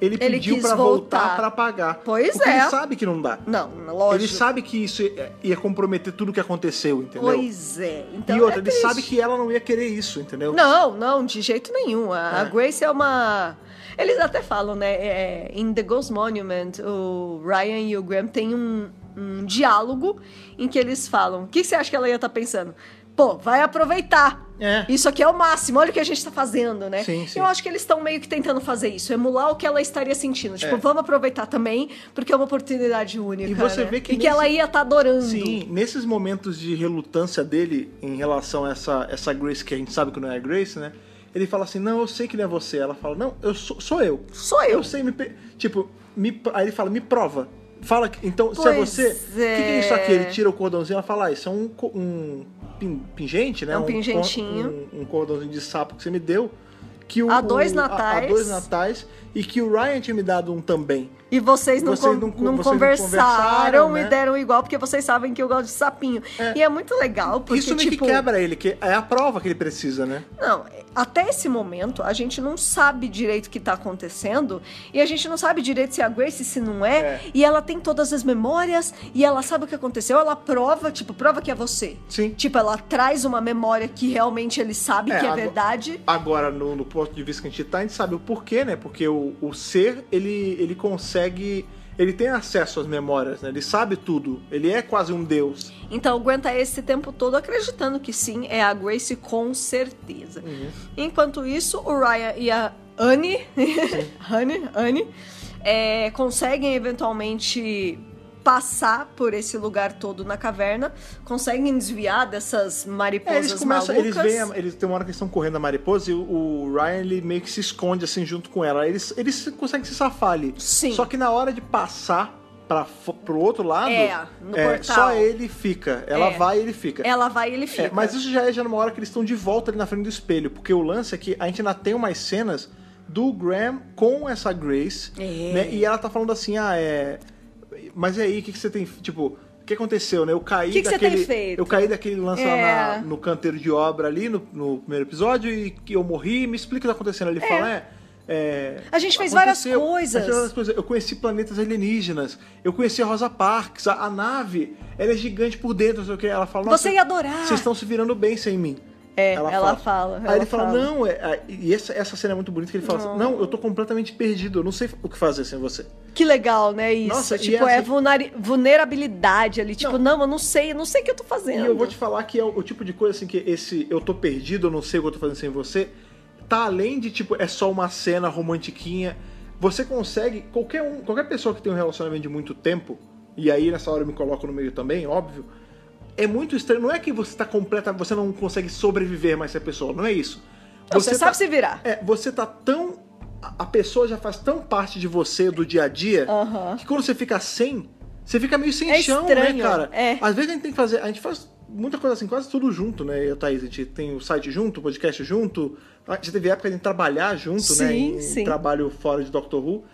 Speaker 1: ele,
Speaker 2: Ele
Speaker 1: pediu
Speaker 2: quis
Speaker 1: pra voltar
Speaker 2: voltar.
Speaker 1: pra pagar.
Speaker 2: Pois
Speaker 1: porque
Speaker 2: é.
Speaker 1: ele sabe que não dá.
Speaker 2: Não, lógico.
Speaker 1: Ele sabe que isso ia- ia comprometer tudo o que aconteceu, entendeu?
Speaker 2: Pois é. Então,
Speaker 1: e outra,
Speaker 2: é
Speaker 1: ele
Speaker 2: triste.
Speaker 1: sabe que ela não ia querer isso, entendeu?
Speaker 2: Não, não, de jeito nenhum. A, a
Speaker 1: É.
Speaker 2: Grace é uma. Eles até falam, né? É, em The Ghost Monument, o Ryan e o Graham têm um, um diálogo em que eles falam: o que você acha que ela ia estar pensando? Pô, vai aproveitar.
Speaker 1: É.
Speaker 2: Isso aqui é o máximo, olha o que a gente tá fazendo, né?
Speaker 1: Sim, sim.
Speaker 2: Eu acho que eles estão meio que tentando fazer isso, emular o que ela estaria sentindo. Tipo,
Speaker 1: É.
Speaker 2: vamos aproveitar também, porque é uma oportunidade única.
Speaker 1: E você
Speaker 2: né?
Speaker 1: vê que
Speaker 2: E que ela
Speaker 1: nesse-
Speaker 2: ia estar adorando.
Speaker 1: Sim, nesses momentos de relutância dele em relação a essa, essa Grace, que a gente sabe que não é a Grace, né? Ele fala assim, não, eu sei que não é você. Ela fala, não, eu sou, sou eu.
Speaker 2: Sou eu.
Speaker 1: Eu sei, me, pe- tipo, me, aí ele fala, me prova. Fala, que- então, se é
Speaker 2: Pois
Speaker 1: você, o que, que é isso
Speaker 2: é.
Speaker 1: aqui? Ele tira o cordãozinho, ela fala, ah, isso é um, co- um pin- pingente, né?
Speaker 2: É um
Speaker 1: cor-
Speaker 2: pingentinho.
Speaker 1: Um, um cordãozinho de sapo que você me deu. Que o,
Speaker 2: Há dois
Speaker 1: o- há- Há
Speaker 2: natais.
Speaker 1: dois natais. e que o Ryan tinha me dado um também.
Speaker 2: E vocês não,
Speaker 1: Vocês
Speaker 2: con-
Speaker 1: não con-
Speaker 2: não
Speaker 1: vocês não
Speaker 2: conversaram,
Speaker 1: conversaram, né?
Speaker 2: e deram igual, porque vocês sabem que eu gosto de sapinho.
Speaker 1: É.
Speaker 2: E é muito legal, porque,
Speaker 1: Isso meio
Speaker 2: tipo...
Speaker 1: que quebra ele, que é a prova que ele precisa, né?
Speaker 2: Não, até esse momento a gente não sabe direito o que tá acontecendo e a gente não sabe direito se é a Grace se não é,
Speaker 1: É.
Speaker 2: e ela tem todas as memórias e ela sabe o que aconteceu, ela prova, tipo, prova que é você.
Speaker 1: Sim.
Speaker 2: Tipo, ela traz uma memória que realmente ele sabe
Speaker 1: É,
Speaker 2: que é
Speaker 1: agora-
Speaker 2: verdade.
Speaker 1: Agora, no, no ponto de vista que a gente tá, a gente sabe o porquê, né? Porque o, o ser, ele, ele consegue. Ele tem acesso às memórias, né? Ele sabe tudo. Ele é quase um deus.
Speaker 2: Então aguenta esse tempo todo acreditando que sim, é a Grace com certeza. Enquanto isso, o Ryan e a Annie, Annie, Annie é, conseguem eventualmente passar por esse lugar todo na caverna, conseguem desviar dessas
Speaker 1: É, eles
Speaker 2: mariposas
Speaker 1: começam, eles
Speaker 2: malucas.
Speaker 1: veem, a- eles tem uma hora que eles estão correndo a mariposa e o, o Ryan ele meio que se esconde assim junto com ela. Eles, eles conseguem se safar ali.
Speaker 2: Sim.
Speaker 1: Só que na hora de passar para pro outro lado,
Speaker 2: É, no portal.
Speaker 1: só ele fica. Ela
Speaker 2: É.
Speaker 1: vai e ele fica.
Speaker 2: Ela vai e ele fica.
Speaker 1: É, mas isso já é já numa hora que eles estão de volta ali na frente do espelho, porque o lance é que a gente ainda tem umas cenas do Graham com essa Grace,
Speaker 2: É.
Speaker 1: né? E ela tá falando assim, ah, é. Mas e aí, o que, que você tem. Tipo, o que aconteceu, né? Eu caí
Speaker 2: O que que você
Speaker 1: daquele.
Speaker 2: tem feito?
Speaker 1: Eu caí daquele lance lá
Speaker 2: É.
Speaker 1: na- no canteiro de obra ali no, no primeiro episódio e que eu morri, me explica o que tá acontecendo. Ele fala, é. é,
Speaker 2: A gente fez várias
Speaker 1: aconteceu,
Speaker 2: coisas."
Speaker 1: a gente fez várias coisas. Eu conheci planetas alienígenas. Eu conheci a Rosa Parks. A, a nave, ela é gigante por dentro. Não sei o que. Ela fala,
Speaker 2: Você
Speaker 1: "Nossa,
Speaker 2: ia adorar."
Speaker 1: Vocês estão se virando bem sem mim.
Speaker 2: É, ela fala,
Speaker 1: Aí
Speaker 2: ela
Speaker 1: ele fala,
Speaker 2: fala.
Speaker 1: não, é- é- e essa, essa cena é muito bonita que ele fala, assim, não, eu tô completamente perdido, eu não sei o que fazer sem você.
Speaker 2: Que legal, né? Isso.
Speaker 1: Nossa, e
Speaker 2: tipo,
Speaker 1: essa-
Speaker 2: é vulneri- vulnerabilidade ali. Tipo,
Speaker 1: Não.
Speaker 2: não, eu não sei, eu não sei o que eu tô fazendo.
Speaker 1: E eu vou te falar que é o, o tipo de coisa assim que esse eu tô perdido, eu não sei o que eu tô fazendo sem você, tá além de tipo, é só uma cena romantiquinha. Você consegue, qualquer um, qualquer pessoa que tem um relacionamento de muito tempo, e aí nessa hora eu me coloco no meio também, óbvio, é muito estranho. Não é que você tá completa, você não consegue sobreviver mais essa pessoa, não é isso.
Speaker 2: Não, você,
Speaker 1: tá-
Speaker 2: sabe se virar.
Speaker 1: É, você tá tão. a- A pessoa já faz tão parte de você do dia a dia
Speaker 2: Aham.
Speaker 1: que quando você fica sem, você fica meio sem
Speaker 2: É
Speaker 1: chão, né,
Speaker 2: estranho,
Speaker 1: cara?
Speaker 2: é.
Speaker 1: Às vezes a gente tem que fazer. A gente faz muita coisa assim, quase tudo junto, né? Eu, Thaís, a gente tem o site junto, o podcast junto. A gente teve época de trabalhar junto, né?
Speaker 2: Sim,
Speaker 1: Em
Speaker 2: sim.
Speaker 1: trabalho fora de Doctor Who.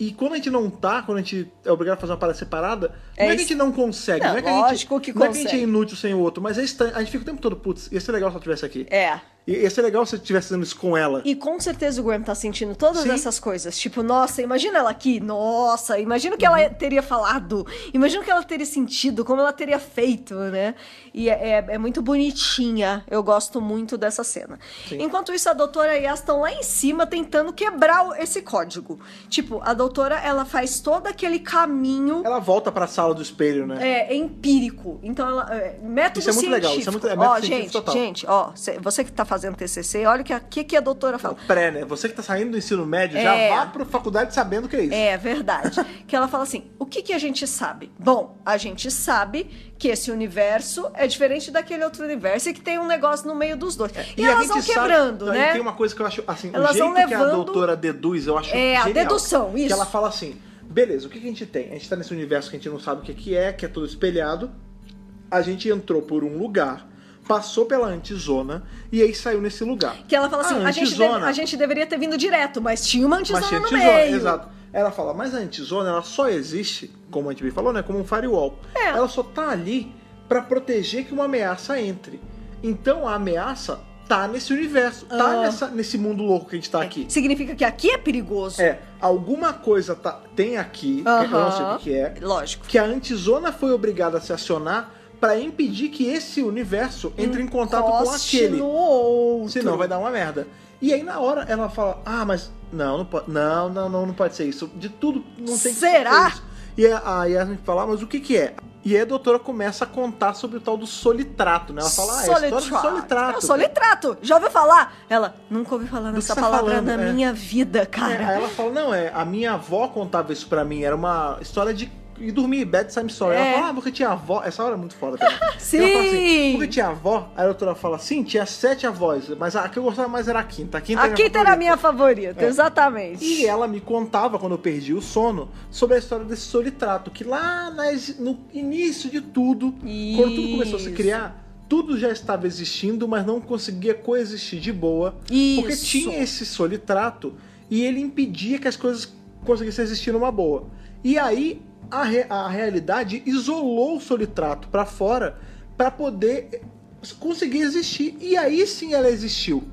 Speaker 1: E quando a gente não tá, quando a gente é obrigado a fazer uma parada separada, não
Speaker 2: É
Speaker 1: é que a
Speaker 2: isso.
Speaker 1: gente não consegue,
Speaker 2: Não,
Speaker 1: não, é que a gente,
Speaker 2: lógico que
Speaker 1: não é que a gente é
Speaker 2: consegue.
Speaker 1: inútil sem o outro, mas é estranho. A gente fica o tempo todo, putz, ia ser legal se eu estivesse aqui.
Speaker 2: É.
Speaker 1: E Ia ser legal se eu estivesse fazendo isso com ela.
Speaker 2: E com certeza o Graham tá sentindo todas
Speaker 1: Sim.
Speaker 2: essas coisas. Tipo, nossa, imagina ela aqui. Nossa, imagina o que ela teria falado. Imagina o que ela teria sentido, como ela teria feito, né? E é, é- é muito bonitinha. Eu gosto muito dessa cena. Enquanto isso, a doutora e a estão lá em cima tentando quebrar o- esse código. Tipo, a doutora, ela faz todo aquele caminho...
Speaker 1: Ela volta pra sala do espelho, né?
Speaker 2: É, é empírico. Então, ela, é, método
Speaker 1: Isso é muito
Speaker 2: científico.
Speaker 1: legal, isso é muito- é método
Speaker 2: ó,
Speaker 1: científico
Speaker 2: gente,
Speaker 1: total.
Speaker 2: gente, ó, cê- você que tá fazendo TCC, olha o que, a- que, que a doutora
Speaker 1: Não,
Speaker 2: fala.
Speaker 1: pré, né? Você que tá saindo do ensino médio,
Speaker 2: É.
Speaker 1: já vá pra faculdade sabendo o que é isso.
Speaker 2: É verdade. que ela fala assim: o que, que a gente sabe? Bom, a gente sabe que esse universo é diferente daquele outro universo e que tem um negócio no meio dos dois. E,
Speaker 1: É, a
Speaker 2: elas
Speaker 1: gente
Speaker 2: vão
Speaker 1: sabe-
Speaker 2: quebrando,
Speaker 1: Não,
Speaker 2: né?
Speaker 1: E tem uma coisa que eu acho, assim, o
Speaker 2: Elas
Speaker 1: jeito
Speaker 2: vão
Speaker 1: que a
Speaker 2: levando-
Speaker 1: doutora deduz, eu acho
Speaker 2: É, a
Speaker 1: genial.
Speaker 2: dedução,
Speaker 1: Que
Speaker 2: isso.
Speaker 1: ela fala assim, beleza, o que que a gente tem? A gente tá nesse universo que a gente não sabe o que que é, que é todo espelhado. A gente entrou por um lugar, passou pela antizona e aí saiu nesse lugar. "Ah,
Speaker 2: Que ela fala assim: a, gente deve-
Speaker 1: antizona.
Speaker 2: a gente deveria ter vindo direto, mas tinha uma antizona
Speaker 1: Mas tinha
Speaker 2: no
Speaker 1: antizona,
Speaker 2: meio.
Speaker 1: exato. Ela fala, mas a antizona, ela só existe, como a gente bem falou, né? Como um firewall.
Speaker 2: É.
Speaker 1: Ela só tá ali pra proteger que uma ameaça entre. Então a ameaça tá nesse universo, tá
Speaker 2: Ah.
Speaker 1: nessa- nesse mundo louco que a gente tá aqui.
Speaker 2: Significa que aqui é perigoso.
Speaker 1: É, alguma coisa tá- tem aqui, que eu não sei o
Speaker 2: Aham.
Speaker 1: que que é,
Speaker 2: Lógico.
Speaker 1: que a antizona foi obrigada a se acionar pra impedir que esse universo entre em contato com
Speaker 2: Encoste
Speaker 1: aquele.
Speaker 2: No outro.
Speaker 1: Senão vai dar uma merda. E aí na hora ela fala: Ah, mas não, não pode. Não, não, não, não pode ser isso. De tudo não tem que
Speaker 2: Será?
Speaker 1: ser isso. E a a Yasmin fala, "Ah, mas o que que é? E aí a doutora começa a contar sobre o tal do solitrato, né? Ela fala, ah, é a história do
Speaker 2: É o
Speaker 1: solitrato.
Speaker 2: solitrato. Já ouviu falar? Ela, nunca ouvi falar nessa
Speaker 1: você tá
Speaker 2: palavra
Speaker 1: falando,
Speaker 2: na
Speaker 1: é.
Speaker 2: minha vida,
Speaker 1: É, aí
Speaker 2: cara.
Speaker 1: ela fala, não, é, a minha avó contava isso pra mim, era uma história de e dormir, bad time story.
Speaker 2: É.
Speaker 1: Ela fala, ah, porque tinha avó. Essa hora é muito foda também.
Speaker 2: Sim!
Speaker 1: Ela fala assim, porque tinha avó, aí a doutora fala, sim, tinha sete avós, mas a que eu gostava mais era a quinta. A quinta
Speaker 2: A
Speaker 1: era
Speaker 2: quinta era a
Speaker 1: favorita."
Speaker 2: minha favorita,
Speaker 1: É.
Speaker 2: exatamente.
Speaker 1: E ela me contava, quando eu perdi o sono, sobre a história desse solitrato, que lá nas- no início de tudo, quando tudo começou a se
Speaker 2: Isso.
Speaker 1: criar, tudo já estava existindo, mas não conseguia coexistir de boa, porque
Speaker 2: Isso.
Speaker 1: tinha esse solitrato e ele impedia que as coisas conseguissem existir numa boa. E aí a, re- a realidade isolou o solitrato para fora para poder conseguir existir. E aí sim ela existiu.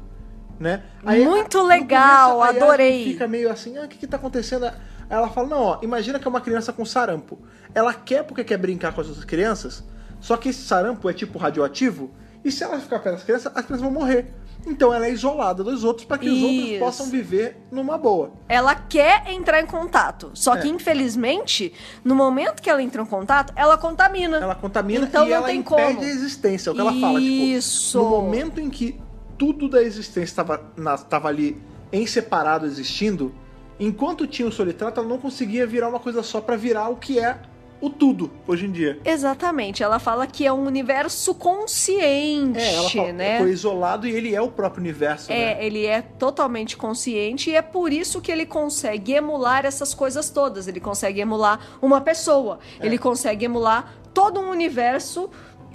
Speaker 1: Né? Aí,
Speaker 2: Muito
Speaker 1: a- no
Speaker 2: legal,
Speaker 1: a Yasmin
Speaker 2: adorei.
Speaker 1: Fica meio assim, ah, o que, que tá acontecendo? Ela fala, não, ó, imagina que é uma criança com sarampo. Ela quer porque quer brincar com as outras crianças, só que esse sarampo é tipo radioativo, e se ela ficar perto das crianças, as crianças vão morrer. Então ela é isolada dos outros para que os outros
Speaker 2: Isso.
Speaker 1: possam viver numa boa.
Speaker 2: Ela quer entrar em contato. Só que,
Speaker 1: É.
Speaker 2: infelizmente, no momento que ela entra em contato, ela contamina.
Speaker 1: Ela contamina
Speaker 2: Então
Speaker 1: e
Speaker 2: não
Speaker 1: ela
Speaker 2: tem
Speaker 1: impede
Speaker 2: como.
Speaker 1: a existência. É o que ela fala, tipo,
Speaker 2: Isso.
Speaker 1: no momento em que tudo da existência estava tava ali em separado existindo, enquanto tinha o solitrato, ela não conseguia virar uma coisa só pra virar o que é o tudo hoje em dia.
Speaker 2: Exatamente. Ela fala que é um universo consciente,
Speaker 1: É, ela fala,
Speaker 2: né?
Speaker 1: foi isolado e ele é o próprio universo, né?
Speaker 2: É, ele é totalmente consciente e é por isso que ele consegue emular essas coisas todas. Ele consegue emular uma pessoa,
Speaker 1: É.
Speaker 2: ele consegue emular todo um universo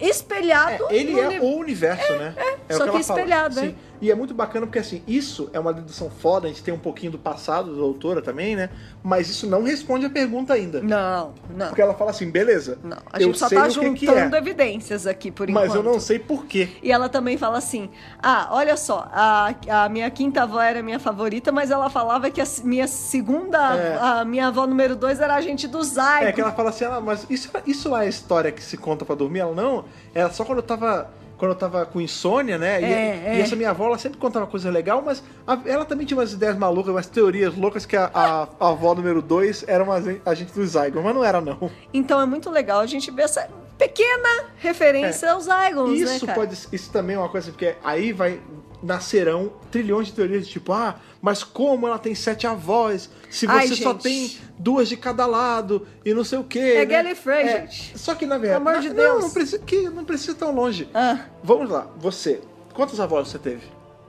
Speaker 2: espelhado.
Speaker 1: É, ele
Speaker 2: no
Speaker 1: é
Speaker 2: uni-
Speaker 1: o universo, né? É o
Speaker 2: só
Speaker 1: que,
Speaker 2: que
Speaker 1: ela fala.
Speaker 2: espelhado,
Speaker 1: Sim.
Speaker 2: é.
Speaker 1: E é muito bacana porque, assim, isso é uma dedução foda, a gente tem um pouquinho do passado da autora também, né? Mas isso não responde a pergunta ainda.
Speaker 2: Não, não.
Speaker 1: Porque ela fala assim, beleza.
Speaker 2: Não, a
Speaker 1: um- eu
Speaker 2: gente só
Speaker 1: sei
Speaker 2: tá
Speaker 1: o que
Speaker 2: juntando
Speaker 1: que é,
Speaker 2: evidências aqui por
Speaker 1: mas
Speaker 2: enquanto.
Speaker 1: eu não sei por quê.
Speaker 2: E ela também fala assim: Ah, olha só, a, a minha quinta avó era minha favorita, mas ela falava que a s- minha segunda,
Speaker 1: É.
Speaker 2: a minha avó número dois era a gente do Zaico.
Speaker 1: É que ela fala assim, ah, mas isso, isso lá é história que se conta pra dormir? Ela não, era só quando eu tava. Quando eu tava com insônia, né? E-
Speaker 2: É,
Speaker 1: e,
Speaker 2: é.
Speaker 1: essa minha avó, ela sempre contava coisa legal, mas a- ela também tinha umas ideias malucas, umas teorias loucas que a, a- a avó número 2 era uma zen- agente do Zygon, mas não era, não.
Speaker 2: Então é muito legal a gente ver essa pequena referência aos Aigons, né,
Speaker 1: É. Isso
Speaker 2: cara?
Speaker 1: pode isso também é uma coisa porque aí vai nascerão trilhões de teorias de tipo, ah, mas como ela tem sete avós, se você
Speaker 2: Ai,
Speaker 1: só
Speaker 2: gente.
Speaker 1: tem duas de cada lado e não sei o quê. né?
Speaker 2: É Gallifrey,
Speaker 1: É,
Speaker 2: gente.
Speaker 1: Só que na verdade,
Speaker 2: Pelo amor de
Speaker 1: não,
Speaker 2: Deus.
Speaker 1: não precisa que não precisa ir tão longe.
Speaker 2: Ah,
Speaker 1: Vamos lá, você, quantos avós você teve?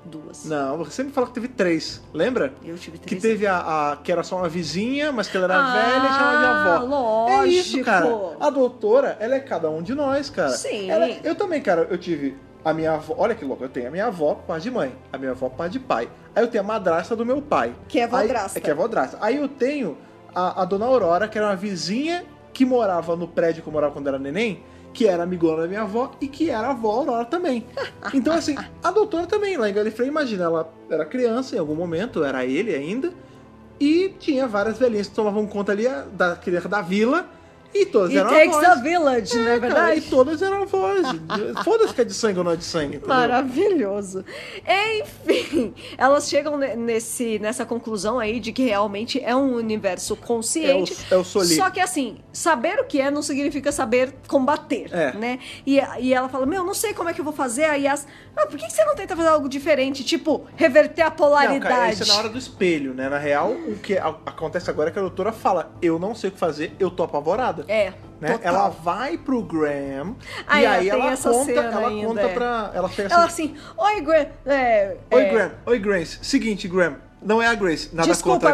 Speaker 2: duas.
Speaker 1: Não, você me falou que teve três, lembra?
Speaker 2: Eu tive
Speaker 1: Que
Speaker 2: três.
Speaker 1: teve a, a- que era só uma vizinha, mas que ela era
Speaker 2: Ah,
Speaker 1: velha e chamava de avó. É isso,
Speaker 2: lógico.
Speaker 1: cara. A doutora, ela é cada um de nós, cara.
Speaker 2: Sim.
Speaker 1: Ela- eu também, cara, eu tive a minha avó. Olha que louco, eu tenho a minha avó, pai de mãe. A minha avó, pai de pai. Aí eu tenho a madrasta do meu pai.
Speaker 2: Que é
Speaker 1: Aí-
Speaker 2: vodrasta.
Speaker 1: é que é vodrasta. Aí eu tenho a, a dona Aurora, que era uma vizinha que morava no prédio que eu morava quando era neném, que era amigona da minha avó e que era a avó Aurora também. Então, assim, a doutora também, lá em Galifrey, imagina, ela era criança em algum momento, era ele ainda, e tinha várias velhinhas que tomavam conta ali ah, da criança da vila, e todas
Speaker 2: E
Speaker 1: eram
Speaker 2: takes
Speaker 1: avós.
Speaker 2: a village, não é
Speaker 1: É, cara, e
Speaker 2: verdade?
Speaker 1: todas eram avós. Foda-se que é de sangue ou não é de sangue. entendeu?
Speaker 2: Maravilhoso. Enfim, elas chegam ne- nesse, nessa conclusão aí de que realmente é um universo consciente.
Speaker 1: É o- é o Soli.
Speaker 2: Só que assim, saber o que é não significa saber combater,
Speaker 1: É.
Speaker 2: né? E, e ela fala, meu, não sei como é que eu vou fazer. Aí as... Ah, por que que você não tenta fazer algo diferente? Tipo, reverter a
Speaker 1: Não,
Speaker 2: polaridade.
Speaker 1: cara, isso é na hora do espelho, né? Na real, o que a- acontece agora é que a doutora fala: Eu não sei o que fazer, eu tô apavorada.
Speaker 2: É,
Speaker 1: Né?
Speaker 2: total.
Speaker 1: Ela vai pro Graham
Speaker 2: Ah,
Speaker 1: e
Speaker 2: é,
Speaker 1: aí
Speaker 2: tem
Speaker 1: ela
Speaker 2: essa
Speaker 1: conta,
Speaker 2: cena
Speaker 1: ela
Speaker 2: ainda,
Speaker 1: conta
Speaker 2: é.
Speaker 1: pra. Ela chega assim.
Speaker 2: Ela assim, oi, Gra é,
Speaker 1: Oi,
Speaker 2: é,
Speaker 1: Graham. Oi, Grace. Seguinte, Graham. Não é a Grace. Nada
Speaker 2: Desculpa,
Speaker 1: contra a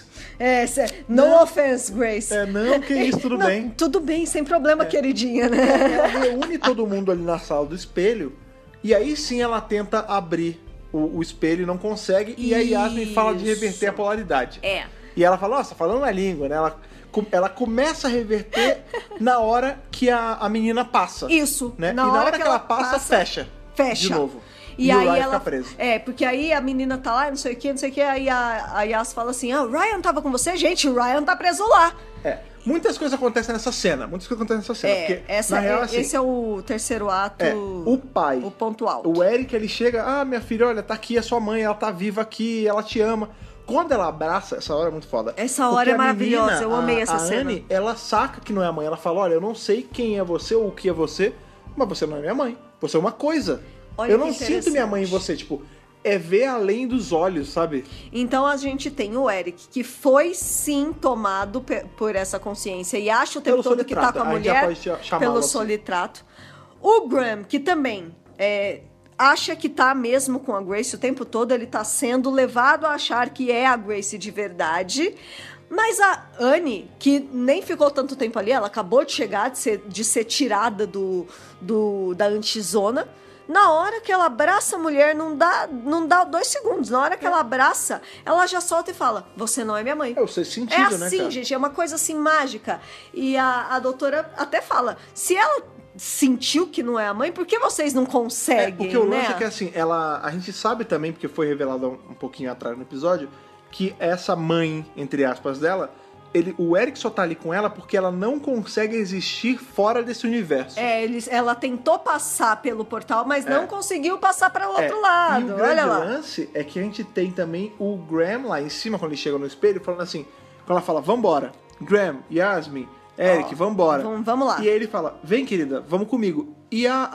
Speaker 1: Grace.
Speaker 2: É, cê- no
Speaker 1: Não.
Speaker 2: offense, Grace.
Speaker 1: É, não, que isso, tudo
Speaker 2: Não,
Speaker 1: bem. É.
Speaker 2: Tudo bem, sem problema, queridinha, né?
Speaker 1: Ela reúne todo mundo ali na sala do espelho. E aí sim ela tenta abrir o, o espelho e não consegue. E a Yasmin fala de reverter a
Speaker 2: Isso.
Speaker 1: polaridade.
Speaker 2: É.
Speaker 1: E ela fala, nossa, falando a língua, né? Ela, co- ela começa a reverter na hora que a, a menina passa.
Speaker 2: Isso.
Speaker 1: Né? e na hora que, ela passa, fecha.
Speaker 2: fecha.
Speaker 1: De novo.
Speaker 2: E,
Speaker 1: o
Speaker 2: aí
Speaker 1: Ryan
Speaker 2: ela.
Speaker 1: fica preso.
Speaker 2: É, porque aí a menina tá lá, não sei o que, não sei o que, aí a, a Yas fala assim: ah, o Ryan tava com você? Gente, o Ryan tá preso lá.
Speaker 1: É. Muitas coisas acontecem nessa cena. Muitas coisas acontecem nessa cena.
Speaker 2: É,
Speaker 1: porque,
Speaker 2: essa,
Speaker 1: na real,
Speaker 2: é-
Speaker 1: assim,
Speaker 2: esse é o terceiro ato.
Speaker 1: É, o pai.
Speaker 2: O ponto alto.
Speaker 1: O Eric, ele chega, ah, minha filha, olha, tá aqui a sua mãe, ela tá viva aqui, ela te ama. Quando ela abraça, essa hora é muito foda.
Speaker 2: Essa hora é
Speaker 1: a
Speaker 2: maravilhosa, eu
Speaker 1: a-
Speaker 2: amei essa
Speaker 1: a
Speaker 2: cena.
Speaker 1: Anne, ela saca que não é a mãe, ela fala, olha, eu não sei quem é você ou o que é você, mas você não é minha mãe, você é uma coisa.
Speaker 2: Olha
Speaker 1: eu
Speaker 2: que
Speaker 1: não sinto minha mãe em
Speaker 2: interessante.
Speaker 1: você, tipo, é ver além dos olhos, sabe?
Speaker 2: Então a gente tem o Eric, que foi sim tomado pe- por essa consciência e acha o
Speaker 1: Pelo
Speaker 2: tempo todo que tá
Speaker 1: solitrato,
Speaker 2: com a
Speaker 1: a gente já
Speaker 2: mulher
Speaker 1: pode ch- chamá-lo
Speaker 2: pelo
Speaker 1: assim.
Speaker 2: solitrato. O Graham, que também é, acha que tá mesmo com a Grace o tempo todo, ele tá sendo levado a achar que é a Grace de verdade. Mas a Anne, que nem ficou tanto tempo ali, ela acabou de chegar, de ser, de ser tirada do, do da antizona, Na hora que ela abraça a mulher, não dá, não dá dois segundos. Na hora que ela abraça, ela já solta e fala: Você não é minha mãe.
Speaker 1: É o sexto sentido,
Speaker 2: É
Speaker 1: né,
Speaker 2: assim,
Speaker 1: cara?
Speaker 2: gente, é uma coisa assim mágica. E a, a doutora até fala: se ela sentiu que não é a mãe, por que vocês não
Speaker 1: É,
Speaker 2: conseguem?
Speaker 1: o que eu
Speaker 2: né?
Speaker 1: lanço é que assim, ela, a gente sabe também, porque foi revelado há um, um pouquinho atrás no episódio, que essa mãe, entre aspas, dela, ele, o Eric só tá ali com ela porque ela não consegue existir fora desse universo.
Speaker 2: É, eles, ela tentou passar pelo portal, mas não conseguiu passar para o
Speaker 1: É,
Speaker 2: outro
Speaker 1: E
Speaker 2: lado.
Speaker 1: o
Speaker 2: Olha
Speaker 1: grande
Speaker 2: lá.
Speaker 1: lance é que a gente tem também o Graham lá em cima, quando ele chega no espelho, falando assim, quando ela fala, vambora, Graham, Yasmin, Eric,
Speaker 2: Ó,
Speaker 1: vambora.
Speaker 2: vamos- vamos lá.
Speaker 1: E aí ele fala, vem querida, vamos comigo. E a,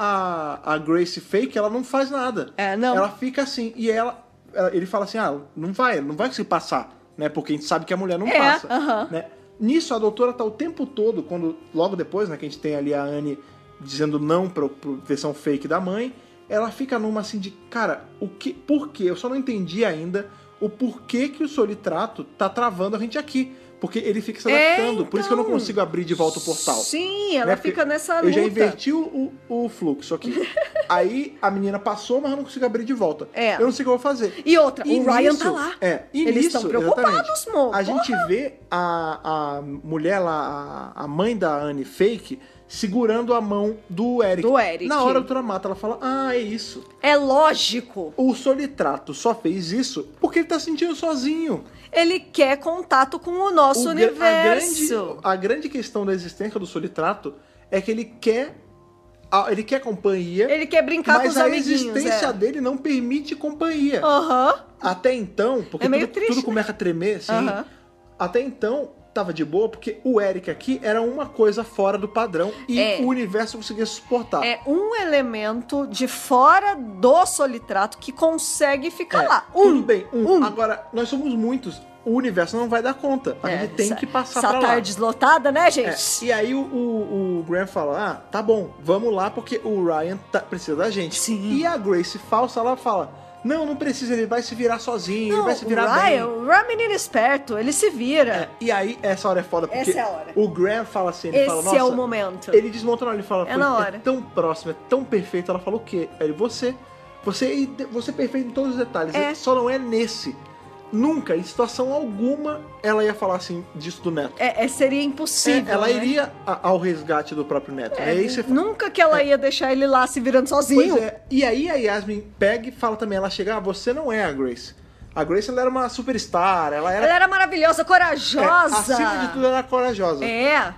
Speaker 1: a, a Grace Fake, ela não faz nada.
Speaker 2: É, não.
Speaker 1: Ela fica assim, e ela, ela- ele fala assim, ah, não vai, não vai se passar, né, porque a gente sabe que a mulher não
Speaker 2: É,
Speaker 1: passa,
Speaker 2: aham.
Speaker 1: né. Nisso, a doutora tá o tempo todo, quando logo depois, né, que a gente tem ali a Anne dizendo não pra, pra versão fake da mãe, ela fica numa assim de, cara, o que, por quê? Eu só não entendi ainda o porquê que o solitrato tá travando a gente aqui. Porque ele fica se
Speaker 2: É,
Speaker 1: adaptando, por isso que eu não
Speaker 2: então.
Speaker 1: consigo abrir de volta o portal.
Speaker 2: Sim, ela
Speaker 1: né, porque
Speaker 2: fica nessa
Speaker 1: Eu já
Speaker 2: luta.
Speaker 1: inverti o, o fluxo aqui. Aí a menina passou, mas eu não consigo abrir de volta.
Speaker 2: É.
Speaker 1: Eu não sei o que eu vou fazer.
Speaker 2: E outra,
Speaker 1: E
Speaker 2: o Ryan
Speaker 1: nisso-
Speaker 2: tá lá.
Speaker 1: É, e
Speaker 2: Eles
Speaker 1: nisso,
Speaker 2: estão preocupados,
Speaker 1: exatamente,
Speaker 2: mo.
Speaker 1: A gente vê a, a mulher lá, a, a mãe da Anne Fake, segurando a mão do Eric.
Speaker 2: Do Eric.
Speaker 1: Na hora a doutora mata, ela fala, ah, é isso.
Speaker 2: É lógico.
Speaker 1: O Solitrato só fez isso porque ele tá sentindo sozinho.
Speaker 2: Ele quer contato com o nosso
Speaker 1: O gra- A
Speaker 2: universo.
Speaker 1: grande, a grande questão da existência do Solitrato é que ele quer... a- Ele quer companhia,
Speaker 2: Ele quer brincar com
Speaker 1: mas
Speaker 2: os
Speaker 1: a
Speaker 2: amiguinhos.
Speaker 1: existência
Speaker 2: é.
Speaker 1: dele não permite companhia.
Speaker 2: Aham.
Speaker 1: Até então, porque
Speaker 2: É meio
Speaker 1: tudo,
Speaker 2: triste,
Speaker 1: tudo
Speaker 2: né?
Speaker 1: começa a tremer, assim.
Speaker 2: Aham.
Speaker 1: Até então, tava de boa, porque o Eric aqui era uma coisa fora do padrão e
Speaker 2: É.
Speaker 1: o universo conseguia suportar.
Speaker 2: É um elemento de fora do solitrato que consegue ficar
Speaker 1: É,
Speaker 2: lá.
Speaker 1: Tudo
Speaker 2: Um.
Speaker 1: bem, um.
Speaker 2: um.
Speaker 1: Agora, nós somos muitos. O universo não vai dar conta. A
Speaker 2: É,
Speaker 1: gente tem
Speaker 2: essa-
Speaker 1: que passar
Speaker 2: Essa
Speaker 1: pra lá.
Speaker 2: tarde lotada, né, gente?
Speaker 1: É, E aí o, o, o Graham fala, ah, tá bom, vamos lá porque o Ryan tá- precisa da gente.
Speaker 2: Sim.
Speaker 1: E a Grace falsa, ela fala, não, não precisa, ele vai se virar sozinho, ele vai se virar
Speaker 2: o Ryan,
Speaker 1: bem.
Speaker 2: o Ryan é um menino esperto, ele se
Speaker 1: É,
Speaker 2: vira.
Speaker 1: e aí, essa hora é foda, porque
Speaker 2: Essa é a hora.
Speaker 1: o Graham fala assim, ele
Speaker 2: Esse
Speaker 1: fala,
Speaker 2: é o
Speaker 1: nossa...
Speaker 2: momento.
Speaker 1: ele desmonta na hora, ele fala,
Speaker 2: É
Speaker 1: "Foi-
Speaker 2: na hora."
Speaker 1: tão próximo, é tão perfeito. Ela fala o quê? Aí Ele, você, você, você é perfeito em todos os detalhes,
Speaker 2: É.
Speaker 1: só não é nesse. Nunca, em situação alguma, ela ia falar assim disso do Neto.
Speaker 2: É, é- seria impossível.
Speaker 1: É, ela
Speaker 2: né?
Speaker 1: iria a- ao resgate do próprio Neto. É, aí você fala, "É."
Speaker 2: Nunca que ela ia deixar ele lá se virando sozinho.
Speaker 1: Pois é. E aí a Yasmin pega e fala também, ela chega, ah, você não é a Grace. A Grace ela era uma superstar, ela era.
Speaker 2: Ela era maravilhosa,
Speaker 1: é,
Speaker 2: corajosa.
Speaker 1: acima de tudo, ela era corajosa.
Speaker 2: É.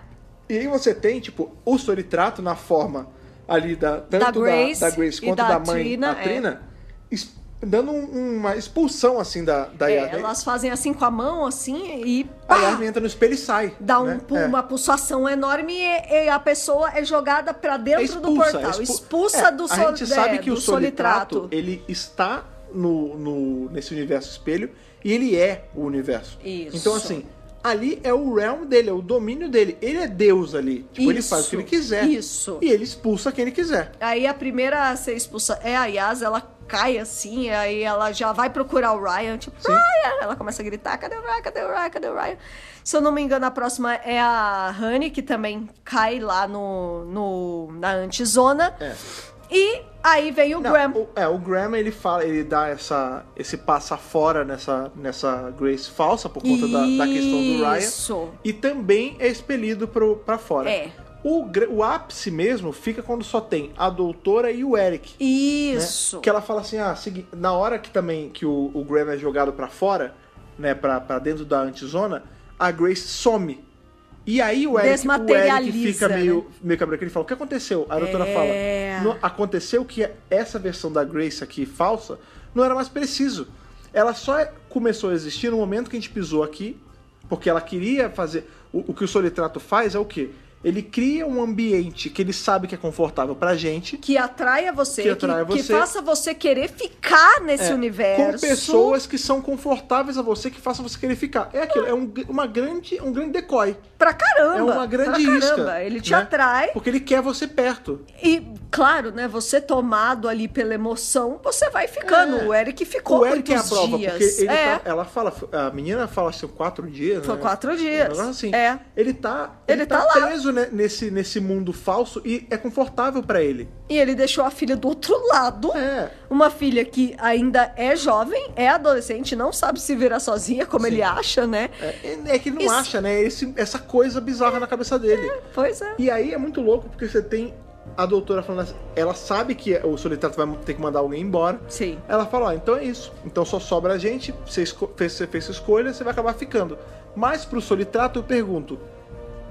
Speaker 1: E aí você tem, tipo, o solitrato na forma ali da tanto da,
Speaker 2: Da Grace
Speaker 1: da Grace
Speaker 2: e
Speaker 1: quanto
Speaker 2: da
Speaker 1: da, mãe
Speaker 2: Trina,
Speaker 1: a
Speaker 2: é.
Speaker 1: Trina, es- dando um- uma expulsão assim da, da
Speaker 2: é,
Speaker 1: Yasmin.
Speaker 2: elas fazem assim com a mão, assim, e
Speaker 1: A
Speaker 2: pá,
Speaker 1: Yasmin entra no espelho e sai.
Speaker 2: dá um
Speaker 1: né?
Speaker 2: pu-
Speaker 1: É.
Speaker 2: uma pulsação enorme e, e a pessoa é jogada pra dentro
Speaker 1: É
Speaker 2: do portal.
Speaker 1: expu-
Speaker 2: Expulsa
Speaker 1: É,
Speaker 2: do
Speaker 1: A
Speaker 2: sol-
Speaker 1: gente sabe
Speaker 2: é,
Speaker 1: que
Speaker 2: do
Speaker 1: o solitrato,
Speaker 2: solitrato.
Speaker 1: ele está no, no- nesse universo espelho e ele é o universo.
Speaker 2: Isso.
Speaker 1: Então, assim, ali é o realm dele, é o domínio dele. Ele é Deus ali. Tipo, ele
Speaker 2: Isso,
Speaker 1: faz o que ele quiser.
Speaker 2: isso.
Speaker 1: E ele expulsa quem ele quiser.
Speaker 2: Aí a primeira a ser expulsa é a Yas, ela cai assim, aí ela já vai procurar o Ryan, tipo,
Speaker 1: Sim.
Speaker 2: Ryan! Ela começa a gritar, cadê o Ryan, cadê o Ryan, cadê o Ryan? Se eu não me engano, a próxima é a Honey, que também cai lá no, no- na antizona.
Speaker 1: É.
Speaker 2: E aí vem o
Speaker 1: Não,
Speaker 2: Graham.
Speaker 1: o- é, o Graham, ele fala, ele dá essa, esse passa fora nessa, nessa Grace falsa por conta da, da questão do Ryan.
Speaker 2: Isso.
Speaker 1: E também é expelido pro, pra fora.
Speaker 2: É.
Speaker 1: O, gra- o ápice mesmo fica quando só tem a doutora e o Eric. né?
Speaker 2: Isso.
Speaker 1: Que ela fala assim, ah, segui- na hora que também que o, o Graham é jogado pra fora, né, pra, pra dentro da antizona, a Grace some. E aí o Eric, o Eric
Speaker 2: Desmaterializa,
Speaker 1: fica
Speaker 2: né?
Speaker 1: meio, meio quebrado, que ele fala, o que aconteceu? A doutora
Speaker 2: É.
Speaker 1: fala, "Não- aconteceu que essa versão da Grace aqui, falsa, não era mais preciso. Ela só é- começou a existir no momento que a gente pisou aqui, porque ela queria fazer... O, o que o Solitrato faz é o quê? Ele cria um ambiente que ele sabe que é confortável pra gente,
Speaker 2: Que atraia você,
Speaker 1: Que atraia você.
Speaker 2: faça você querer ficar nesse
Speaker 1: É,
Speaker 2: universo.
Speaker 1: Com pessoas que são confortáveis a você, que façam você querer ficar. É aquilo, é um, gr- uma grande, um grande decoy.
Speaker 2: Pra caramba.
Speaker 1: É uma grande
Speaker 2: pra
Speaker 1: isca.
Speaker 2: caramba. Ele te
Speaker 1: né?
Speaker 2: atrai.
Speaker 1: Porque ele quer você perto.
Speaker 2: E, claro, né? Você tomado ali pela emoção, você vai ficando.
Speaker 1: É.
Speaker 2: O Eric ficou
Speaker 1: o Eric é a
Speaker 2: muitos
Speaker 1: prova,
Speaker 2: dias.
Speaker 1: porque ele
Speaker 2: é,
Speaker 1: tá- ela fala, a menina fala assim, quatro dias,
Speaker 2: foi
Speaker 1: né?
Speaker 2: quatro
Speaker 1: Um
Speaker 2: dias.
Speaker 1: negócio assim.
Speaker 2: É.
Speaker 1: Ele tá,
Speaker 2: Ele tá lá.
Speaker 1: preso né, nesse, nesse mundo falso e é confortável pra ele.
Speaker 2: E ele deixou a filha do outro lado.
Speaker 1: É.
Speaker 2: Uma filha que ainda é jovem, é adolescente, não sabe se virar sozinha, como ele acha, né?
Speaker 1: É, é que ele não
Speaker 2: Isso.
Speaker 1: acha, né? Esse, essa coisa bizarra na cabeça dele.
Speaker 2: Pois é.
Speaker 1: E aí é muito louco porque você tem a doutora falando assim, ela sabe que o solitário vai ter que mandar alguém embora.
Speaker 2: Sim.
Speaker 1: Ela fala, ó, então é isso. Então só sobra a gente, você esco- fez, você fez sua escolha, você vai acabar ficando. Mas pro solitrato eu pergunto,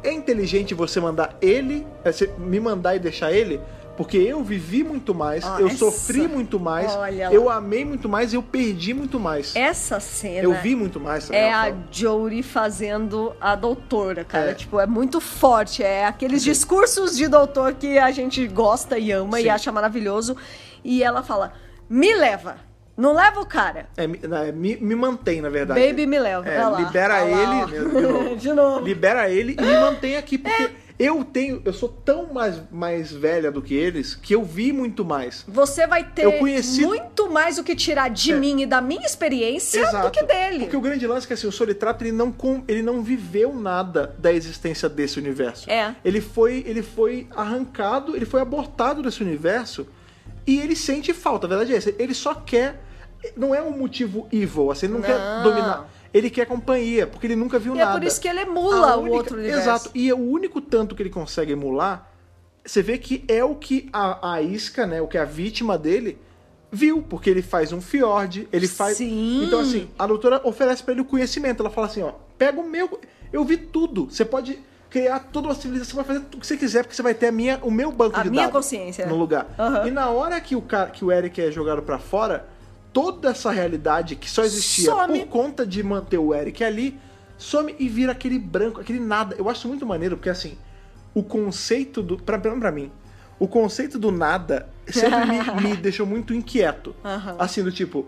Speaker 1: é inteligente você mandar ele, é, você me mandar e deixar ele? Porque eu vivi muito mais, eu
Speaker 2: Nossa.
Speaker 1: sofri muito mais,
Speaker 2: Ah, Olha lá.
Speaker 1: eu amei muito mais, eu perdi muito mais.
Speaker 2: Essa cena.
Speaker 1: eu vi muito mais. sabe?
Speaker 2: É
Speaker 1: Ela
Speaker 2: a
Speaker 1: fala.
Speaker 2: Jory fazendo a doutora, cara.
Speaker 1: É.
Speaker 2: Tipo, é muito forte. É aqueles discursos de doutor que a gente gosta e ama
Speaker 1: Sim.
Speaker 2: e acha maravilhoso. E ela fala: me leva. Não leva o cara.
Speaker 1: É, me- não, é, me, me mantém, na verdade.
Speaker 2: Baby, me leva.
Speaker 1: É,
Speaker 2: Olha lá.
Speaker 1: libera
Speaker 2: Olha lá,
Speaker 1: ele,
Speaker 2: ó.
Speaker 1: meu- de novo.
Speaker 2: de novo.
Speaker 1: libera ele e me mantém aqui, porque
Speaker 2: É.
Speaker 1: eu tenho, eu sou tão mais, mais velha do que eles que eu vi muito mais.
Speaker 2: Você vai ter
Speaker 1: Eu conheci-
Speaker 2: muito mais o que tirar de
Speaker 1: É.
Speaker 2: mim e da minha experiência do que dele.
Speaker 1: Porque o grande lance é que assim, o Solitrato ele não, com- ele não viveu nada da existência desse universo.
Speaker 2: É.
Speaker 1: Ele foi, ele foi arrancado, ele foi abortado desse universo e ele sente falta. A verdade é essa. Ele só quer. Não é um motivo evil, assim, ele não, quer
Speaker 2: Não.
Speaker 1: dominar. Ele quer companhia, porque ele nunca viu
Speaker 2: E
Speaker 1: nada.
Speaker 2: é por isso que ele
Speaker 1: A
Speaker 2: emula o
Speaker 1: única-
Speaker 2: outro universo.
Speaker 1: Exato. E é o único tanto que ele consegue emular, você vê que é o que a, a isca, né? O que a vítima dele viu, porque ele faz um fiord, ele faz.
Speaker 2: Sim.
Speaker 1: Então, assim, a doutora oferece pra ele o conhecimento. Ela fala assim: ó, pega o meu. Eu vi tudo. Você pode criar toda uma civilização, vai fazer tudo que você quiser, porque você vai ter a minha, o meu banco
Speaker 2: A
Speaker 1: de
Speaker 2: minha
Speaker 1: dados
Speaker 2: consciência.
Speaker 1: no lugar.
Speaker 2: Aham.
Speaker 1: E na hora que o cara, que o Eric é jogado pra fora, toda essa realidade que só existia
Speaker 2: Some.
Speaker 1: por conta de manter o Eric ali, some e vira aquele branco, aquele nada. Eu acho muito maneiro porque assim, o conceito do, pra, pelo menos pra mim, o conceito do nada sempre me, me deixou muito inquieto.
Speaker 2: Aham.
Speaker 1: Assim do tipo,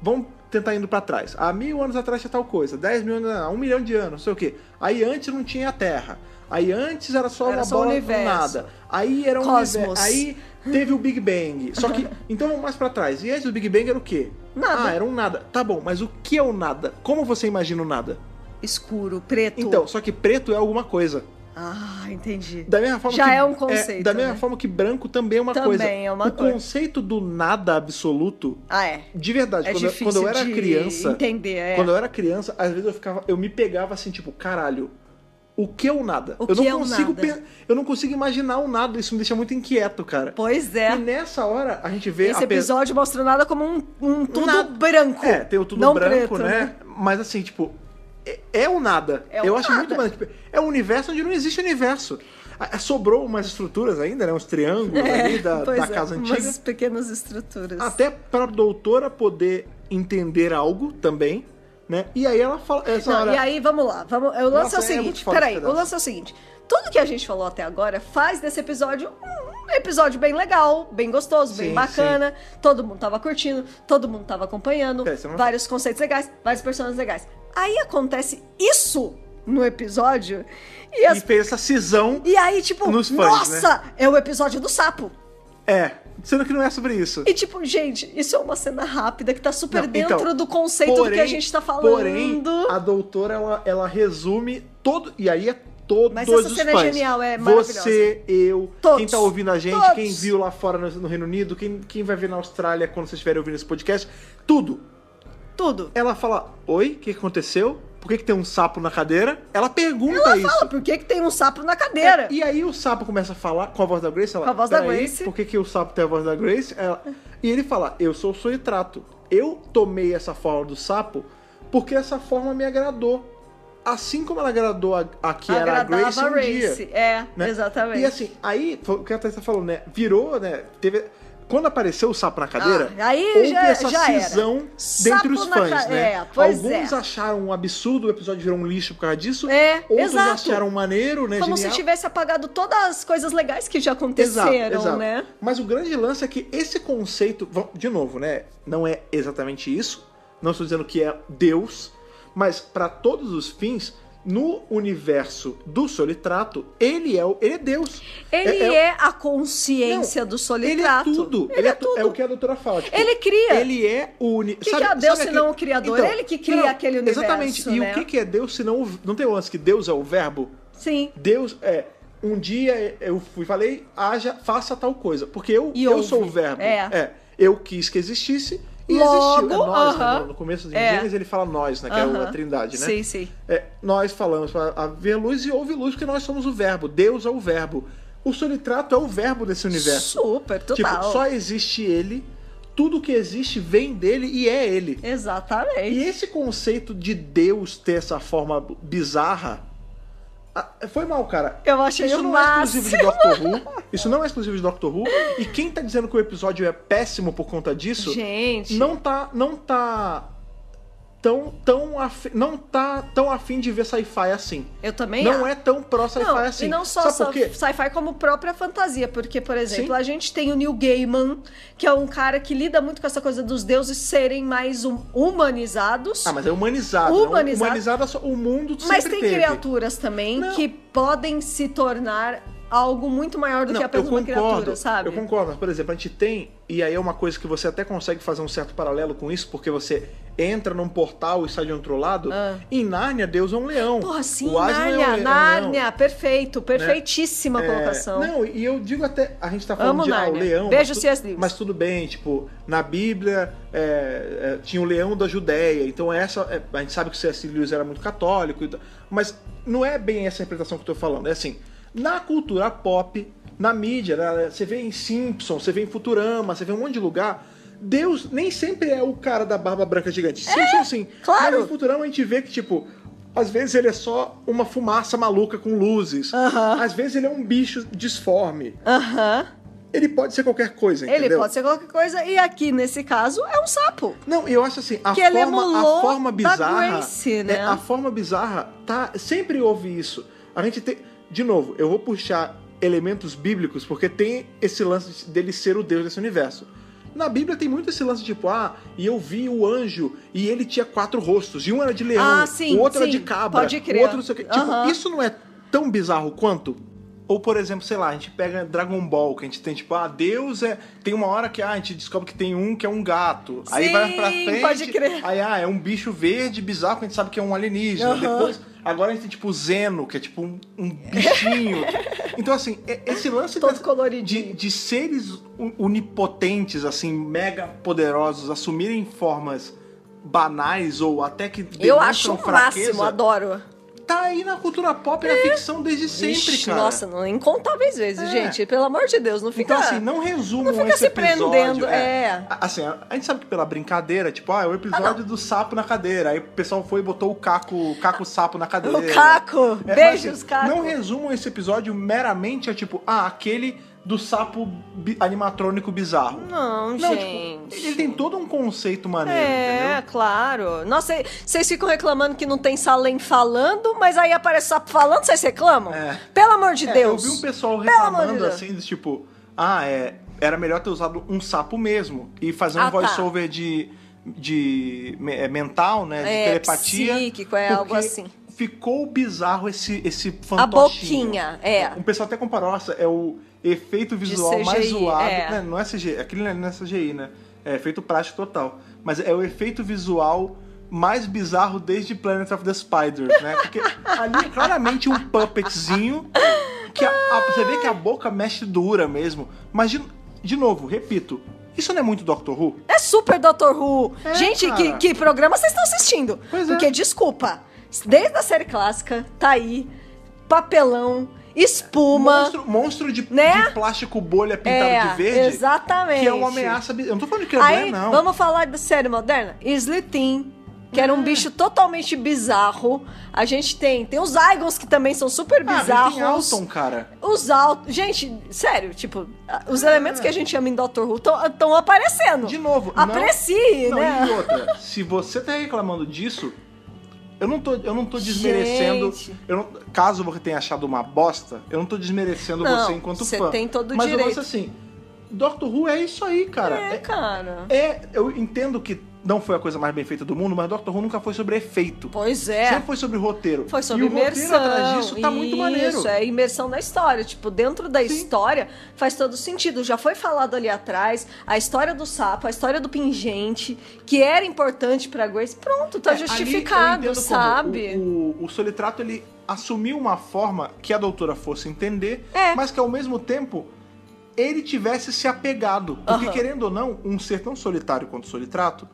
Speaker 1: vamos tentar indo pra trás. Há mil anos atrás tinha tal coisa, dez mil anos, há um milhão de anos, não sei o quê. Aí antes não tinha a Terra. Aí antes era só
Speaker 2: Era
Speaker 1: uma
Speaker 2: só o
Speaker 1: bola
Speaker 2: universo.
Speaker 1: nada. Aí era um
Speaker 2: Cosmos.
Speaker 1: universo. Aí teve o Big Bang. Só que então vamos mais pra trás. E antes do Big Bang era o quê?
Speaker 2: Nada.
Speaker 1: Ah, era um nada. Tá bom, mas o que é o nada? Como você imagina o nada?
Speaker 2: Escuro, preto.
Speaker 1: Então, só que preto é alguma coisa.
Speaker 2: Ah, entendi.
Speaker 1: Da mesma forma
Speaker 2: Já
Speaker 1: que,
Speaker 2: é um conceito,
Speaker 1: da mesma
Speaker 2: né?
Speaker 1: forma que branco também é uma
Speaker 2: Também
Speaker 1: coisa.
Speaker 2: é uma
Speaker 1: o
Speaker 2: coisa.
Speaker 1: conceito do nada absoluto
Speaker 2: Ah, é.
Speaker 1: de verdade,
Speaker 2: É
Speaker 1: quando, eu,
Speaker 2: difícil
Speaker 1: quando eu era
Speaker 2: de
Speaker 1: criança.
Speaker 2: entender, é.
Speaker 1: Quando eu era criança, às vezes eu ficava. Eu me pegava assim, tipo, caralho, o que é o nada?
Speaker 2: O
Speaker 1: eu não
Speaker 2: que é o
Speaker 1: consigo
Speaker 2: nada?
Speaker 1: pen- Eu não consigo imaginar o nada, isso me deixa muito inquieto, cara.
Speaker 2: Pois
Speaker 1: E
Speaker 2: é.
Speaker 1: nessa hora a gente vê.
Speaker 2: Esse
Speaker 1: a pe-
Speaker 2: episódio mostrou nada como um, um tudo
Speaker 1: Nada.
Speaker 2: branco.
Speaker 1: É, tem o tudo
Speaker 2: não
Speaker 1: branco,
Speaker 2: preto,
Speaker 1: né? Mas assim, tipo, é, é o nada.
Speaker 2: É o
Speaker 1: eu acho
Speaker 2: nada.
Speaker 1: muito mais. Tipo, é um universo onde não existe universo. Ah, Sobrou umas estruturas ainda, né? Uns triângulos ali da,
Speaker 2: Pois
Speaker 1: da
Speaker 2: é,
Speaker 1: casa antiga.
Speaker 2: Umas pequenas estruturas.
Speaker 1: Até pra doutora poder entender algo também, né? E aí ela fala. Essa
Speaker 2: Não,
Speaker 1: hora.
Speaker 2: e aí, vamos lá. Vamos, o lance
Speaker 1: Nossa, é
Speaker 2: é o
Speaker 1: muito
Speaker 2: seguinte,
Speaker 1: foda
Speaker 2: peraí,
Speaker 1: esse
Speaker 2: o
Speaker 1: pedaço.
Speaker 2: lance é o seguinte. Tudo que a gente falou até agora faz desse episódio um episódio bem legal, bem gostoso, bem
Speaker 1: Sim,
Speaker 2: bacana. Todo mundo tava curtindo, todo mundo tava acompanhando,
Speaker 1: É, você não-
Speaker 2: vários conceitos legais, várias personagens legais. Aí acontece isso no episódio e,
Speaker 1: E
Speaker 2: as-
Speaker 1: fez essa cisão.
Speaker 2: e aí, tipo,
Speaker 1: nos fãs, né?
Speaker 2: nossa, é o episódio do sapo.
Speaker 1: É. Sendo que não é sobre isso.
Speaker 2: E tipo, gente, isso é uma cena rápida que tá super
Speaker 1: Não, então,
Speaker 2: dentro do conceito do que a gente tá falando.
Speaker 1: Porém, a doutora, ela, ela resume todo. E aí é todos
Speaker 2: Mas essa
Speaker 1: os
Speaker 2: cena é
Speaker 1: fãs.
Speaker 2: genial, é
Speaker 1: Você, eu,
Speaker 2: Todos.
Speaker 1: quem tá ouvindo a gente,
Speaker 2: Todos.
Speaker 1: quem viu lá fora no, no Reino Unido, quem, quem vai ver na Austrália quando vocês estiverem ouvindo esse podcast, tudo.
Speaker 2: Tudo.
Speaker 1: Ela fala: Oi, o que aconteceu? Por que, que tem um sapo na cadeira? Ela pergunta isso.
Speaker 2: Fala, por que, que tem um sapo na cadeira?
Speaker 1: É, E aí o sapo começa a falar com a voz da Grace. Ela,
Speaker 2: Com a voz da
Speaker 1: "Peraí,
Speaker 2: Grace."
Speaker 1: Por que, que o sapo tem a voz da Grace? Ela- e ele fala, eu sou o Soitrato. Eu tomei essa forma do sapo porque essa forma me agradou. Assim como ela agradou a, a que era a
Speaker 2: Agradava
Speaker 1: Grace um dia.
Speaker 2: É,
Speaker 1: né?
Speaker 2: exatamente.
Speaker 1: E assim, aí, foi o que a Thaisa falou, né? Virou, né? Teve... Quando apareceu o sapo na cadeira,
Speaker 2: Ah, aí
Speaker 1: houve
Speaker 2: já-
Speaker 1: essa
Speaker 2: já era.
Speaker 1: cisão
Speaker 2: Sapo
Speaker 1: dentre os
Speaker 2: na
Speaker 1: fãs,
Speaker 2: ca-
Speaker 1: né?
Speaker 2: é, pois
Speaker 1: Alguns
Speaker 2: é.
Speaker 1: acharam um absurdo, o episódio virou um lixo por causa disso.
Speaker 2: É,
Speaker 1: Outros
Speaker 2: exato.
Speaker 1: acharam maneiro, né?
Speaker 2: Como se
Speaker 1: genial.
Speaker 2: tivesse apagado todas as coisas legais que já aconteceram, né?
Speaker 1: Mas o grande lance é que esse conceito, vam- de novo, né? Não é exatamente isso. Não estou dizendo que é Deus, mas para todos os fins, no universo do Solitrato, ele é o, ele é Deus.
Speaker 2: Ele é,
Speaker 1: é,
Speaker 2: a consciência
Speaker 1: ele
Speaker 2: do
Speaker 1: é
Speaker 2: solitrato.
Speaker 1: tudo. Ele, é, tu- é o que a doutora fala. tipo,
Speaker 2: Ele cria.
Speaker 1: Ele é o único.
Speaker 2: que é Deus senão o Criador? Ele que cria aquele universo,
Speaker 1: Então, Exatamente. E
Speaker 2: né?
Speaker 1: o que que é Deus senão o. Não tem o lance que Deus é o verbo?
Speaker 2: Sim.
Speaker 1: Deus é. Um dia eu fui falei, haja, faça tal coisa. Porque eu,
Speaker 2: E
Speaker 1: eu
Speaker 2: houve.
Speaker 1: sou o verbo.
Speaker 2: É.
Speaker 1: Eu quis que existisse e
Speaker 2: Logo,
Speaker 1: existiu. É nós, né?
Speaker 2: aham.
Speaker 1: No- No começo de
Speaker 2: É.
Speaker 1: Gênesis ele fala nós, né? Que é
Speaker 2: Aham.
Speaker 1: a trindade, né?
Speaker 2: Sim, sim.
Speaker 1: É, nós falamos para haver luz e houve luz, porque nós somos o verbo. Deus é o verbo. O sonitrato é o verbo desse universo.
Speaker 2: Super, total.
Speaker 1: Tipo, só existe ele, tudo que existe vem dele e é ele.
Speaker 2: Exatamente.
Speaker 1: E esse conceito de Deus ter essa forma bizarra ah, foi mal, cara.
Speaker 2: Eu achei
Speaker 1: Isso
Speaker 2: o
Speaker 1: não é
Speaker 2: máximo.
Speaker 1: exclusivo de Doctor Who. Isso não é exclusivo de Doctor Who. E quem tá dizendo que o episódio é péssimo por conta disso,
Speaker 2: Gente.
Speaker 1: não tá não tá tão tão afi- não tá tão afim de ver sci-fi assim.
Speaker 2: Eu também
Speaker 1: Não é tão pró sci-fi
Speaker 2: Não,
Speaker 1: assim.
Speaker 2: E não só
Speaker 1: Sabe por quê?
Speaker 2: sci- sci-fi como própria fantasia, porque, por exemplo,
Speaker 1: Sim.
Speaker 2: a gente tem o Neil Gaiman, que é um cara que lida muito com essa coisa dos deuses serem mais hum- humanizados.
Speaker 1: Ah, mas é humanizado.
Speaker 2: Humanizado.
Speaker 1: Humanizado, humanizado é só- o mundo sempre
Speaker 2: mas tem
Speaker 1: teve.
Speaker 2: criaturas também
Speaker 1: Não.
Speaker 2: que podem se tornar algo muito maior do
Speaker 1: Não,
Speaker 2: que apenas
Speaker 1: eu
Speaker 2: uma
Speaker 1: concordo,
Speaker 2: criatura, sabe?
Speaker 1: Eu concordo, mas, por exemplo, a gente tem, e aí é uma coisa que você até consegue fazer um certo paralelo com isso, porque você entra num portal e sai de outro lado.
Speaker 2: Ah.
Speaker 1: Em Nárnia, Deus é um leão.
Speaker 2: Porra, sim,
Speaker 1: O Aslan é um
Speaker 2: Nárnia,
Speaker 1: leão.
Speaker 2: Nárnia, perfeito, perfeitíssima
Speaker 1: É,
Speaker 2: colocação.
Speaker 1: Não, e eu digo até. A gente tá falando
Speaker 2: Amo
Speaker 1: de ah, o
Speaker 2: Nárnia.
Speaker 1: leão.
Speaker 2: Beijo,
Speaker 1: mas, tu-
Speaker 2: C.S. Lewis.
Speaker 1: mas tudo bem, tipo, na Bíblia é, é, tinha o leão da Judéia. Então essa. é, a gente sabe que o C.S. Lewis era muito católico. e tal, mas não é bem essa interpretação que eu tô falando. É assim, na cultura pop, na mídia, na- você vê em Simpsons, você vê em Futurama, você vê em um monte de lugar. Deus nem sempre é o cara da barba branca gigante. Simpsons, assim.
Speaker 2: É, claro.
Speaker 1: Mas em Futurama a gente vê que, tipo, às vezes ele é só uma fumaça maluca com luzes.
Speaker 2: Aham.
Speaker 1: Às vezes ele é um bicho disforme.
Speaker 2: Aham.
Speaker 1: Ele pode ser qualquer coisa, entendeu?
Speaker 2: Ele pode ser qualquer coisa, e aqui, nesse caso, é um sapo.
Speaker 1: Não, eu acho assim, a
Speaker 2: Que ele
Speaker 1: forma,
Speaker 2: emulou
Speaker 1: a forma
Speaker 2: da
Speaker 1: bizarra,
Speaker 2: Grace, né?
Speaker 1: A forma bizarra tá, sempre houve isso. A gente tem, de novo, eu vou puxar elementos bíblicos porque tem esse lance de- dele ser o Deus desse universo. Na Bíblia tem muito esse lance tipo, ah, e eu vi o anjo e ele tinha quatro rostos, e um era de leão,
Speaker 2: Ah, sim,
Speaker 1: o outro era
Speaker 2: sim,
Speaker 1: de cabra,
Speaker 2: pode crer.
Speaker 1: o outro não sei o quê. Tipo,
Speaker 2: Aham.
Speaker 1: isso não é tão bizarro quanto ou, por exemplo, sei lá, a gente pega Dragon Ball, que a gente tem, tipo, ah, Deus é. Tem uma hora que ah, a gente descobre que tem um que é um gato. aí
Speaker 2: Sim,
Speaker 1: vai pra frente.
Speaker 2: pode crer.
Speaker 1: Aí, ah, é um bicho verde bizarro que a gente sabe que é um alienígena.
Speaker 2: Aham.
Speaker 1: Depois. Agora a gente tem, tipo, o Zeno, que é tipo um, um bichinho. então, assim, é- esse lance
Speaker 2: Todo
Speaker 1: dessa-
Speaker 2: coloridinho.
Speaker 1: de, de seres u- onipotentes, assim, mega poderosos, assumirem formas banais ou até que
Speaker 2: Eu
Speaker 1: demonstram
Speaker 2: acho o
Speaker 1: fraqueza,
Speaker 2: máximo, adoro.
Speaker 1: tá aí na cultura pop e na ficção desde sempre,
Speaker 2: É. Ixi,
Speaker 1: cara.
Speaker 2: Nossa, não, incontáveis vezes,
Speaker 1: É.
Speaker 2: gente. Pelo amor de Deus, não fica.
Speaker 1: Então, assim, não resumam
Speaker 2: não fica
Speaker 1: esse
Speaker 2: se
Speaker 1: episódio.
Speaker 2: prendendo, é.
Speaker 1: A- Assim, a, a gente sabe que pela brincadeira, tipo, ah, é o episódio do sapo na cadeira. Aí o pessoal foi e botou o caco, o caco sapo na cadeira.
Speaker 2: O caco!
Speaker 1: É,
Speaker 2: Beijos,
Speaker 1: mas, assim,
Speaker 2: caco!
Speaker 1: Não resumam esse episódio meramente a, tipo, ah, aquele do sapo bi- animatrônico bizarro.
Speaker 2: Não,
Speaker 1: Não,
Speaker 2: gente.
Speaker 1: tipo, ele tem todo um conceito maneiro,
Speaker 2: É,
Speaker 1: entendeu?
Speaker 2: claro. Nossa, e- vocês ficam reclamando que não tem Salem falando, mas aí aparece sapo falando, vocês reclamam?
Speaker 1: É.
Speaker 2: Pelo amor de
Speaker 1: É,
Speaker 2: Deus.
Speaker 1: Eu vi um pessoal
Speaker 2: Pelo amor de
Speaker 1: reclamando
Speaker 2: Deus.
Speaker 1: assim, de tipo, ah, é, era melhor ter usado um sapo mesmo e fazer um
Speaker 2: Ah, tá.
Speaker 1: voiceover de, de me- é, mental, né, de
Speaker 2: É,
Speaker 1: telepatia.
Speaker 2: psíquico, é,
Speaker 1: porque
Speaker 2: algo assim.
Speaker 1: Ficou bizarro esse esse fantochinho.
Speaker 2: A boquinha, é.
Speaker 1: Um pessoal até comparou, nossa, é o efeito visual
Speaker 2: CGI,
Speaker 1: mais zoado.
Speaker 2: é.
Speaker 1: né, não é CGI, aquele não é CGI, né? É efeito prático total. Mas é o efeito visual mais bizarro desde Planet of the Spiders, né? Porque ali é claramente um puppetzinho que a- a- você vê que a boca mexe dura mesmo. Mas, de, de novo, repito, isso não é muito Doctor Who?
Speaker 2: É super Dr. Who.
Speaker 1: É,
Speaker 2: Gente,
Speaker 1: cara.
Speaker 2: que, que programa vocês estão assistindo?
Speaker 1: Pois é.
Speaker 2: Porque, desculpa, desde a série clássica, tá aí, papelão, espuma.
Speaker 1: um Monstro, monstro de,
Speaker 2: Né?
Speaker 1: de plástico bolha pintado
Speaker 2: é,
Speaker 1: de verde,
Speaker 2: exatamente.
Speaker 1: que é uma ameaça... bi- Eu não tô falando que é
Speaker 2: Aí,
Speaker 1: bem, não.
Speaker 2: vamos falar da série moderna? Slitin, que
Speaker 1: É.
Speaker 2: era um bicho totalmente bizarro. A gente tem, tem os Zygons que também são super
Speaker 1: Ah, mas
Speaker 2: bizarros.
Speaker 1: tem Alton, cara.
Speaker 2: Os altos. Gente, sério, tipo, os elementos que a gente ama em Doctor Who estão aparecendo.
Speaker 1: É. De novo, não-
Speaker 2: Aprecie,
Speaker 1: não,
Speaker 2: né?
Speaker 1: E outra, se você tá reclamando disso, eu não tô, eu não tô desmerecendo.
Speaker 2: Gente.
Speaker 1: Eu não- caso você tenha achado uma bosta, eu não tô desmerecendo
Speaker 2: Não,
Speaker 1: você enquanto
Speaker 2: você
Speaker 1: fã.
Speaker 2: tem todo o
Speaker 1: Mas eu
Speaker 2: direito.
Speaker 1: gosto assim, Doctor Who é isso aí, cara.
Speaker 2: É, cara.
Speaker 1: É, eu entendo que não foi a coisa mais bem feita do mundo, mas Doctor Who nunca foi sobre efeito.
Speaker 2: Pois é.
Speaker 1: Sempre foi sobre roteiro.
Speaker 2: Foi sobre
Speaker 1: e o
Speaker 2: imersão.
Speaker 1: roteiro atrás disso tá muito maneiro.
Speaker 2: Isso, é imersão na história. Tipo, dentro da história faz todo sentido. Já foi falado ali atrás a história do sapo, a história do pingente, que era importante pra Grace. Pronto, tá
Speaker 1: É, ali eu
Speaker 2: justificado,
Speaker 1: entendo como
Speaker 2: sabe?
Speaker 1: O, o, o Solitrato, ele assumiu uma forma que a doutora fosse entender,
Speaker 2: É.
Speaker 1: mas que ao mesmo tempo ele tivesse se apegado. Porque,
Speaker 2: Aham.
Speaker 1: querendo ou não, um ser tão solitário quanto o Solitrato,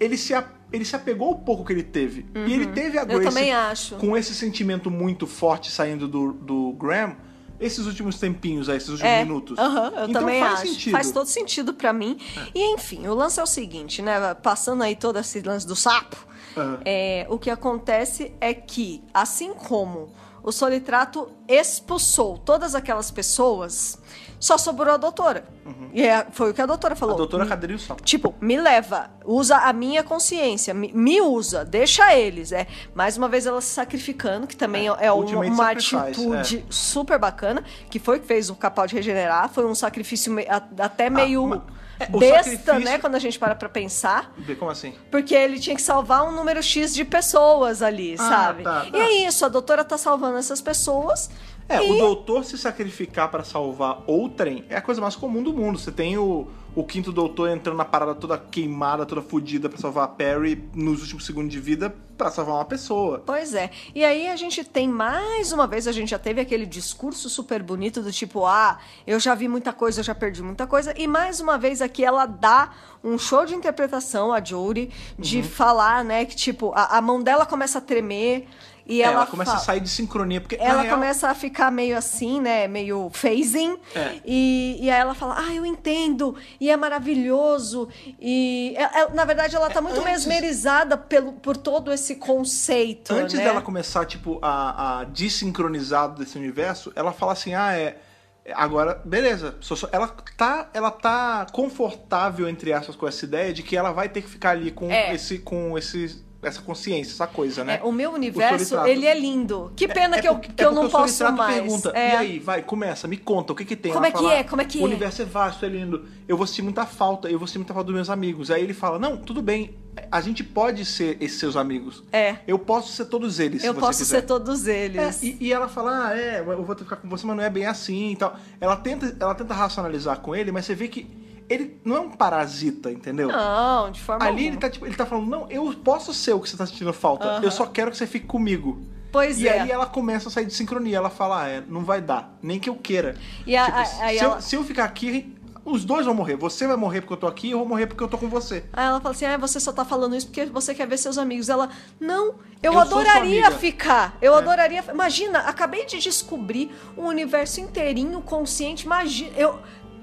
Speaker 1: ele se, a- ele se apegou ao pouco que ele teve. E ele teve a
Speaker 2: Uhum. Eu
Speaker 1: Grace
Speaker 2: também acho.
Speaker 1: com esse sentimento muito forte saindo do, do Graham, esses últimos tempinhos, aí, esses últimos
Speaker 2: É,
Speaker 1: minutos.
Speaker 2: aham, eu
Speaker 1: então
Speaker 2: também
Speaker 1: faz
Speaker 2: acho.
Speaker 1: sentido.
Speaker 2: Faz todo sentido pra mim. E enfim, o lance é o seguinte, né? Passando aí todo esse lance do sapo,
Speaker 1: Aham.
Speaker 2: é, o que acontece é que, assim como o Solitrato expulsou todas aquelas pessoas, só sobrou a doutora. E é- foi o que a doutora
Speaker 1: Uhum. A
Speaker 2: falou.
Speaker 1: doutora Cadeira e o Sapo.
Speaker 2: Tipo, me leva, usa a minha consciência, me, me usa, deixa eles. É mais uma vez ela se sacrificando, que também é, é uma,
Speaker 1: ultimate
Speaker 2: uma
Speaker 1: sacrifice, é.
Speaker 2: atitude super bacana, que foi o que fez o Capaldi regenerar. Foi um sacrifício me- a- até meio
Speaker 1: ma- Ah, é, o
Speaker 2: besta,
Speaker 1: sacrifício-
Speaker 2: né? Quando a gente para pra pensar.
Speaker 1: Como assim?
Speaker 2: Porque ele tinha que salvar um número X de pessoas ali,
Speaker 1: Ah,
Speaker 2: sabe?
Speaker 1: tá, tá.
Speaker 2: E é isso, a doutora tá salvando essas pessoas.
Speaker 1: É,
Speaker 2: e...
Speaker 1: o doutor se sacrificar pra salvar outrem é a coisa mais comum do mundo. Você tem o, o quinto doutor entrando na parada toda queimada, toda fodida pra salvar a Perry nos últimos segundos de vida pra salvar uma pessoa.
Speaker 2: Pois é. E aí a gente tem mais uma vez, a gente já teve aquele discurso super bonito do tipo, ah, eu já vi muita coisa, eu já perdi muita coisa. E mais uma vez aqui ela dá um show de interpretação a Jory
Speaker 1: Uhum.
Speaker 2: de falar, né, que tipo, a, a mão dela começa a tremer e
Speaker 1: É,
Speaker 2: ela,
Speaker 1: ela, começa
Speaker 2: fala-
Speaker 1: a sair de sincronia, porque na
Speaker 2: ela
Speaker 1: real,
Speaker 2: começa a ficar meio assim, né? Meio phasing.
Speaker 1: É.
Speaker 2: E, e aí ela fala, ah, eu entendo. E é maravilhoso. E é- é- na verdade ela tá muito
Speaker 1: antes-
Speaker 2: mesmerizada pelo, por todo esse conceito.
Speaker 1: antes
Speaker 2: né?
Speaker 1: dela começar, tipo, a, a desincronizar desse universo, ela fala assim, ah, é... é, Agora, beleza. sou só- ela, tá, ela tá confortável, entre aspas, com essa ideia de que ela vai ter que ficar ali com,
Speaker 2: É.
Speaker 1: esse, com esse, essa consciência, essa coisa, né?
Speaker 2: É, o meu
Speaker 1: O
Speaker 2: universo,
Speaker 1: solitrato.
Speaker 2: ele é lindo. Que pena
Speaker 1: É
Speaker 2: que eu,
Speaker 1: porque-
Speaker 2: que
Speaker 1: é
Speaker 2: eu
Speaker 1: porque
Speaker 2: não
Speaker 1: o Solitrato
Speaker 2: posso mais.
Speaker 1: pergunta,
Speaker 2: É.
Speaker 1: E aí, vai, começa, me conta, o que que tem?
Speaker 2: Como
Speaker 1: Ela
Speaker 2: é que
Speaker 1: fala,
Speaker 2: é? Como é que
Speaker 1: O
Speaker 2: é?"
Speaker 1: universo é vasto, é lindo. Eu vou sentir muita falta, eu vou sentir muita falta dos meus amigos. Aí ele fala, não, tudo bem, a gente pode ser esses seus amigos.
Speaker 2: É.
Speaker 1: Eu posso ser todos eles, se
Speaker 2: eu
Speaker 1: você
Speaker 2: posso
Speaker 1: quiser.
Speaker 2: ser todos
Speaker 1: É,
Speaker 2: eles.
Speaker 1: e, e ela fala, ah, é, eu vou ter que ficar com você, mas não é bem assim e tal. Ela tenta, ela tenta racionalizar com ele, mas você vê que ele não é um parasita, entendeu?
Speaker 2: Não, é de forma
Speaker 1: Ali ele
Speaker 2: alguma.
Speaker 1: tá, tipo, ele tá falando, não, eu posso ser o que você tá sentindo falta,
Speaker 2: Aham.
Speaker 1: eu só quero que você fique comigo.
Speaker 2: Pois
Speaker 1: E
Speaker 2: é.
Speaker 1: aí ela começa a sair de sincronia. Ela fala, ah, é, não vai dar, nem que eu queira.
Speaker 2: E a-
Speaker 1: Tipo,
Speaker 2: a-
Speaker 1: se,
Speaker 2: aí
Speaker 1: eu,
Speaker 2: ela-
Speaker 1: se eu ficar aqui, os dois vão morrer. Você vai morrer porque eu tô aqui e eu vou morrer porque eu tô com você.
Speaker 2: Aí ela fala assim: ah, você só tá falando isso porque você quer ver seus amigos. Ela, não,
Speaker 1: Eu
Speaker 2: eu,
Speaker 1: sou sua
Speaker 2: adoraria
Speaker 1: amiga."
Speaker 2: ficar. Eu
Speaker 1: É.
Speaker 2: adoraria. Imagina, acabei de descobrir um universo inteirinho, consciente. Imagina. Eu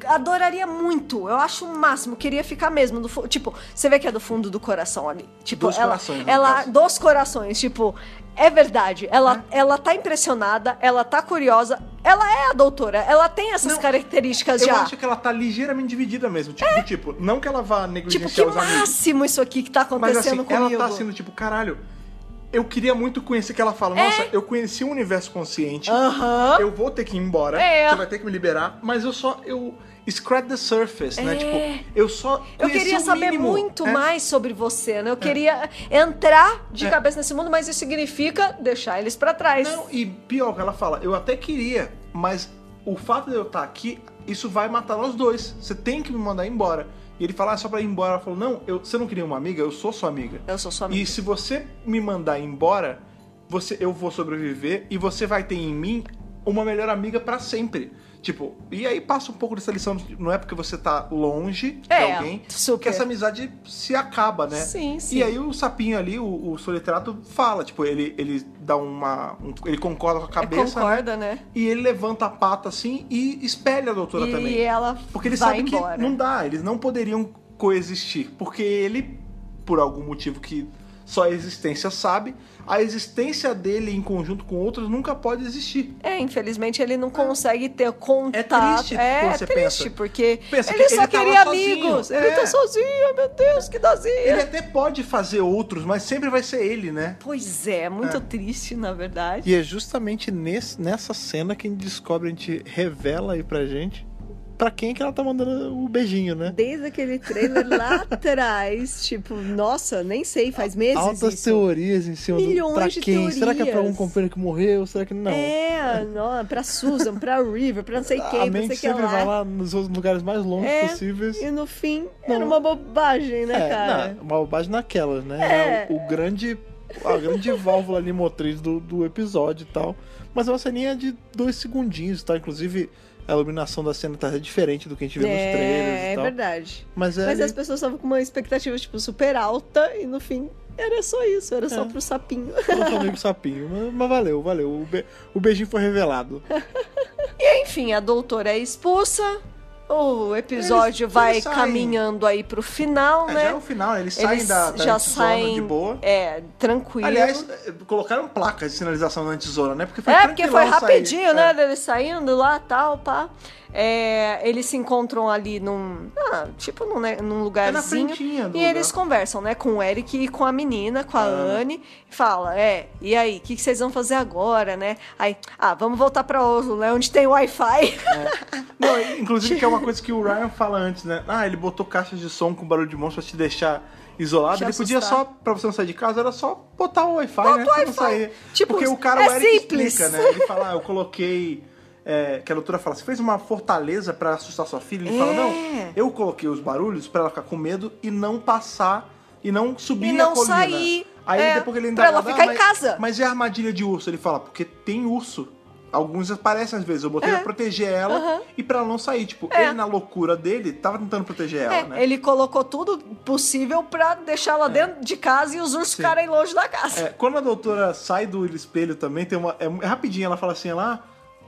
Speaker 2: adoraria muito. Eu acho o máximo. Queria ficar mesmo. do fu- tipo, você vê que é do fundo do coração ali. Tipo,
Speaker 1: Dos
Speaker 2: ela,
Speaker 1: corações, no
Speaker 2: ela
Speaker 1: caso. É.
Speaker 2: dos corações. Tipo, é verdade. Ela, ela tá impressionada, ela tá curiosa. Ela é a doutora, ela tem essas
Speaker 1: Não,
Speaker 2: características
Speaker 1: Eu
Speaker 2: já.
Speaker 1: acho que ela tá ligeiramente dividida mesmo. Tipo, do tipo, não que ela vá
Speaker 2: Tipo,
Speaker 1: negligenciar
Speaker 2: que
Speaker 1: é os amigos.
Speaker 2: máximo isso aqui que tá
Speaker 1: Mas
Speaker 2: acontecendo
Speaker 1: assim,
Speaker 2: comigo.
Speaker 1: ela tá sendo tipo, caralho, eu queria muito conhecer que ela fala,
Speaker 2: É.
Speaker 1: nossa, eu conheci um universo consciente.
Speaker 2: Aham.
Speaker 1: Eu vou ter que ir embora.
Speaker 2: É.
Speaker 1: Você vai ter que me liberar. Mas eu só. Eu. Scratch the surface, né?
Speaker 2: É.
Speaker 1: Tipo, eu só.
Speaker 2: Eu
Speaker 1: conheci
Speaker 2: queria
Speaker 1: o
Speaker 2: saber
Speaker 1: mínimo.
Speaker 2: muito
Speaker 1: É.
Speaker 2: mais sobre você, né? Eu queria entrar de
Speaker 1: É.
Speaker 2: cabeça nesse mundo, mas isso significa deixar eles pra trás.
Speaker 1: Não, e pior que ela fala, eu até queria, mas o fato de eu estar aqui, isso vai matar nós dois. Você tem que me mandar embora. E ele fala, ah, só pra ir embora. Ela falou, não, eu- você não queria uma amiga? Eu sou sua amiga.
Speaker 2: Eu sou
Speaker 1: E
Speaker 2: sua amiga.
Speaker 1: se você me mandar embora, você, eu vou sobreviver e você vai ter em mim uma melhor amiga pra sempre. Tipo, e aí passa um pouco dessa lição, de- não é porque você tá longe de
Speaker 2: É,
Speaker 1: alguém
Speaker 2: super.
Speaker 1: que essa amizade se acaba, né?
Speaker 2: Sim, sim.
Speaker 1: E aí o sapinho ali, o, o solitrato, fala, tipo, ele, ele dá uma. um- ele concorda com a
Speaker 2: É,
Speaker 1: cabeça.
Speaker 2: concorda, né?
Speaker 1: E ele levanta a pata assim e espelha a doutora
Speaker 2: E
Speaker 1: também.
Speaker 2: ela
Speaker 1: Porque ele
Speaker 2: vai
Speaker 1: sabe
Speaker 2: embora.
Speaker 1: que não dá, eles não poderiam coexistir. Porque ele, por algum motivo que só a existência sabe, a existência dele em conjunto com outros nunca pode existir.
Speaker 2: É, infelizmente ele não consegue ter contato.
Speaker 1: triste
Speaker 2: é,
Speaker 1: quando
Speaker 2: é
Speaker 1: você
Speaker 2: triste,
Speaker 1: pensa.
Speaker 2: porque
Speaker 1: Pensa que
Speaker 2: ele só
Speaker 1: ele tá lá
Speaker 2: queria
Speaker 1: sozinho,
Speaker 2: amigos.
Speaker 1: é.
Speaker 2: Ele tá sozinho, meu Deus, que dozinha.
Speaker 1: Ele até pode fazer outros, mas sempre vai ser ele, né?
Speaker 2: Pois é, muito
Speaker 1: É.
Speaker 2: triste, na verdade.
Speaker 1: E é justamente nessa cena que a gente descobre, a gente revela aí pra gente pra quem que ela tá mandando o beijinho, né?
Speaker 2: Desde aquele trailer lá atrás, tipo, nossa, nem sei, faz meses
Speaker 1: Altas
Speaker 2: isso.
Speaker 1: teorias em cima
Speaker 2: Milhões
Speaker 1: do pra
Speaker 2: de
Speaker 1: quem. Será que é pra algum
Speaker 2: teorias.
Speaker 1: companheiro que morreu? Será que não?
Speaker 2: É, não, pra Susan, pra River, pra não sei quem,
Speaker 1: a
Speaker 2: pra não
Speaker 1: mente
Speaker 2: sei quem
Speaker 1: sempre vai
Speaker 2: lá.
Speaker 1: lá nos outros lugares mais longes
Speaker 2: É,
Speaker 1: possíveis.
Speaker 2: E no fim,
Speaker 1: Não.
Speaker 2: era uma bobagem, né,
Speaker 1: É,
Speaker 2: cara?
Speaker 1: não, uma bobagem naquelas, né?
Speaker 2: É.
Speaker 1: É o, o grande. A grande válvula ali motriz do, do episódio e tal. Mas é uma ceninha de dois segundinhos, tá? Inclusive, a iluminação da cena tá diferente do que a gente vê nos trailers
Speaker 2: é,
Speaker 1: e
Speaker 2: é
Speaker 1: tal.
Speaker 2: verdade.
Speaker 1: Mas é.
Speaker 2: Mas
Speaker 1: ali-
Speaker 2: as pessoas estavam com uma expectativa, tipo, super alta e no fim era só isso, era só
Speaker 1: É.
Speaker 2: pro sapinho.
Speaker 1: Nosso amigo sapinho. Mas, mas valeu, valeu. O, be- o beijinho foi revelado.
Speaker 2: Enfim, a doutora é expulsa, o episódio
Speaker 1: Eles-
Speaker 2: vai
Speaker 1: eles saem.
Speaker 2: caminhando aí pro final,
Speaker 1: É,
Speaker 2: né?
Speaker 1: já é o final, eles saem
Speaker 2: Eles
Speaker 1: da, da
Speaker 2: já
Speaker 1: antizona
Speaker 2: saem-
Speaker 1: de boa.
Speaker 2: É, tranquilo.
Speaker 1: Aliás, eh, colocaram placas de sinalização na antizona, né? Porque foi
Speaker 2: é, porque foi
Speaker 1: tranquilão sair.
Speaker 2: rapidinho,
Speaker 1: É.
Speaker 2: né? Eles saindo lá, tal, pá. É, eles se encontram ali num. Ah, tipo num, né,
Speaker 1: É
Speaker 2: num
Speaker 1: na
Speaker 2: lugarzinho.
Speaker 1: frentinha do
Speaker 2: e
Speaker 1: lugar. Ah, né.
Speaker 2: eles conversam, né? Com o Eric e com a menina, com a Anne. Fala, é, e aí, o que, que vocês vão fazer agora, né? Aí, ah, vamos voltar pra Oslo, né? Onde tem Wi-Fi.
Speaker 1: Não, e- inclusive que é uma coisa que o Ryan fala antes, né? Ah, ele botou caixas de som com barulho de monstro pra te deixar isolado.
Speaker 2: Te
Speaker 1: ele podia
Speaker 2: assustar.
Speaker 1: só, pra você não sair de casa, era só botar o Wi-Fi,
Speaker 2: Bota
Speaker 1: né?
Speaker 2: o
Speaker 1: Pra você não
Speaker 2: Wi-Fi.
Speaker 1: sair.
Speaker 2: Tipo,
Speaker 1: Porque o cara,
Speaker 2: é
Speaker 1: o Eric
Speaker 2: simples.
Speaker 1: explica, né? Ele fala, ah, eu coloquei... é, que a doutora fala, você fez uma fortaleza pra assustar sua filha? Ele fala,
Speaker 2: É.
Speaker 1: não, eu coloquei os barulhos pra ela ficar com medo e não passar, e não subir
Speaker 2: E não
Speaker 1: a colina.
Speaker 2: sair,
Speaker 1: Aí
Speaker 2: é,
Speaker 1: depois ele ainda
Speaker 2: pra ela
Speaker 1: fala,
Speaker 2: ficar
Speaker 1: mas-
Speaker 2: em casa.
Speaker 1: Mas é armadilha de urso, ele fala, porque tem urso. Alguns aparecem às vezes. Eu botei pra proteger ela e pra ela não sair. Tipo,
Speaker 2: É.
Speaker 1: ele na loucura dele tava tentando proteger ela,
Speaker 2: É,
Speaker 1: né?
Speaker 2: Ele colocou tudo possível pra deixar ela dentro de casa e os ursos ficarem longe da casa.
Speaker 1: É, quando a doutora sai do espelho também, tem uma. É, é rapidinho, ela fala assim, ela, "Ah,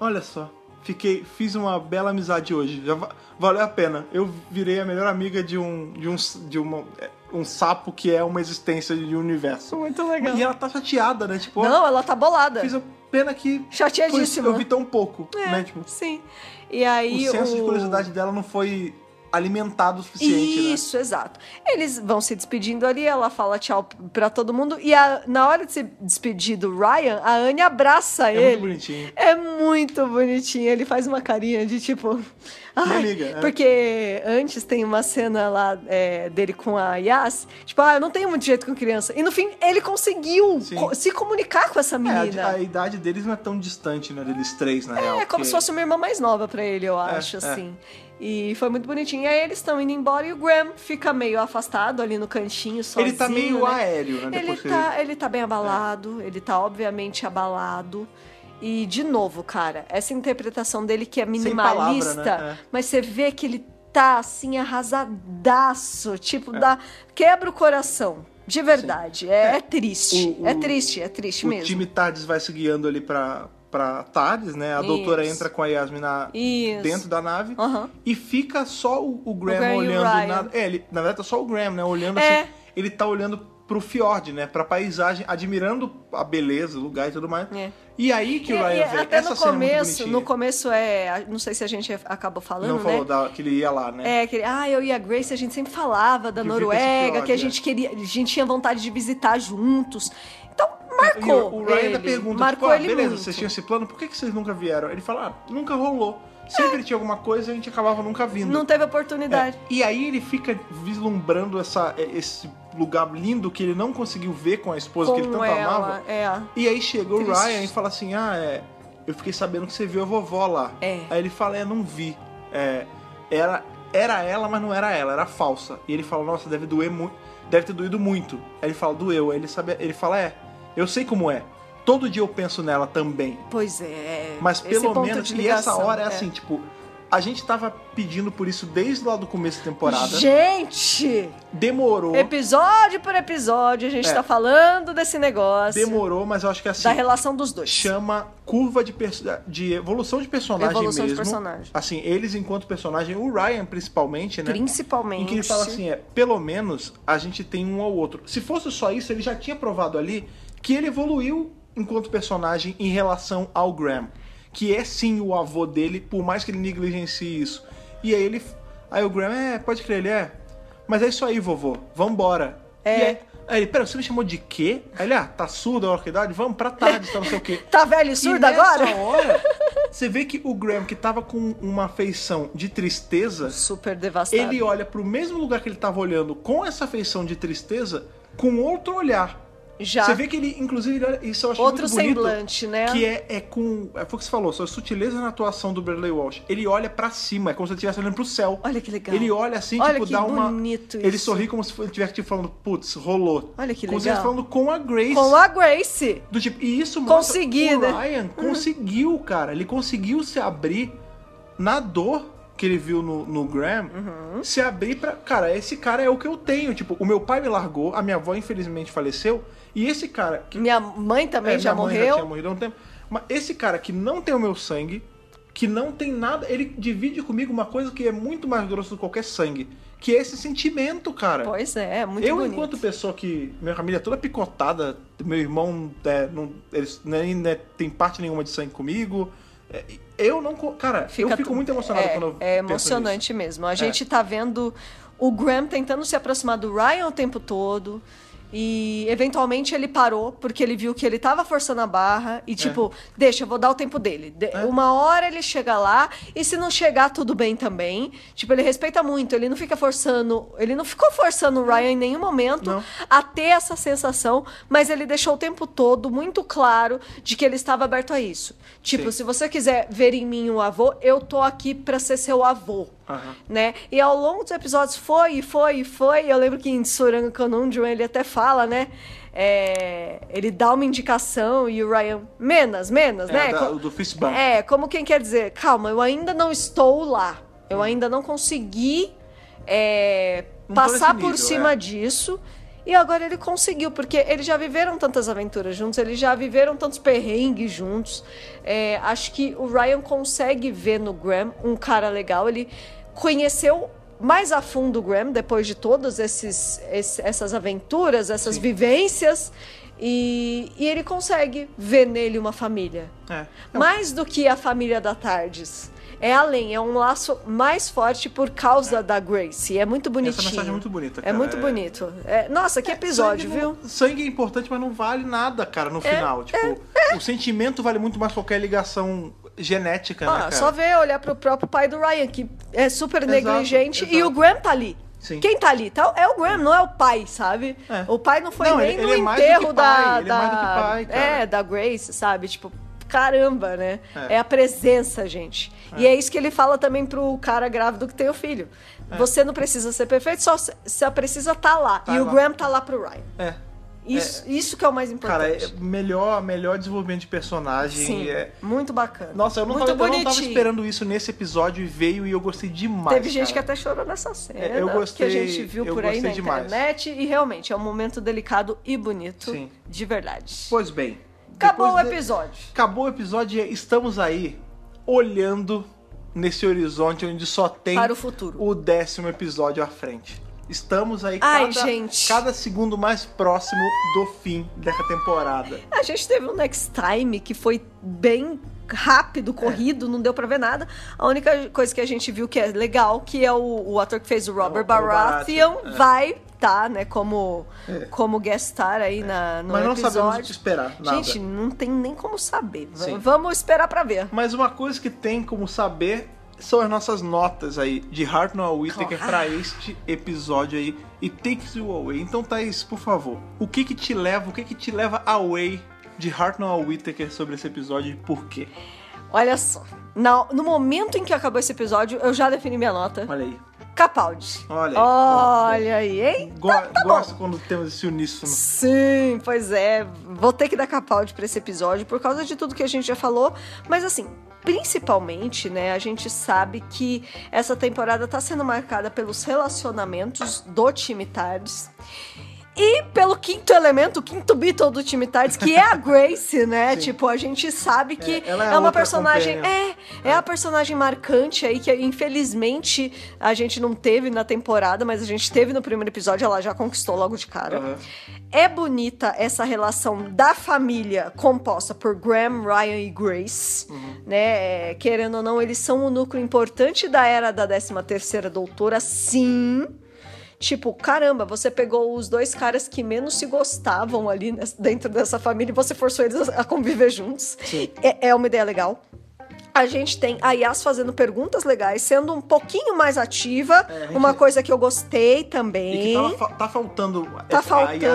Speaker 1: olha só, fiquei, fiz uma bela amizade hoje. Já va- valeu a pena. Eu virei a melhor amiga de um. de um. s- de uma- é, um sapo que é uma existência de um universo.
Speaker 2: Muito
Speaker 1: E ela tá chateada, né? Tipo,
Speaker 2: Não, ela tá bolada.
Speaker 1: "Ah, fiz a pena que. pois
Speaker 2: Chateadíssima.
Speaker 1: eu vi tão pouco,
Speaker 2: É,
Speaker 1: né? Tipo,
Speaker 2: sim. E aí
Speaker 1: o senso de curiosidade dela não foi alimentado o suficiente, né?
Speaker 2: Isso, exato. Eles vão se despedindo ali, ela fala tchau pra todo mundo. E a- na hora de se despedir do Ryan, a Anne abraça
Speaker 1: né? É muito
Speaker 2: ele.
Speaker 1: bonitinho.
Speaker 2: é muito bonitinho. Ele faz uma carinha de tipo. Ai,
Speaker 1: liga, é.
Speaker 2: Porque antes tem uma cena lá é, dele com a Yas. Tipo, ah, eu não tenho muito jeito com criança. E no fim, ele conseguiu
Speaker 1: Sim.
Speaker 2: co- se comunicar com
Speaker 1: É,
Speaker 2: essa
Speaker 1: a-
Speaker 2: menina.
Speaker 1: a, idade deles não é tão distante, né? Deles três, na real.
Speaker 2: É, como
Speaker 1: porque-
Speaker 2: se fosse uma irmã mais nova pra ele, eu acho,
Speaker 1: é.
Speaker 2: assim. E foi muito bonitinho. E aí eles estão indo embora e o Graham fica meio afastado ali no cantinho, sozinho.
Speaker 1: Ele tá meio
Speaker 2: né?
Speaker 1: aéreo, né?
Speaker 2: Ele
Speaker 1: Depois que-
Speaker 2: tá, ele tá bem abalado, ele tá obviamente abalado. E, de novo, cara, essa interpretação dele que é minimalista,
Speaker 1: palavra, né? É.
Speaker 2: mas você vê que ele tá, assim, arrasadaço.
Speaker 1: É.
Speaker 2: Tipo, dá, quebra o coração. De verdade. É, é triste.
Speaker 1: O- o-
Speaker 2: é triste, é triste
Speaker 1: o
Speaker 2: mesmo.
Speaker 1: time Tardes vai se guiando ali pra, pra Tardes, né? A
Speaker 2: Isso.
Speaker 1: doutora entra com a Yasmin na-
Speaker 2: Isso.
Speaker 1: dentro da nave.
Speaker 2: Aham.
Speaker 1: E fica só o, o Graham,
Speaker 2: O Graham e o
Speaker 1: olhando.
Speaker 2: Ryan.
Speaker 1: Na, é, ele, na verdade tá só o Graham, né? Olhando
Speaker 2: É.
Speaker 1: assim. Ele tá olhando pro fiord, né? Pra paisagem, admirando a beleza, o lugar e tudo mais.
Speaker 2: É.
Speaker 1: E aí que
Speaker 2: E-
Speaker 1: o Ryan
Speaker 2: e
Speaker 1: vê
Speaker 2: até
Speaker 1: essa
Speaker 2: no
Speaker 1: cena é muito
Speaker 2: começo, no
Speaker 1: bonitinha.
Speaker 2: começo é, a- não sei se a gente acabou falando,
Speaker 1: Não
Speaker 2: né?
Speaker 1: falou da, que ele ia lá, né?
Speaker 2: É, que, ah, eu e a Grace, a gente sempre falava da
Speaker 1: Que fica esse
Speaker 2: Noruega,
Speaker 1: fiord,
Speaker 2: que a
Speaker 1: é.
Speaker 2: gente queria, a gente tinha vontade de visitar juntos. Então,
Speaker 1: E o-
Speaker 2: marcou.
Speaker 1: o Ryan
Speaker 2: ele,
Speaker 1: ainda pergunta,
Speaker 2: marcou
Speaker 1: tipo, ah,
Speaker 2: ele
Speaker 1: beleza,
Speaker 2: muito.
Speaker 1: vocês tinham esse plano, por que, que vocês nunca vieram? Ele fala, ah, nunca rolou. Sempre tinha alguma coisa e a gente acabava nunca vindo.
Speaker 2: É. Não teve
Speaker 1: É,
Speaker 2: oportunidade.
Speaker 1: e aí ele fica vislumbrando essa, é, esse lugar lindo que ele não conseguiu ver com a esposa que ele tanto
Speaker 2: com ela,
Speaker 1: amava.
Speaker 2: é.
Speaker 1: E aí chega o
Speaker 2: Triste.
Speaker 1: Ryan e fala assim, ah, é, eu fiquei sabendo que você viu a vovó lá.
Speaker 2: É.
Speaker 1: Aí ele fala, é, não vi. É, era, era ela, mas não era ela, era falsa. E ele fala, nossa, deve doer muito, deve ter doído muito. Aí ele fala, doeu. Aí ele, sabe, ele fala, é, eu sei como é. Todo dia eu penso nela também.
Speaker 2: Pois é.
Speaker 1: Mas
Speaker 2: esse
Speaker 1: pelo
Speaker 2: ponto
Speaker 1: menos,
Speaker 2: de
Speaker 1: e essa
Speaker 2: ligação,
Speaker 1: hora é assim, tipo, a gente tava pedindo por isso desde lá do começo da temporada.
Speaker 2: Gente,
Speaker 1: Demorou,
Speaker 2: episódio por episódio, a gente
Speaker 1: É.
Speaker 2: tá falando desse negócio.
Speaker 1: demorou, mas eu acho que assim.
Speaker 2: Da relação dos dois.
Speaker 1: chama curva de, perso- de evolução de personagem
Speaker 2: Evolução de
Speaker 1: mesmo.
Speaker 2: personagem.
Speaker 1: Assim, eles enquanto personagem, o Ryan principalmente, né?
Speaker 2: Principalmente.
Speaker 1: Em que ele fala assim, é, pelo menos a gente tem um ao outro. Se fosse só isso, ele já tinha provado ali que ele evoluiu enquanto personagem em relação ao Graham, que é sim o avô dele, por mais que ele negligencie isso. E aí ele aí o Graham, é, pode crer, ele é. Mas é isso aí, vovô. Vambora.
Speaker 2: É.
Speaker 1: E aí, aí ele, pera, você me chamou de quê? é Aí ele, ah, tá surdo a hora que idade? Vamos pra tarde, tá não sei o quê.
Speaker 2: Tá velho e surdo
Speaker 1: E nessa
Speaker 2: agora?
Speaker 1: hora, Você vê que o Graham, que tava com uma afeição de tristeza,
Speaker 2: Super devastado.
Speaker 1: ele olha pro mesmo lugar que ele tava olhando com essa afeição de tristeza, com outro olhar.
Speaker 2: Já.
Speaker 1: Você vê que ele, inclusive, ele olha, isso eu acho
Speaker 2: Outro
Speaker 1: muito bonito,
Speaker 2: semblante, né?
Speaker 1: Que é, é com. É, foi o que você falou, só a sutileza na atuação do Bradley Walsh. Ele olha pra cima, é como se ele estivesse olhando pro céu.
Speaker 2: Olha que legal.
Speaker 1: Ele olha assim,
Speaker 2: Olha
Speaker 1: tipo,
Speaker 2: que
Speaker 1: dá uma.
Speaker 2: bonito
Speaker 1: Ele
Speaker 2: isso.
Speaker 1: sorri como se ele estivesse tipo, falando, putz, rolou.
Speaker 2: Olha que
Speaker 1: Como se ele
Speaker 2: legal.
Speaker 1: estivesse falando com a Grace.
Speaker 2: Com a Grace.
Speaker 1: Do tipo, e isso
Speaker 2: Consegui,
Speaker 1: mostra, o
Speaker 2: né?
Speaker 1: Ryan conseguiu, cara. Ele conseguiu se abrir na dor que ele viu no, no Graham.
Speaker 2: Uhum.
Speaker 1: Se abrir pra... Cara, esse cara é o que eu tenho. Tipo, o meu pai me largou, a minha avó infelizmente faleceu. E esse cara... Que,
Speaker 2: Minha mãe
Speaker 1: é,
Speaker 2: também
Speaker 1: minha
Speaker 2: já
Speaker 1: mãe
Speaker 2: morreu.
Speaker 1: já tinha morrido há um tempo. Mas esse cara que não tem o meu sangue, que não tem nada... Ele divide comigo uma coisa que é muito mais grosso do que qualquer sangue. Que é esse sentimento, cara
Speaker 2: Pois é, é muito
Speaker 1: eu,
Speaker 2: bonito.
Speaker 1: enquanto pessoa que. Minha família é toda picotada, meu irmão é, não, eles nem né, tem parte nenhuma de sangue comigo. é, Eu não. co- Cara, eu fico
Speaker 2: tu-
Speaker 1: muito emocionado
Speaker 2: é,
Speaker 1: quando eu.
Speaker 2: É
Speaker 1: penso É.
Speaker 2: emocionante mesmo. A gente tá vendo o Graham tentando se aproximar do Ryan o tempo todo. E eventualmente ele parou, porque ele viu que ele tava forçando a barra.
Speaker 1: É.
Speaker 2: E tipo, deixa, eu vou dar o tempo dele. De- Uma hora ele chega lá, e se não chegar, tudo bem também. Tipo, ele respeita muito, ele não fica forçando. Ele não ficou forçando o Ryan em nenhum momento
Speaker 1: Não.
Speaker 2: a ter essa sensação, mas ele deixou o tempo todo muito claro de que ele estava aberto a isso. Tipo,
Speaker 1: Sim.
Speaker 2: se você quiser ver em mim um avô, eu tô aqui pra ser seu avô.
Speaker 1: Aham.
Speaker 2: Né? E ao longo dos episódios foi, e foi, e foi. Eu lembro que em Tsuranga Conundrum ele até fala, né? É, ele dá uma indicação e o Ryan. Menos, menos,
Speaker 1: É,
Speaker 2: né?
Speaker 1: da-
Speaker 2: Co-
Speaker 1: do Fistbump.
Speaker 2: É, como quem quer dizer, calma, eu ainda não estou lá. Eu ainda não consegui é,
Speaker 1: Hum. Não tô
Speaker 2: passar
Speaker 1: nesse
Speaker 2: por
Speaker 1: nível,
Speaker 2: cima
Speaker 1: é.
Speaker 2: disso. E agora ele conseguiu, porque eles já viveram tantas aventuras juntos, eles já viveram tantos perrengues juntos. É, acho que o Ryan consegue ver no Graham um cara legal. Ele conheceu mais a fundo o Graham depois de todas esses, esse- essas aventuras, essas vivências. E, e ele consegue ver nele uma família.
Speaker 1: É.
Speaker 2: Mais do que a família da Tardes. É além, é um laço mais forte por causa da Grace. E é muito bonitinho.
Speaker 1: mensagem é muito bonita,
Speaker 2: É
Speaker 1: cara,
Speaker 2: muito
Speaker 1: é.
Speaker 2: bonito. É, nossa, que episódio,
Speaker 1: sangue
Speaker 2: viu? É,
Speaker 1: não- sangue é importante, mas não vale nada, cara, no final. Tipo, o sentimento vale muito mais que qualquer ligação genética, né,
Speaker 2: Ah,
Speaker 1: cara?
Speaker 2: só ver, olhar pro próprio pai do Ryan, que é super
Speaker 1: Exato,
Speaker 2: negligente. E
Speaker 1: exato.
Speaker 2: o Graham tá ali.
Speaker 1: Sim.
Speaker 2: Quem tá ali? Tá, é o Graham, não é o pai, sabe?
Speaker 1: É.
Speaker 2: O pai não foi
Speaker 1: Não,
Speaker 2: nem
Speaker 1: ele-
Speaker 2: no
Speaker 1: ele é mais do que
Speaker 2: enterro da.
Speaker 1: pai, ele é
Speaker 2: da
Speaker 1: mais do que pai, cara.
Speaker 2: é, da Grace, sabe? Tipo, caramba, né? É,
Speaker 1: É.
Speaker 2: a presença, gente. E é isso que ele fala também pro cara grávido que tem o filho. Você não precisa ser perfeito, só, só precisa estar lá.
Speaker 1: É. Tá
Speaker 2: e o
Speaker 1: lá.
Speaker 2: Graham tá lá pro Ryan.
Speaker 1: É.
Speaker 2: Isso, isso que é o mais
Speaker 1: Cara,
Speaker 2: importante.
Speaker 1: é melhor, melhor desenvolvimento de personagem.
Speaker 2: Sim,
Speaker 1: é-
Speaker 2: muito bacana.
Speaker 1: Nossa, eu não,
Speaker 2: muito
Speaker 1: tava, eu não tava
Speaker 2: bonitinho.
Speaker 1: esperando isso nesse episódio e veio e eu gostei demais.
Speaker 2: Teve gente que
Speaker 1: cara.
Speaker 2: até chorou nessa cena.
Speaker 1: É, eu
Speaker 2: Que a
Speaker 1: gostei-
Speaker 2: gente viu
Speaker 1: eu
Speaker 2: por aí na
Speaker 1: gostei demais.
Speaker 2: internet. E realmente, é um momento delicado e bonito.
Speaker 1: Sim.
Speaker 2: De verdade.
Speaker 1: Pois bem.
Speaker 2: Acabou o
Speaker 1: depois de-
Speaker 2: episódio.
Speaker 1: Acabou o episódio e estamos aí olhando nesse horizonte onde só tem
Speaker 2: Para o futuro.
Speaker 1: o décimo episódio à frente. Estamos aí
Speaker 2: Ai,
Speaker 1: cada,
Speaker 2: gente.
Speaker 1: cada segundo mais próximo do fim dessa temporada.
Speaker 2: A gente teve um next time que foi bem
Speaker 1: É.
Speaker 2: rápido, corrido, não deu pra ver nada. A única coisa que a gente viu que é legal, que é o, o ator que fez o Robert
Speaker 1: o Baratheon,
Speaker 2: Baratheon,
Speaker 1: é.
Speaker 2: vai tá, né, como, como guest star aí na, no
Speaker 1: É. Mas não
Speaker 2: é episódio.
Speaker 1: sabemos o que esperar, nada.
Speaker 2: Gente, não tem nem como saber. V-
Speaker 1: Sim.
Speaker 2: Vamos esperar pra ver.
Speaker 1: Mas uma coisa que tem como saber são as nossas notas aí de Hartnell a Whittaker
Speaker 2: Claro.
Speaker 1: pra este episódio aí e Takes You Away. Então, Thaís, por favor, o que que te leva, o que que te leva away de Hartnell a Whittaker sobre esse episódio e por quê?
Speaker 2: Olha só. na- no momento em que acabou esse episódio, eu já defini minha nota.
Speaker 1: Olha aí.
Speaker 2: Capaldi.
Speaker 1: Olha aí.
Speaker 2: Olha aí, hein?
Speaker 1: Go- gosto quando temos esse uníssono.
Speaker 2: Sim, pois é. Vou ter que dar Capaldi pra esse episódio por causa de tudo que a gente já falou. Mas assim, principalmente, né, a gente sabe que essa temporada tá sendo marcada pelos relacionamentos do time Tardes. E pelo quinto elemento, o quinto Beatle do time Tardes, que é a Grace, né? Tipo, a gente sabe que
Speaker 1: ela é a
Speaker 2: é, uma
Speaker 1: outra
Speaker 2: personagem.
Speaker 1: companion.
Speaker 2: É, é, é a personagem marcante aí que infelizmente a gente não teve na temporada, mas a gente teve no primeiro episódio, ela já conquistou logo de cara.
Speaker 1: Aham.
Speaker 2: É bonita essa relação da família composta por Graham, Ryan e Grace,
Speaker 1: Uhum.
Speaker 2: né? É, Querendo ou não, eles são um núcleo importante da era da 13ª doutora, sim. Tipo, caramba, você pegou os dois caras que menos se gostavam ali nes- dentro dessa família e você forçou eles a a conviver juntos. É- é uma ideia legal. A gente tem a Yas fazendo perguntas legais, sendo um pouquinho mais ativa.
Speaker 1: É, a gente-
Speaker 2: Uma coisa que eu gostei também.
Speaker 1: E que tava fa- tá faltando
Speaker 2: Tá
Speaker 1: a IA ser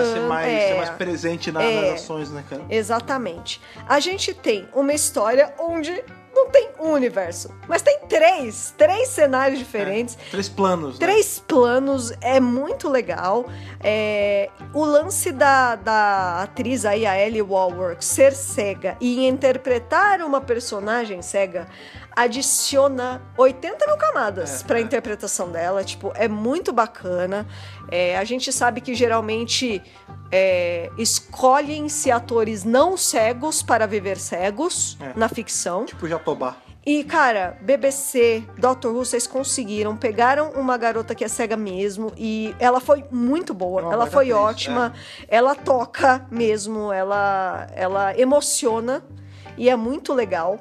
Speaker 2: faltando,
Speaker 1: mais,
Speaker 2: é.
Speaker 1: ser mais presente na-
Speaker 2: É.
Speaker 1: nas ações, né, cara?
Speaker 2: Exatamente. A gente tem uma história onde não tem um universo, mas tem três, três cenários diferentes.
Speaker 1: Três planos. né?
Speaker 2: Três planos, é muito legal. É, o lance da, da atriz aí, a Ellie Walworth, ser cega e interpretar uma personagem cega adiciona 80 mil camadas
Speaker 1: É,
Speaker 2: pra
Speaker 1: é.
Speaker 2: interpretação dela. Tipo, é muito bacana. É, a gente sabe que geralmente é, escolhem-se atores não cegos para viver cegos
Speaker 1: É.
Speaker 2: na ficção.
Speaker 1: Tipo Jatobá.
Speaker 2: E, cara, BBC, Doctor Who, vocês conseguiram. Pegaram uma garota que é cega mesmo e ela foi muito boa.
Speaker 1: É uma
Speaker 2: ela
Speaker 1: baita
Speaker 2: foi
Speaker 1: atriz, é.
Speaker 2: ótima. Ela toca mesmo, ela, ela emociona e é muito legal.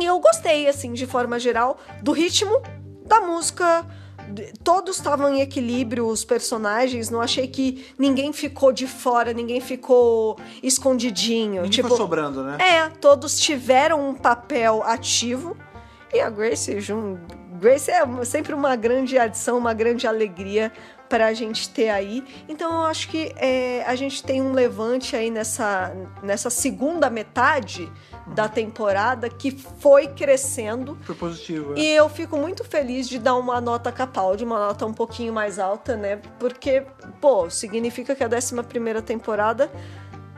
Speaker 2: E eu gostei, assim, de forma geral, do ritmo da música. de- Todos estavam em equilíbrio, os personagens. Não achei que ninguém ficou de fora, ninguém ficou escondidinho.
Speaker 1: Ninguém
Speaker 2: tipo,
Speaker 1: foi sobrando, né?
Speaker 2: é, todos tiveram um papel ativo e a Grace Jun. Grace é sempre uma grande adição, uma grande alegria pra gente ter aí. Então eu acho que é, a gente tem um levante aí nessa, nessa segunda metade da temporada que foi crescendo.
Speaker 1: Foi positivo. né?
Speaker 2: é. E eu fico muito feliz de dar uma nota Capaldi, uma nota um pouquinho mais alta, né? Porque, pô, significa que a 11ª temporada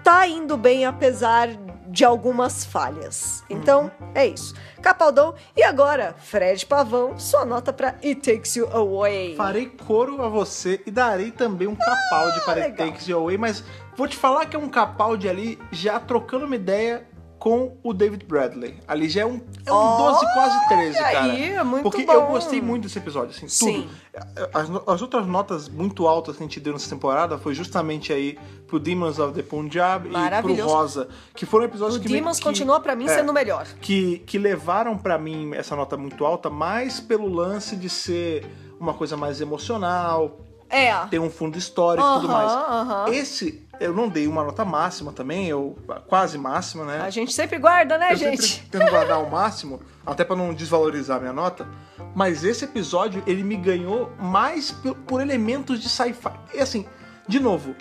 Speaker 2: tá indo bem, apesar de algumas falhas. Então,
Speaker 1: Uhum.
Speaker 2: é isso. Capaldão. E agora, Fred Pavão, sua nota pra It Takes You Away.
Speaker 1: Farei coro a você e darei também um capaldi para It
Speaker 2: Ah, legal.
Speaker 1: Takes You Away, mas vou te falar que é um capaldi ali já trocando uma ideia com o David Bradley. Ali já é um, é um
Speaker 2: Olha
Speaker 1: 12, quase 13, cara.
Speaker 2: aí, é muito
Speaker 1: Porque
Speaker 2: bom.
Speaker 1: eu gostei muito desse episódio, assim,
Speaker 2: Sim.
Speaker 1: tudo. As, no- as outras notas muito altas que a gente deu nessa temporada foi justamente aí pro Demons of the Punjab e pro
Speaker 2: Maravilhoso.
Speaker 1: Rosa, que foram episódios
Speaker 2: O
Speaker 1: que... me-
Speaker 2: Demons
Speaker 1: que-
Speaker 2: continua pra mim
Speaker 1: é
Speaker 2: sendo o melhor.
Speaker 1: que, que levaram pra mim essa nota muito alta, mais pelo lance de ser uma coisa mais emocional,
Speaker 2: É.
Speaker 1: ter um fundo histórico e tudo
Speaker 2: Aham,
Speaker 1: mais.
Speaker 2: aham.
Speaker 1: Esse eu não dei uma nota máxima também, eu quase máxima, né?
Speaker 2: A gente sempre guarda, né,
Speaker 1: eu
Speaker 2: gente?
Speaker 1: sempre tento guardar o máximo, até pra não desvalorizar minha nota. Mas esse episódio, ele me ganhou mais pe- por elementos de sci-fi. E assim, de novo,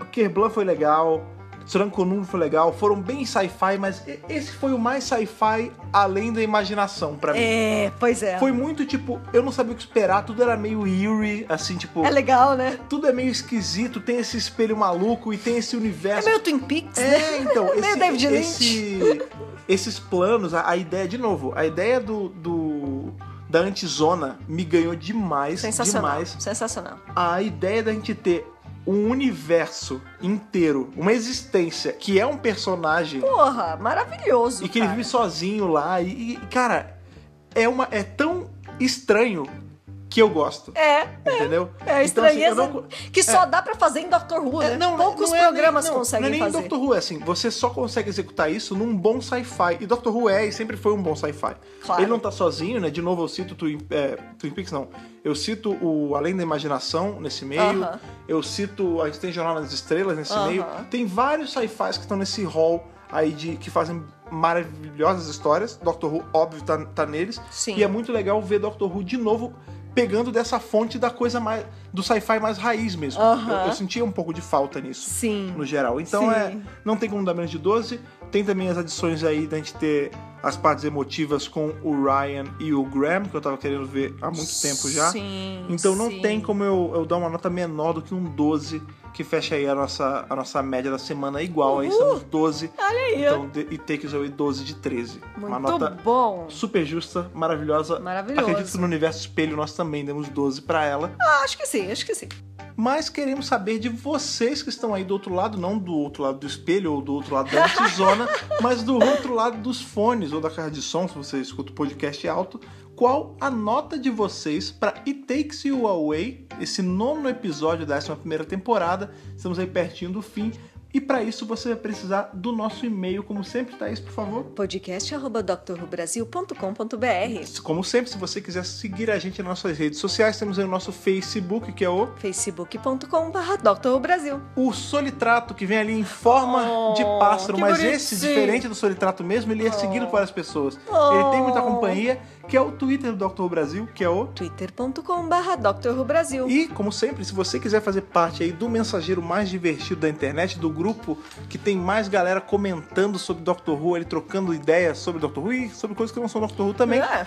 Speaker 1: o Kerblan foi legal, Tranconum foi legal, foram bem sci-fi, mas e- esse foi o mais sci-fi além da imaginação pra mim.
Speaker 2: É, pois é.
Speaker 1: Foi muito tipo, eu não sabia o que esperar, tudo era meio eerie, assim, tipo,
Speaker 2: É legal, né?
Speaker 1: tudo é meio esquisito, tem esse espelho maluco e tem esse
Speaker 2: É
Speaker 1: universo.
Speaker 2: meio Twin Peaks, né?
Speaker 1: É, então,
Speaker 2: Meio
Speaker 1: esse,
Speaker 2: David Lynch.
Speaker 1: esse- esses planos, a, a ideia, de novo, a ideia do, do- da antizona me ganhou demais,
Speaker 2: Sensacional.
Speaker 1: demais.
Speaker 2: Sensacional.
Speaker 1: A ideia da gente ter um universo inteiro, uma existência, que é um personagem
Speaker 2: Porra, maravilhoso.
Speaker 1: e que ele
Speaker 2: cara.
Speaker 1: vive sozinho lá, e, e, cara, é, uma, é tão estranho que eu gosto,
Speaker 2: É,
Speaker 1: entendeu?
Speaker 2: é a
Speaker 1: Então, assim, eu
Speaker 2: estranheza
Speaker 1: não-
Speaker 2: que só dá pra fazer em Doctor Who, né?
Speaker 1: É, não,
Speaker 2: Poucos
Speaker 1: não é nem-
Speaker 2: programas
Speaker 1: não,
Speaker 2: conseguem
Speaker 1: não é nem
Speaker 2: fazer.
Speaker 1: Doctor Who, é assim, você só consegue executar isso num bom sci-fi. E Doctor Who é e sempre foi um bom sci-fi.
Speaker 2: Claro.
Speaker 1: Ele não tá sozinho, né? De novo, eu cito Twin, é, Twin Peaks, não. Eu cito o Além da Imaginação nesse meio.
Speaker 2: Aham.
Speaker 1: Eu cito a gente tem Jornal nas Estrelas nesse
Speaker 2: Aham.
Speaker 1: meio. Tem vários sci-fis que estão nesse hall aí de que fazem maravilhosas histórias. Doctor Who, óbvio, tá, tá neles.
Speaker 2: Sim.
Speaker 1: E é muito legal ver Doctor Who de novo pegando dessa fonte da coisa mais do sci-fi mais raiz mesmo.
Speaker 2: Aham.
Speaker 1: Eu- eu sentia um pouco de falta nisso
Speaker 2: Sim.
Speaker 1: no geral. Então é,
Speaker 2: Sim.
Speaker 1: não tem como dar menos de 12. Tem também as adições aí da gente ter as partes emotivas com o Ryan e o Graham, que eu tava querendo ver há muito tempo já.
Speaker 2: Sim,
Speaker 1: então não
Speaker 2: sim.
Speaker 1: tem como eu, eu dar uma nota menor do que um 12, que fecha aí a nossa, a nossa média da semana igual. Aí
Speaker 2: Uhul!
Speaker 1: estamos 12.
Speaker 2: Olha aí, ó.
Speaker 1: Então, de- e takes away 12 de 13. uma
Speaker 2: muito
Speaker 1: nota
Speaker 2: bom.
Speaker 1: super justa, maravilhosa.
Speaker 2: Maravilhoso.
Speaker 1: Acredito que no universo espelho nós também demos 12 pra ela.
Speaker 2: Ah, acho que sim, acho que sim.
Speaker 1: Mas queremos saber de vocês que estão aí do outro lado, não do outro lado do espelho ou do outro lado da antizona, mas do outro lado dos fones ou da caixa de som, se você escuta o podcast alto, qual a nota de vocês para It Takes You Away, esse nono episódio da 11 primeira temporada. Estamos aí pertinho do fim. E para isso você vai precisar do nosso e-mail, como sempre, Thaís, por favor.
Speaker 2: podcast.drrubrasil.com.br
Speaker 1: Como sempre, se você quiser seguir a gente nas nossas redes sociais, temos aí o nosso Facebook, que é o,
Speaker 2: facebook.com.br Brasil.
Speaker 1: o Solitrato, que vem ali em forma
Speaker 2: Oh,
Speaker 1: de pássaro.
Speaker 2: que
Speaker 1: Mas
Speaker 2: bonitinho.
Speaker 1: esse, diferente do Solitrato mesmo, ele é seguido por várias pessoas.
Speaker 2: Oh.
Speaker 1: Ele tem muita companhia, que é o Twitter do Dr. Brasil, que é o...
Speaker 2: twitter.com.br Brasil.
Speaker 1: E, como sempre, se você quiser fazer parte aí do mensageiro mais divertido da internet, do grupo que tem mais galera comentando sobre Doctor Who, ele trocando ideias sobre Doctor Who e sobre coisas que não são Doctor Who também.
Speaker 2: É,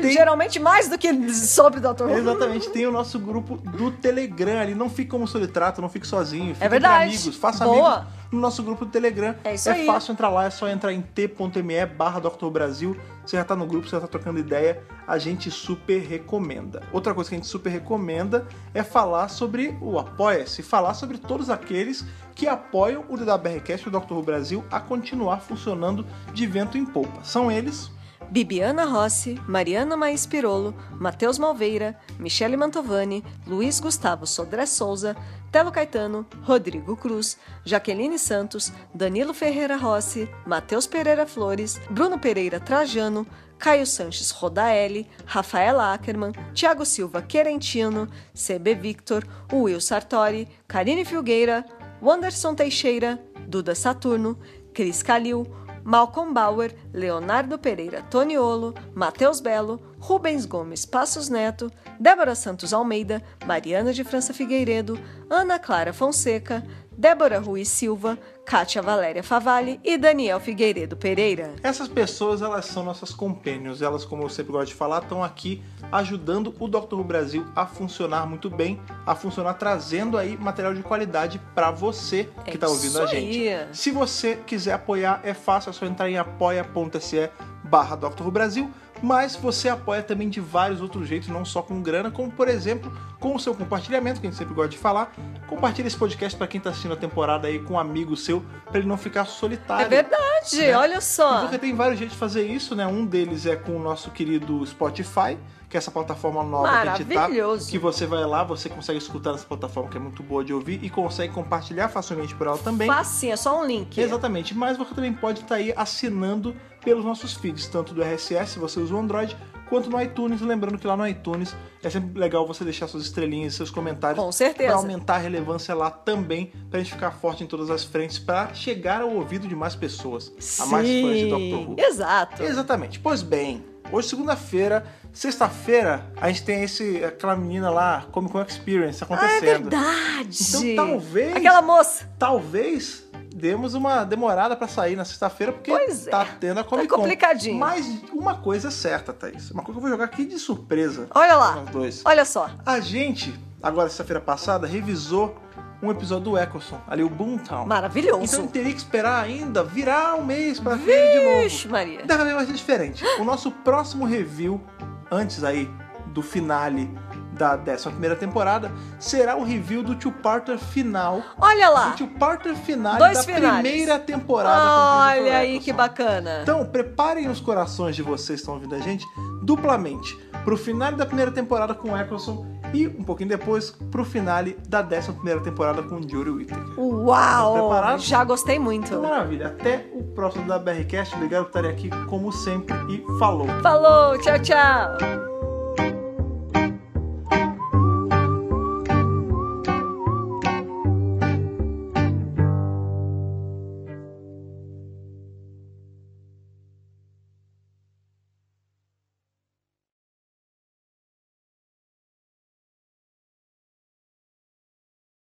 Speaker 1: Tem-
Speaker 2: Geralmente mais do que sobre Dr. Who.
Speaker 1: Exatamente, tem o nosso grupo do Telegram ali. Não fique como solitrato, não fique sozinho. Fique
Speaker 2: É verdade.
Speaker 1: entre amigos, faça
Speaker 2: Boa.
Speaker 1: amigos no nosso grupo do Telegram.
Speaker 2: É isso aí.
Speaker 1: fácil entrar lá, é só entrar em t.me barra Dr. Brasil. Você já tá no grupo, você já tá trocando ideia. A gente super recomenda. Outra coisa que a gente super recomenda é falar sobre o Apoia-se, falar sobre todos aqueles que apoiam o DWRcast e o Dr. Who Brasil a continuar funcionando de vento em polpa. São eles...
Speaker 2: Bibiana Rossi, Mariana Maís Pirolo, Matheus Malveira, Michele Mantovani, Luiz Gustavo Sodré Souza, Telo Caetano, Rodrigo Cruz, Jaqueline Santos, Danilo Ferreira Rossi, Matheus Pereira Flores, Bruno Pereira Trajano, Caio Sanches Rodaelli, Rafael Ackerman, Thiago Silva Querentino, CB Victor, Will Sartori, Karine Filgueira, Wanderson Teixeira, Duda Saturno, Cris Calil, Malcolm Bauer, Leonardo Pereira Toniolo, Matheus Belo, Rubens Gomes Passos Neto, Débora Santos Almeida, Mariana de França Figueiredo, Ana Clara Fonseca, Débora Ruiz Silva, Kátia Valéria Favalli e Daniel Figueiredo Pereira.
Speaker 1: Essas pessoas, elas são nossas companions. Elas, como eu sempre gosto de falar, estão aqui ajudando o Dr. Who Brasil a funcionar muito bem, a funcionar trazendo aí material de qualidade pra você que
Speaker 2: É
Speaker 1: tá ouvindo
Speaker 2: isso
Speaker 1: a gente.
Speaker 2: aí.
Speaker 1: Se você quiser apoiar, é fácil, é só entrar em apoia.se barra Dr. Who Brasil, mas você apoia também de vários outros jeitos, não só com grana, como por exemplo, com o seu compartilhamento, que a gente sempre gosta de falar. Compartilha esse podcast pra quem tá assistindo a temporada aí com um amigo seu, pra ele não ficar solitário.
Speaker 2: É verdade,
Speaker 1: né?
Speaker 2: olha
Speaker 1: E
Speaker 2: só.
Speaker 1: porque tem vários jeitos de fazer isso, né? Um deles é com o nosso querido Spotify, que é essa plataforma nova que a gente tá.
Speaker 2: Maravilhoso.
Speaker 1: Que você vai lá, você consegue escutar nessa plataforma, que é muito boa de ouvir, e consegue compartilhar facilmente por ela também.
Speaker 2: Facinho, é só um link.
Speaker 1: Exatamente, mas você também pode estar aí assinando pelos nossos feeds, tanto do RSS, se você usa o Android, quanto no iTunes. Lembrando que lá no iTunes é sempre legal você deixar suas estrelinhas e seus comentários
Speaker 2: Com
Speaker 1: para
Speaker 2: certeza.
Speaker 1: aumentar a relevância lá também, pra gente ficar forte em todas as frentes, para chegar ao ouvido de mais pessoas, a mais fãs de Doctor Who.
Speaker 2: Sim, Exato.
Speaker 1: Exatamente. Pois bem, hoje segunda-feira, sexta-feira, a gente tem esse aquela menina lá, Comic Con Experience
Speaker 2: Ah, é
Speaker 1: acontecendo.
Speaker 2: verdade.
Speaker 1: Então talvez,
Speaker 2: Aquela moça.
Speaker 1: talvez demos uma demorada pra sair na sexta-feira porque
Speaker 2: Pois é.
Speaker 1: tá tendo a Comic Con.
Speaker 2: complicadinho.
Speaker 1: Mas uma coisa é certa, Thaís. Uma coisa que eu vou jogar aqui de surpresa.
Speaker 2: Olha lá.
Speaker 1: Nós dois.
Speaker 2: Olha só.
Speaker 1: A gente, agora sexta-feira passada, revisou um episódio do Eccleston, ali o Boomtown. Então
Speaker 2: Maravilhoso.
Speaker 1: teria que esperar ainda virar um mês pra ver de novo.
Speaker 2: Vixe, Maria.
Speaker 1: Dessa vez vai ser diferente. O nosso próximo review, antes aí do finale da 11 temporada, será o review do two-parter final.
Speaker 2: Olha lá.
Speaker 1: Do two-parter finale
Speaker 2: Dois
Speaker 1: da
Speaker 2: finales.
Speaker 1: primeira temporada. com Christopher
Speaker 2: Olha aí
Speaker 1: Eccleston.
Speaker 2: que bacana.
Speaker 1: Então, preparem os corações de vocês que estão ouvindo a gente duplamente pro finale da primeira temporada com o Eccleston e, um pouquinho depois, pro finale da 11 temporada com o Jodie Whittaker. Tá
Speaker 2: Uau!
Speaker 1: preparado?
Speaker 2: Já gostei muito.
Speaker 1: Então, maravilha. Até o próximo da BRCast. Obrigado por estarem aqui, como sempre, e falou!
Speaker 2: Falou, tchau, tchau.